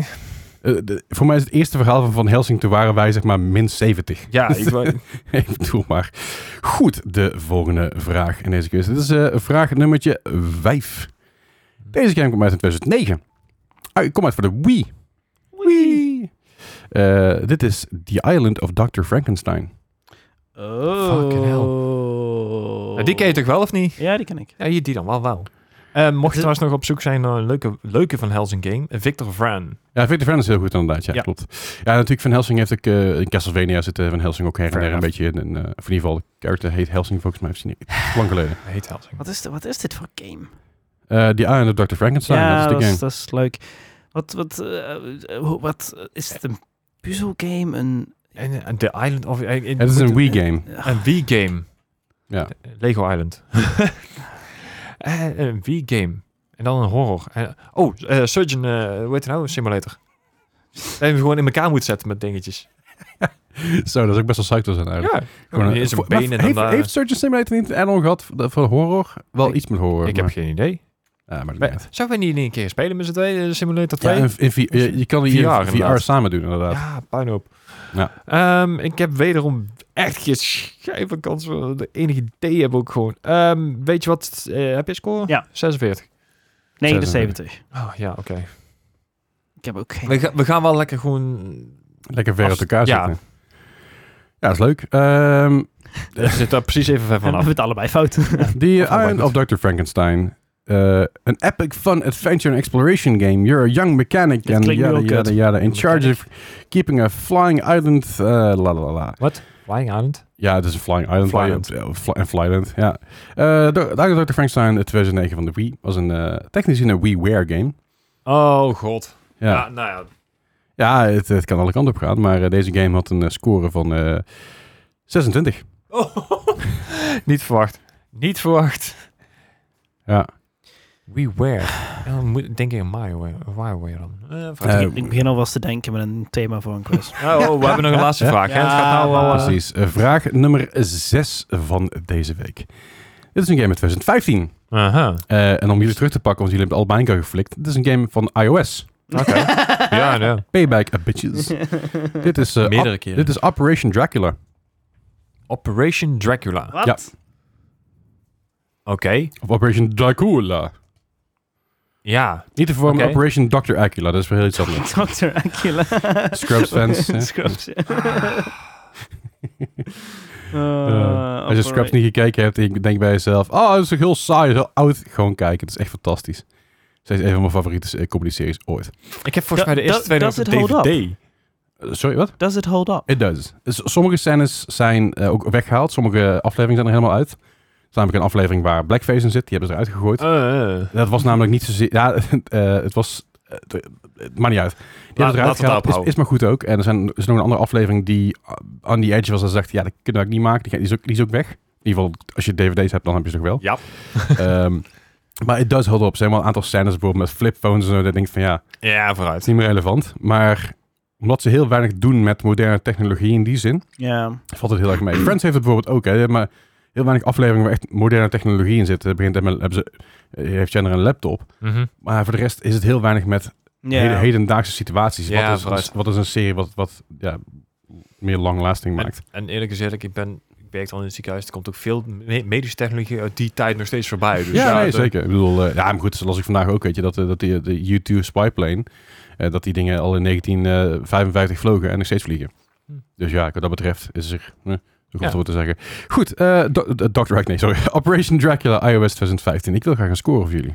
S1: eh, de- voor mij is het eerste verhaal van Van Helsing... toen waren wij zeg maar min 70.
S3: Ja, ik wou...
S1: Ik bedoel maar. Goed, de volgende vraag in deze quiz. Dit is eh, vraag nummertje 5. Deze game komt uit in 2009. Ah, ik kom uit voor de Wii. Wii. Eh, dit is The Island of Dr. Frankenstein.
S2: Oh.
S3: Fucking hell. Nou, Die ken je toch wel of niet?
S2: Ja, die ken ik.
S3: Ja, hier die dan wel wel. Eh, mocht je
S2: De-
S3: trouwens nog op zoek zijn naar een leuke, leuke Van Helsing game, eh, Victor Vran.
S1: Ja, Victor Van is heel goed inderdaad. Ja,
S3: Ja.
S1: klopt. Ja, natuurlijk Van Helsing heeft ook... eh, in Castlevania zit eh, Van Helsing ook her en
S3: Fair
S1: der een
S3: enough.
S1: beetje in. En, eh, of in ieder geval, de character heet Helsing volgens mij. Heeft ze niet- Lang geleden.
S3: Heet Helsing.
S2: Wat is, dit- wat is dit voor game?
S1: Eh The Island of Dr. Frankenstein,
S2: ja,
S1: dat is de game.
S2: dat is leuk. Wat, wat, eh, hoe- wat eh, is het een puzzelgame? Een...
S3: En, en The Island of... eh, eh,
S1: Het is een
S3: moet-
S1: Wii-game.
S3: Een Wii-game.
S1: Ja.
S3: Lego Island. Eh, een Wii-game. En dan een horror. Eh, oh, eh, Surgeon, eh, hoe heet het nou? Simulator. Dat je hem gewoon in elkaar moet zetten met dingetjes.
S1: Zo, dat is ook best wel psyched zijn eigenlijk.
S3: Ja,
S1: Gewoon een-
S3: in zijn
S1: voor- maar
S3: benen.
S1: heeft,
S3: dan, eh,
S1: heeft Surgeon Simulator niet een add-on gehad voor- voor horror? Wel
S3: Ik-
S1: iets met horror.
S3: ik heb
S1: maar,
S3: geen idee.
S1: ja, maar dat
S3: Wij-
S1: maakt niet uit.
S3: Zouden wij niet in één keer spelen met z'n tweeën? eh, Simulator 2?
S1: ja, in, in V- je, je kan hier
S3: VR
S1: VR,
S3: inderdaad.
S1: samen doen, inderdaad.
S3: Ja, puinhoop.
S1: Ja.
S3: Ehm, ik heb wederom echt geen schijven kans. voor De enige idee heb ik ook gewoon. Ehm, weet je wat? eh, heb je score?
S2: Ja.
S3: 46.
S2: 79.
S3: Oh ja, oké.
S2: Ik heb ook geen...
S3: We, ga- we gaan wel lekker gewoon...
S1: Lekker ver
S3: Als-
S1: uit elkaar
S3: ja.
S1: zitten. Ja, dat is leuk. Ehm,
S3: We zitten daar precies even ver
S2: We hebben
S3: vanaf.
S2: we het allebei fout.
S1: the
S3: dat maakt
S1: Island of Dr. Frankenstein. An epic fun adventure and exploration game. You're a young mechanic
S2: Dit
S1: and
S2: klinkt nu
S1: yada
S2: al
S1: yada
S2: kut.
S1: yada. In charge of keeping a flying island. eh, la la la.
S3: Flying Island?
S1: Ja, het is een Flying Island. waar je op- eh, fly- Een Flyland, ja. Eh de Dr. Frankenstein uit 2009 van de Wii was een, eh, technisch gezien een WiiWare game.
S3: Oh god.
S1: Ja, ja.
S3: Ah, nou ja.
S1: het, het kan alle kanten op gaan, maar eh, deze game had een eh, score van eh, 26.
S3: Niet verwacht. Niet verwacht.
S1: Ja.
S3: WeWare. Ja, dan moet- denk ik aan Mario. WarioWare dan. Eh, vraag
S1: Eh,
S3: drie.
S2: Ik begin al was te denken met een thema voor een quiz.
S3: oh, oh, we hebben nog een laatste
S1: Ja.
S3: vraag. hè? Het gaat nou
S2: Ja,
S3: wel... eh,
S1: Precies. Eh, vraag nummer 6 van deze week. Dit is een game uit 2015.
S3: Aha.
S1: Eh, en om jullie terug te pakken, want jullie hebben het allebei elkaar geflikt. Dit is een game van iOS.
S3: Oké. ja, ja.
S1: Payback, a bitches. dit, is, eh,
S3: Meerdere
S1: op-
S3: keren.
S1: dit is Operation Dracula.
S3: Operation Dracula. Oké.
S2: Wat?
S1: Ja. Of Operation Dracula.
S3: Ja.
S1: Niet te verwarren met
S3: Oké.
S1: Operation Dr. Acula. Dat is weer heel iets anders.
S2: Dr. Acula.
S1: Scrubs fans, hè?
S2: Scrubs, ja.
S1: Eh,
S2: Eh,
S1: Als je Scrubs niet gekeken hebt, en je denkt bij jezelf... Oh, dat is toch heel saai, heel oud. Gewoon kijken. Het is echt fantastisch. Zij is een van mijn favoriete eh, comedy-series ooit.
S3: Ik heb volgens mij de
S2: Do-
S3: eerste
S2: do-
S3: twee nog
S2: does
S3: op
S2: it hold up?
S3: DVD.
S1: Eh, sorry, wat?
S2: Does it hold up?
S1: It does. Dus sommige scènes zijn eh, ook weggehaald. Sommige afleveringen zijn er helemaal uit. Er is namelijk een aflevering waar Blackface in zit. Die hebben ze eruit gegooid.
S3: Eh, eh.
S1: Dat was namelijk niet zozeer... Ja, eh, het was... eh, het- het maakt niet uit. Die hebben het eruit
S3: laten we het
S1: gehaald. Is,
S3: ophouden.
S1: is maar goed ook. En er, zijn, er is nog een andere aflevering die uh, on the edge was. En ze dacht, ja, dat kunnen we ook niet maken. Die, ga- die, is ook, die is ook weg. In ieder geval, als je dvd's hebt, dan heb je ze nog wel.
S3: Ja.
S1: Ehm, maar het does hold up. Er zijn wel een aantal scènes bijvoorbeeld met flipphones en zo. Dat ik denk van, ja, het
S3: Ja,
S1: is
S3: vooruit.
S1: niet meer relevant. Maar omdat ze heel weinig doen met moderne technologie in die zin
S2: Ja.
S1: valt het heel erg mee. Friends heeft het bijvoorbeeld ook, hè, maar heel weinig afleveringen waar echt moderne technologie in zit. Het begint met, hebben ze, eh, heeft Jenner een laptop,
S3: Mhm.
S1: maar voor de rest is het heel weinig met heden-
S2: Ja.
S1: hedendaagse situaties.
S3: Ja,
S1: wat, is,
S3: vooruit.
S1: wat is een serie wat, wat ja, meer long-lasting
S3: En,
S1: maakt?
S3: en eerlijk gezegd, ik ben... Ik werk al in het ziekenhuis. Er komt ook veel me- medische technologie uit die tijd nog steeds voorbij. Dus
S1: ja, nee,
S3: dat-
S1: zeker. Ik bedoel, eh, ja, maar goed, zoals ik vandaag ook, weet je, dat, eh, dat die, de U2 Spyplane, eh, dat die dingen al in 1955 vlogen en nog steeds vliegen.
S3: Hm.
S1: Dus ja, wat dat betreft is er... eh, nog
S3: Ja.
S1: wat voor te zeggen. Goed, eh do- do- Dr. Hack, nee, sorry. Operation Dracula, iOS 2015. Ik wil graag een score voor jullie.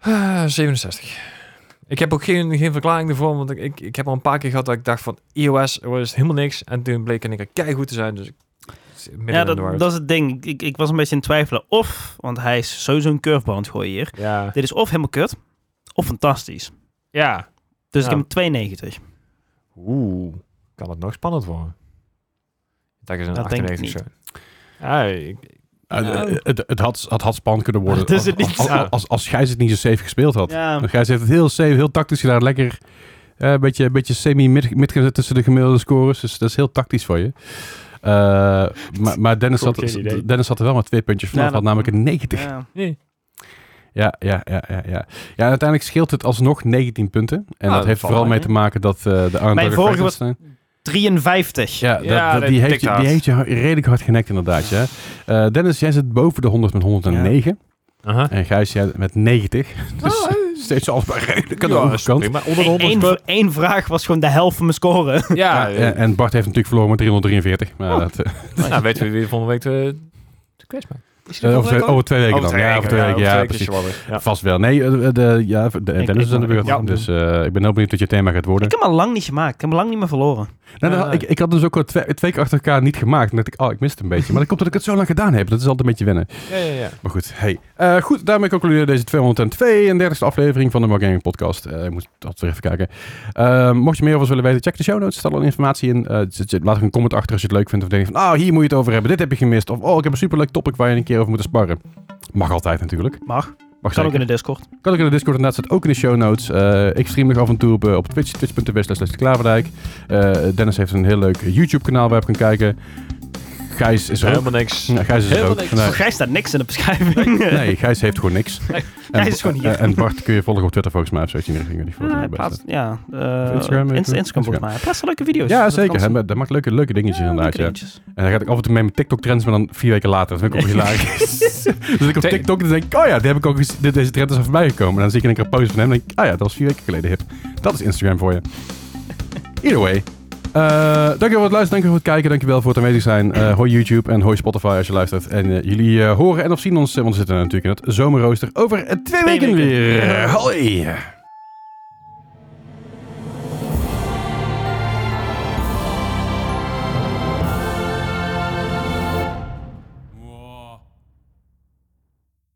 S3: Ah, 67. Ik heb ook geen, geen verklaring ervoor, want ik, ik, ik heb al een paar keer gehad dat ik dacht van E iOS was helemaal niks. En toen bleek en ik er keihard te zijn, dus ik midden
S2: Ja,
S3: in de war.
S2: dat, dat is het ding. Ik, ik was een beetje in twijfelen. Of, want hij is sowieso een curveball aan het gooien hier.
S3: ja.
S2: Dit is of helemaal kut. of fantastisch.
S3: Ja.
S2: Dus
S3: Ja.
S2: ik heb hem 92.
S3: Oeh. Kan het nog spannend worden? Dat is een
S2: Dat denk ik
S3: 98 zo. Ja, ik-
S1: Eh, eh, het het had, het had spannend kunnen worden.
S2: Het is het
S1: als,
S2: niet.
S1: Als, als, als, Gijs het niet zo safe gespeeld had.
S2: Ja.
S1: Want Gijs heeft het heel safe, heel tactisch gedaan. Lekker eh, een beetje, een beetje semi-mid mid gezet tussen de gemiddelde scores. Dus dat is heel tactisch voor je. Eh, maar, maar Dennis,
S3: Ik
S1: had,
S3: heb geen idee.
S1: Dennis had er wel maar twee puntjes vanaf.
S2: Ja, dat-
S1: had namelijk een 90.
S2: Ja.
S3: nee.
S1: Ja, ja, ja, ja, ja. Ja, en uiteindelijk scheelt het alsnog 19 punten. En
S3: Ah,
S1: dat
S3: dat
S1: heeft
S3: valt
S1: vooral
S3: mee.
S1: mee te maken dat eh, de Arnhem
S2: vorige was- 53.
S1: Ja, dat,
S3: Ja,
S1: dat-
S3: dat
S1: die,
S3: tikt
S1: heeft je,
S3: hard.
S1: die heeft je redelijk hard genekt inderdaad. Ja. Eh, Dennis, jij zit boven de 100 met 109.
S3: Aha.
S1: En Gijs, jij met 90. Dus
S2: Oh,
S1: steeds alles maar redelijk aan de
S3: Ja, is
S1: overkant.
S3: prima. Onder de 100
S2: Eén
S3: is-
S2: één vraag was gewoon de helft van mijn score.
S3: Ah, Ja,
S1: Ja, en- en Bart heeft natuurlijk verloren met 343. Maar
S3: Oh.
S1: dat, eh,
S3: nou weten we wie volgende week eh, de, de quiz maakt.
S1: over, twee, over twee weken
S3: Over
S1: dan.
S3: twee
S1: Ja,
S3: weken,
S1: over twee
S3: ja,
S1: weken.
S3: over
S1: Ja,
S3: twee
S1: precies.
S3: weken is je wel weer.
S1: Vast wel. Nee, eh, de, ja, de- Dennis
S2: ik-
S1: is aan de
S2: ik-
S1: beurt.
S3: ja.
S1: Dus eh, ik ben heel benieuwd wat je thema gaat worden.
S2: Ik heb hem al lang niet gemaakt. Ik heb hem lang niet meer verloren.
S1: Nou, dan-
S3: Ja.
S1: ik, ik had dus ook al twee, twee keer achter elkaar niet gemaakt. En dacht ik, oh, ik miste een beetje. Maar dat komt dat ik het zo lang gedaan heb. Dat is altijd een beetje wennen.
S3: Ja, ja, ja.
S1: Maar goed, hey. Eh, goed, daarmee concluderen we deze 232e aflevering van de More Gaming Podcast. Eh, ik moet dat weer even kijken. Eh, mocht je meer over ons willen weten, check de show notes. Er staat al informatie in. Eh, zet- zet- laat een comment achter als je het leuk vindt. Of denk je van, ah, hier moet je het over hebben. Dit heb je gemist. Of, oh, ik heb een superleuk topic waar je een keer over moet sparren. Mag altijd natuurlijk.
S2: Mag.
S1: Mag
S2: Kan
S1: zeker.
S2: ook in de Discord.
S1: Kan ook in de Discord inderdaad, staat ook in de show notes. Eh, ik stream nog af en toe op, eh, op Twitch, twitch.tv slash klaverdijk. Eh, Dennis heeft een heel leuk YouTube kanaal waar je op kan kijken. Gijs is er ook.
S3: Helemaal niks.
S1: Ja, Gijs is er
S3: Helemaal
S1: ook.
S3: niks.
S1: Nee.
S2: Voor Gijs staat niks in de beschrijving.
S1: Nee, Gijs heeft gewoon niks.
S3: Nee,
S1: En-
S2: Gijs is gewoon hier.
S1: eh, En Bart kun je volgen op Twitter volgens mij. Of zoiets in die richting. Ik weet niet
S2: Ja,
S1: voor
S2: hij
S1: het
S2: plaatst,
S1: beste.
S2: ja, eh,
S1: Instagram,
S2: Inst-
S1: eh,
S2: Instagram volgens mij. Hij plaatst wel leuke video's.
S1: Ja,
S2: dus Dat
S1: zeker.
S2: kan
S1: Hij
S2: zien.
S1: ma- Dat maakt leuke, leuke dingetjes
S2: Ja,
S1: inderdaad.
S2: leuke
S1: Ja. En
S2: dingetjes.
S1: dan ga ik af en toe mee met TikTok-trends, maar dan vier weken later. Dat vind ik ook hilarisch. dus ik op
S3: Twee-
S1: TikTok en denk ik, oh ja, die heb ik ook eens, dit, deze trend is al voorbij gekomen. En dan zie ik een keer een post van hem en denk ik, ah ja, dat was vier weken geleden hip. Dat is Instagram voor je. Either way. Eh, dankjewel voor het luisteren, dankjewel voor het kijken, dankjewel voor het aanwezig zijn. Eh, hoi YouTube en hoi Spotify als je luistert. En eh, jullie eh, horen en of zien ons, eh, want we zitten natuurlijk in het zomerrooster over eh, twee,
S2: Twee
S1: weken,
S2: weken.
S1: weer. Hoi!